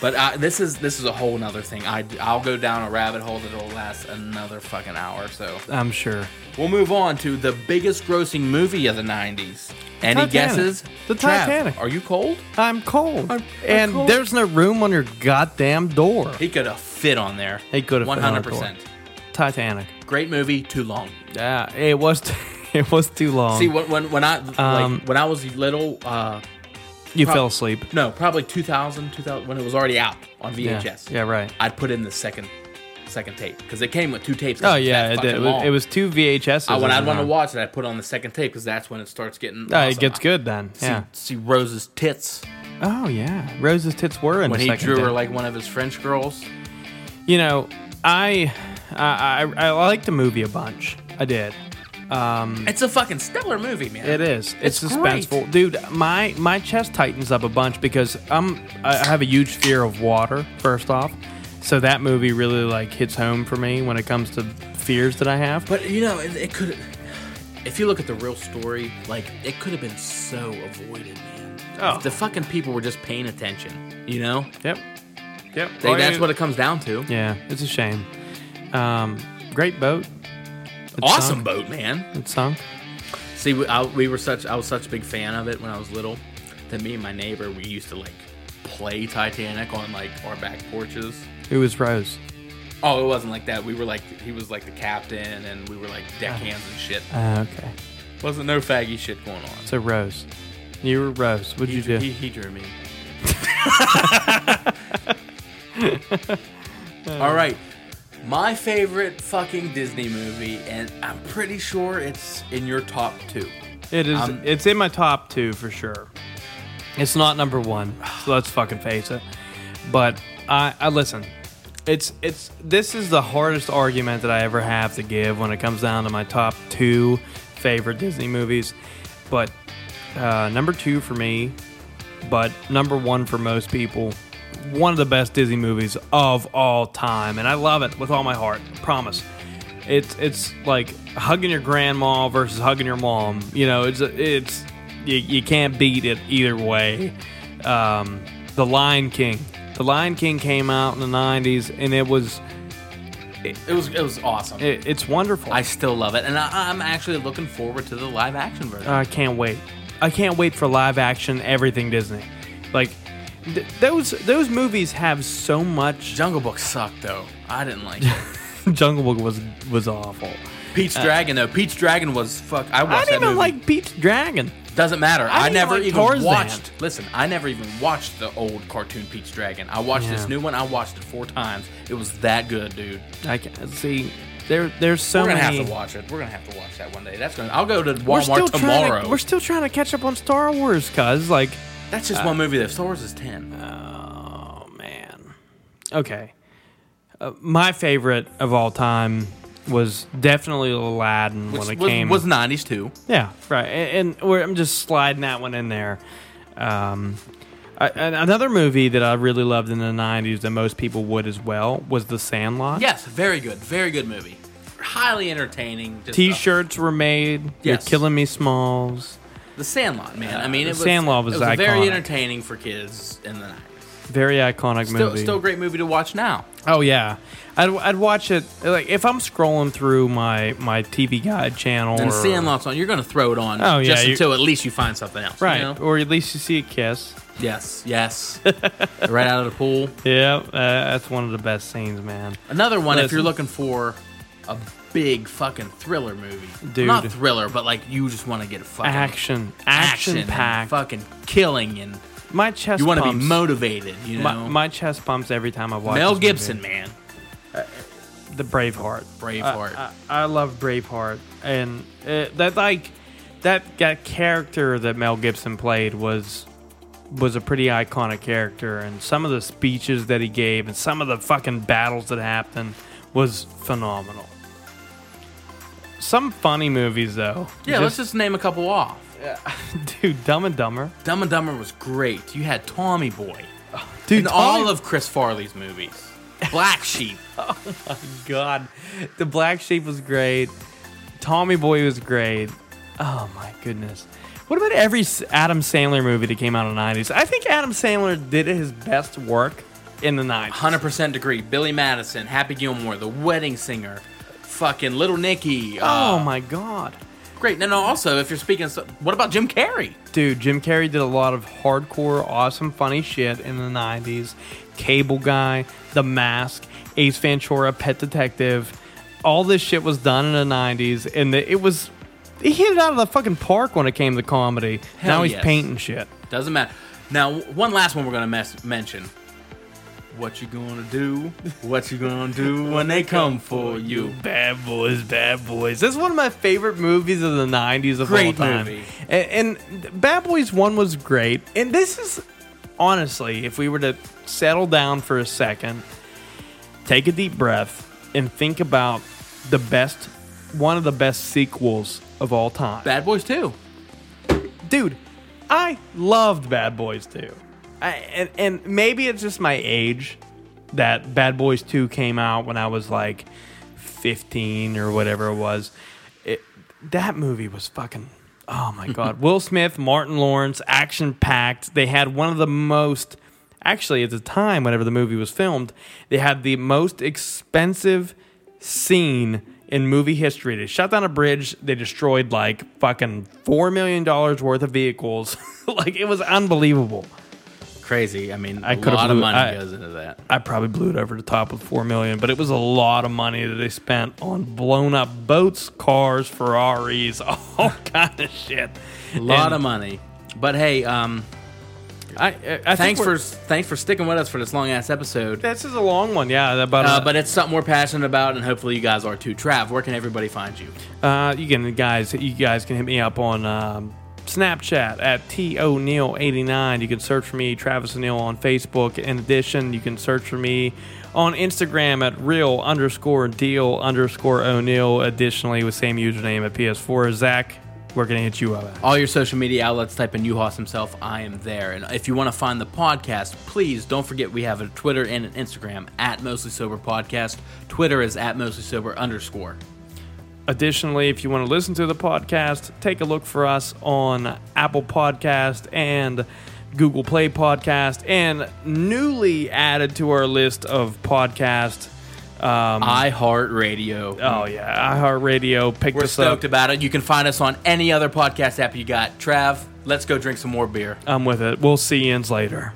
Speaker 3: but I, this is this is a whole nother thing. I I'll go down a rabbit hole that'll last another fucking hour. So
Speaker 2: I'm sure.
Speaker 3: we'll move on to the biggest grossing movie of the '90s. Any
Speaker 2: Titanic.
Speaker 3: guesses?
Speaker 2: The
Speaker 3: Trav,
Speaker 2: Titanic.
Speaker 3: are you cold?
Speaker 2: I'm cold,
Speaker 3: I'm- I'm
Speaker 2: and
Speaker 3: cold.
Speaker 2: there's no room on your goddamn door.
Speaker 3: He could have fit on there.
Speaker 2: He could have fit
Speaker 3: One
Speaker 2: on our
Speaker 3: hundred
Speaker 2: tour.
Speaker 3: percent.
Speaker 2: Titanic.
Speaker 3: Great movie. Too long.
Speaker 2: Yeah, it was. T- (laughs) it was too long.
Speaker 3: See, when when, when I
Speaker 2: Um,
Speaker 3: like when I was little, uh,
Speaker 2: you
Speaker 3: prob-
Speaker 2: fell asleep.
Speaker 3: no, probably 2000, 2000 when it was already out on
Speaker 2: Yeah.
Speaker 3: VHS.
Speaker 2: Yeah, right.
Speaker 3: I'd put in the second second tape because it came with two tapes.
Speaker 2: Oh
Speaker 3: 'cause it's that
Speaker 2: yeah, it did.
Speaker 3: fucking
Speaker 2: It was,
Speaker 3: long.
Speaker 2: it was two VHS.
Speaker 3: Uh, when I'd want to watch it, I'd put on the second tape because that's when it starts getting.
Speaker 2: Oh, it
Speaker 3: awesome.
Speaker 2: gets good then.
Speaker 3: See,
Speaker 2: Yeah.
Speaker 3: see Rose's tits
Speaker 2: Oh yeah, Rose's tits were in
Speaker 3: when
Speaker 2: the
Speaker 3: he
Speaker 2: second
Speaker 3: drew her
Speaker 2: day.
Speaker 3: like one of his French girls.
Speaker 2: You know, I I I, I liked the movie a bunch. I did.
Speaker 3: It's a fucking stellar movie, man.
Speaker 2: It is. It's,
Speaker 3: It's great.
Speaker 2: suspenseful, dude. My my chest tightens up a bunch because I'm I I have a huge fear of water. First off, so that movie really like hits home for me when it comes to fears that I have.
Speaker 3: But you know, it, it could. If you look at the real story, like it could have been so avoided, man.
Speaker 2: Oh.
Speaker 3: If the fucking people were just paying attention, you know.
Speaker 2: Yep, yep.
Speaker 3: They, that's what it comes down to.
Speaker 2: yeah, it's a shame. Um, great boat. It
Speaker 3: Awesome
Speaker 2: sunk.
Speaker 3: boat, man.
Speaker 2: It sunk.
Speaker 3: See, we, I, we were such I was such a big fan of it when I was little that me and my neighbor we used to like play Titanic on like our back porches.
Speaker 2: Who was Rose?
Speaker 3: Oh, it wasn't like that. We were like he was like the captain, and we were like deckhands and shit.
Speaker 2: Uh, okay,
Speaker 3: Wasn't no faggy shit going on.
Speaker 2: so Rose, you were Rose. What'd
Speaker 3: He,
Speaker 2: you do?
Speaker 3: he, he drew me. (laughs) All right. My favorite fucking Disney movie, and I'm pretty sure it's in your top two.
Speaker 2: It is.
Speaker 3: Um,
Speaker 2: it's in my top two for sure. It's not number one. So let's fucking face it. But I, I listen. It's it's this is the hardest argument that I ever have to give when it comes down to my top two favorite Disney movies. But uh, number two for me, but number one for most people. One of the best Disney movies of all time, and I love it with all my heart. I promise. It's it's like hugging your grandma versus hugging your mom. You know, it's it's you, you can't beat it either way. Um, the Lion King. The Lion King came out in the '90s, and it was
Speaker 3: It was it was awesome.
Speaker 2: it, it's wonderful.
Speaker 3: I still love it, and I, I'm actually looking forward to the live action version.
Speaker 2: I can't wait. I can't wait for live action everything Disney. Like th- those those movies have so
Speaker 3: (laughs)
Speaker 2: much.
Speaker 3: Jungle Book sucked though. I didn't like (laughs) it.
Speaker 2: Jungle Book was was awful.
Speaker 3: Peach Dragon though. Peach Dragon was fuck. Uh. I
Speaker 2: I
Speaker 3: watched
Speaker 2: didn't
Speaker 3: that
Speaker 2: even
Speaker 3: movie.
Speaker 2: like Peach Dragon.
Speaker 3: Doesn't matter.
Speaker 2: I
Speaker 3: I,
Speaker 2: didn't
Speaker 3: never
Speaker 2: like
Speaker 3: even
Speaker 2: Tarzan.
Speaker 3: watched. Listen, I never even watched the old cartoon Peach Dragon. I watched
Speaker 2: Yeah.
Speaker 3: this new one. I watched it four times. It was that good, dude.
Speaker 2: I can see there there's so
Speaker 3: We're gonna
Speaker 2: many.
Speaker 3: have to watch it. We're gonna have to watch that one day. That's gonna. I'll go to
Speaker 2: We're
Speaker 3: Walmart
Speaker 2: still
Speaker 3: tomorrow.
Speaker 2: trying to, we're still trying to catch up on Star Wars, cuz like
Speaker 3: That's just one movie though. Star Wars is
Speaker 2: Uh,
Speaker 3: ten.
Speaker 2: oh man. Okay. Uh, my favorite of all time was definitely Aladdin
Speaker 3: Which
Speaker 2: when it
Speaker 3: was,
Speaker 2: came
Speaker 3: was nineties too.
Speaker 2: Yeah, right. And, and we're, I'm just sliding that one in there. Um, I, and another movie that I really loved in the '90s that most people would as well was The Sandlot.
Speaker 3: Yes, very good. Very good movie. Highly entertaining. just, uh,
Speaker 2: T-shirts were made. You're
Speaker 3: Yes.
Speaker 2: killing me, Smalls.
Speaker 3: The Sandlot, man. I mean,
Speaker 2: Uh, The
Speaker 3: it was,
Speaker 2: Sandlot was
Speaker 3: it was very
Speaker 2: iconic.
Speaker 3: entertaining for kids in the nineties.
Speaker 2: Very iconic
Speaker 3: Still,
Speaker 2: movie.
Speaker 3: still a great movie to watch now.
Speaker 2: Oh yeah, I'd, I'd watch it like if I'm scrolling through my my TV Guide channel
Speaker 3: And
Speaker 2: or,
Speaker 3: Sandlot's on. You're gonna throw it on.
Speaker 2: Oh, yeah,
Speaker 3: just
Speaker 2: you-
Speaker 3: until at least you find something else. you
Speaker 2: right,
Speaker 3: know?
Speaker 2: or at least you see a kiss.
Speaker 3: Yes. Yes. (laughs) right out of the pool.
Speaker 2: Yeah, uh, that's one of the best scenes, man.
Speaker 3: Another one if
Speaker 2: Listen.
Speaker 3: you're looking for a big fucking thriller movie.
Speaker 2: Dude.
Speaker 3: Not thriller, but like you just want to get fucking
Speaker 2: Action,
Speaker 3: action,
Speaker 2: action,
Speaker 3: and
Speaker 2: packed.
Speaker 3: fucking killing, and
Speaker 2: My chest.
Speaker 3: you want to be
Speaker 2: pumps.
Speaker 3: motivated. You know,
Speaker 2: My, my chest pumps every time I watch
Speaker 3: Mel
Speaker 2: this movie.
Speaker 3: Gibson, man,
Speaker 2: the Braveheart.
Speaker 3: Braveheart.
Speaker 2: I, I, I love Braveheart, and uh, that like that that character that Mel Gibson played was was a pretty iconic character, and some of the speeches that he gave, and some of the fucking battles that happened, was phenomenal. Some funny movies though.
Speaker 3: yeah, let's just name a couple off.
Speaker 2: (laughs) just dude, Dumb and Dumber.
Speaker 3: Dumb and Dumber was great. You had Tommy Boy,
Speaker 2: Dude,
Speaker 3: and all of Chris Farley's movies. Black Sheep.
Speaker 2: God, the Black Sheep was great. Tommy Boy was great. Oh my goodness. What about every S- Adam Sandler movie that came out in the 90s? I think Adam Sandler did his best work in the 90s.
Speaker 3: 100% degree. Billy Madison, Happy Gilmore, The Wedding Singer, fucking Little Nicky.
Speaker 2: Oh
Speaker 3: uh,
Speaker 2: my God.
Speaker 3: Great. No, no, also, if you're speaking, so, what about Jim Carrey?
Speaker 2: Dude, Jim Carrey did a lot of hardcore, awesome, funny shit in the 90s. Cable Guy, The Mask, Ace Ventura, Pet Detective. All this shit was done in the 90s, and the, it was. He hit it out of the fucking park when it came to comedy.
Speaker 3: Hell
Speaker 2: now he's
Speaker 3: yes.
Speaker 2: painting shit.
Speaker 3: Doesn't matter. Now, w- one last one we're going to mes- mention. What you gonna do? What you gonna do when they come for you?
Speaker 2: Bad Boys, Bad Boys. That's one of my favorite movies of the '90s of
Speaker 3: Great
Speaker 2: all time.
Speaker 3: movie.
Speaker 2: And, and Bad Boys One was great. And this is honestly, if we were to settle down for a second, take a deep breath, and think about the best, one of the best sequels of all time
Speaker 3: Bad Boys 2.
Speaker 2: dude, I loved Bad Boys 2. I, and, and maybe it's just my age that Bad Boys 2 came out when I was like 15 or whatever it was. It, that movie was fucking. Oh my God. Will Smith, Martin Lawrence, action packed. They had one of the most. Actually, at the time, whenever the movie was filmed, they had the most expensive scene in movie history. They shut down a bridge. They destroyed like fucking four million dollars worth of vehicles. (laughs) like it was unbelievable.
Speaker 3: Crazy. I mean, a
Speaker 2: I could've
Speaker 3: lot of
Speaker 2: blew-
Speaker 3: money
Speaker 2: I-
Speaker 3: goes into that.
Speaker 2: I probably blew it over the top with four million, but it was a lot of money that they spent on blown up boats, cars, Ferraris, (laughs) all kind of shit.
Speaker 3: A lot
Speaker 2: And
Speaker 3: of money. But hey, um,
Speaker 2: I, I, I
Speaker 3: thanks
Speaker 2: think
Speaker 3: for
Speaker 2: we're-
Speaker 3: thanks for sticking with us for this long ass episode.
Speaker 2: This is a long one, yeah. About
Speaker 3: Uh,
Speaker 2: uh,
Speaker 3: but it's something we're passionate about, and hopefully you guys are too. Trav, where can everybody find you?
Speaker 2: Uh, you can guys, you guys can hit me up on um, Snapchat at t o'neill eighty nine. You can search for me Travis O'Neill on Facebook. In addition, you can search for me on Instagram at real underscore deal underscore O'Neill. Additionally, with same username at PS4. Zach, we're gonna hit you up. At.
Speaker 3: All your social media outlets, type in Uhas himself. I am there. And if you want to find the podcast, please don't forget we have a Twitter and an Instagram at Mostly Sober Podcast. Twitter is at Mostly Sober underscore.
Speaker 2: Additionally, if you want to listen to the podcast, take a look for us on Apple Podcast and Google Play Podcast, and newly added to our list of podcasts. Um,
Speaker 3: iHeartRadio.
Speaker 2: oh yeah, iHeartRadio picked
Speaker 3: We're
Speaker 2: us
Speaker 3: stoked
Speaker 2: up.
Speaker 3: about it. You can find us on any other podcast app you got. Trav, let's go drink some more beer.
Speaker 2: I'm with it. We'll see you later.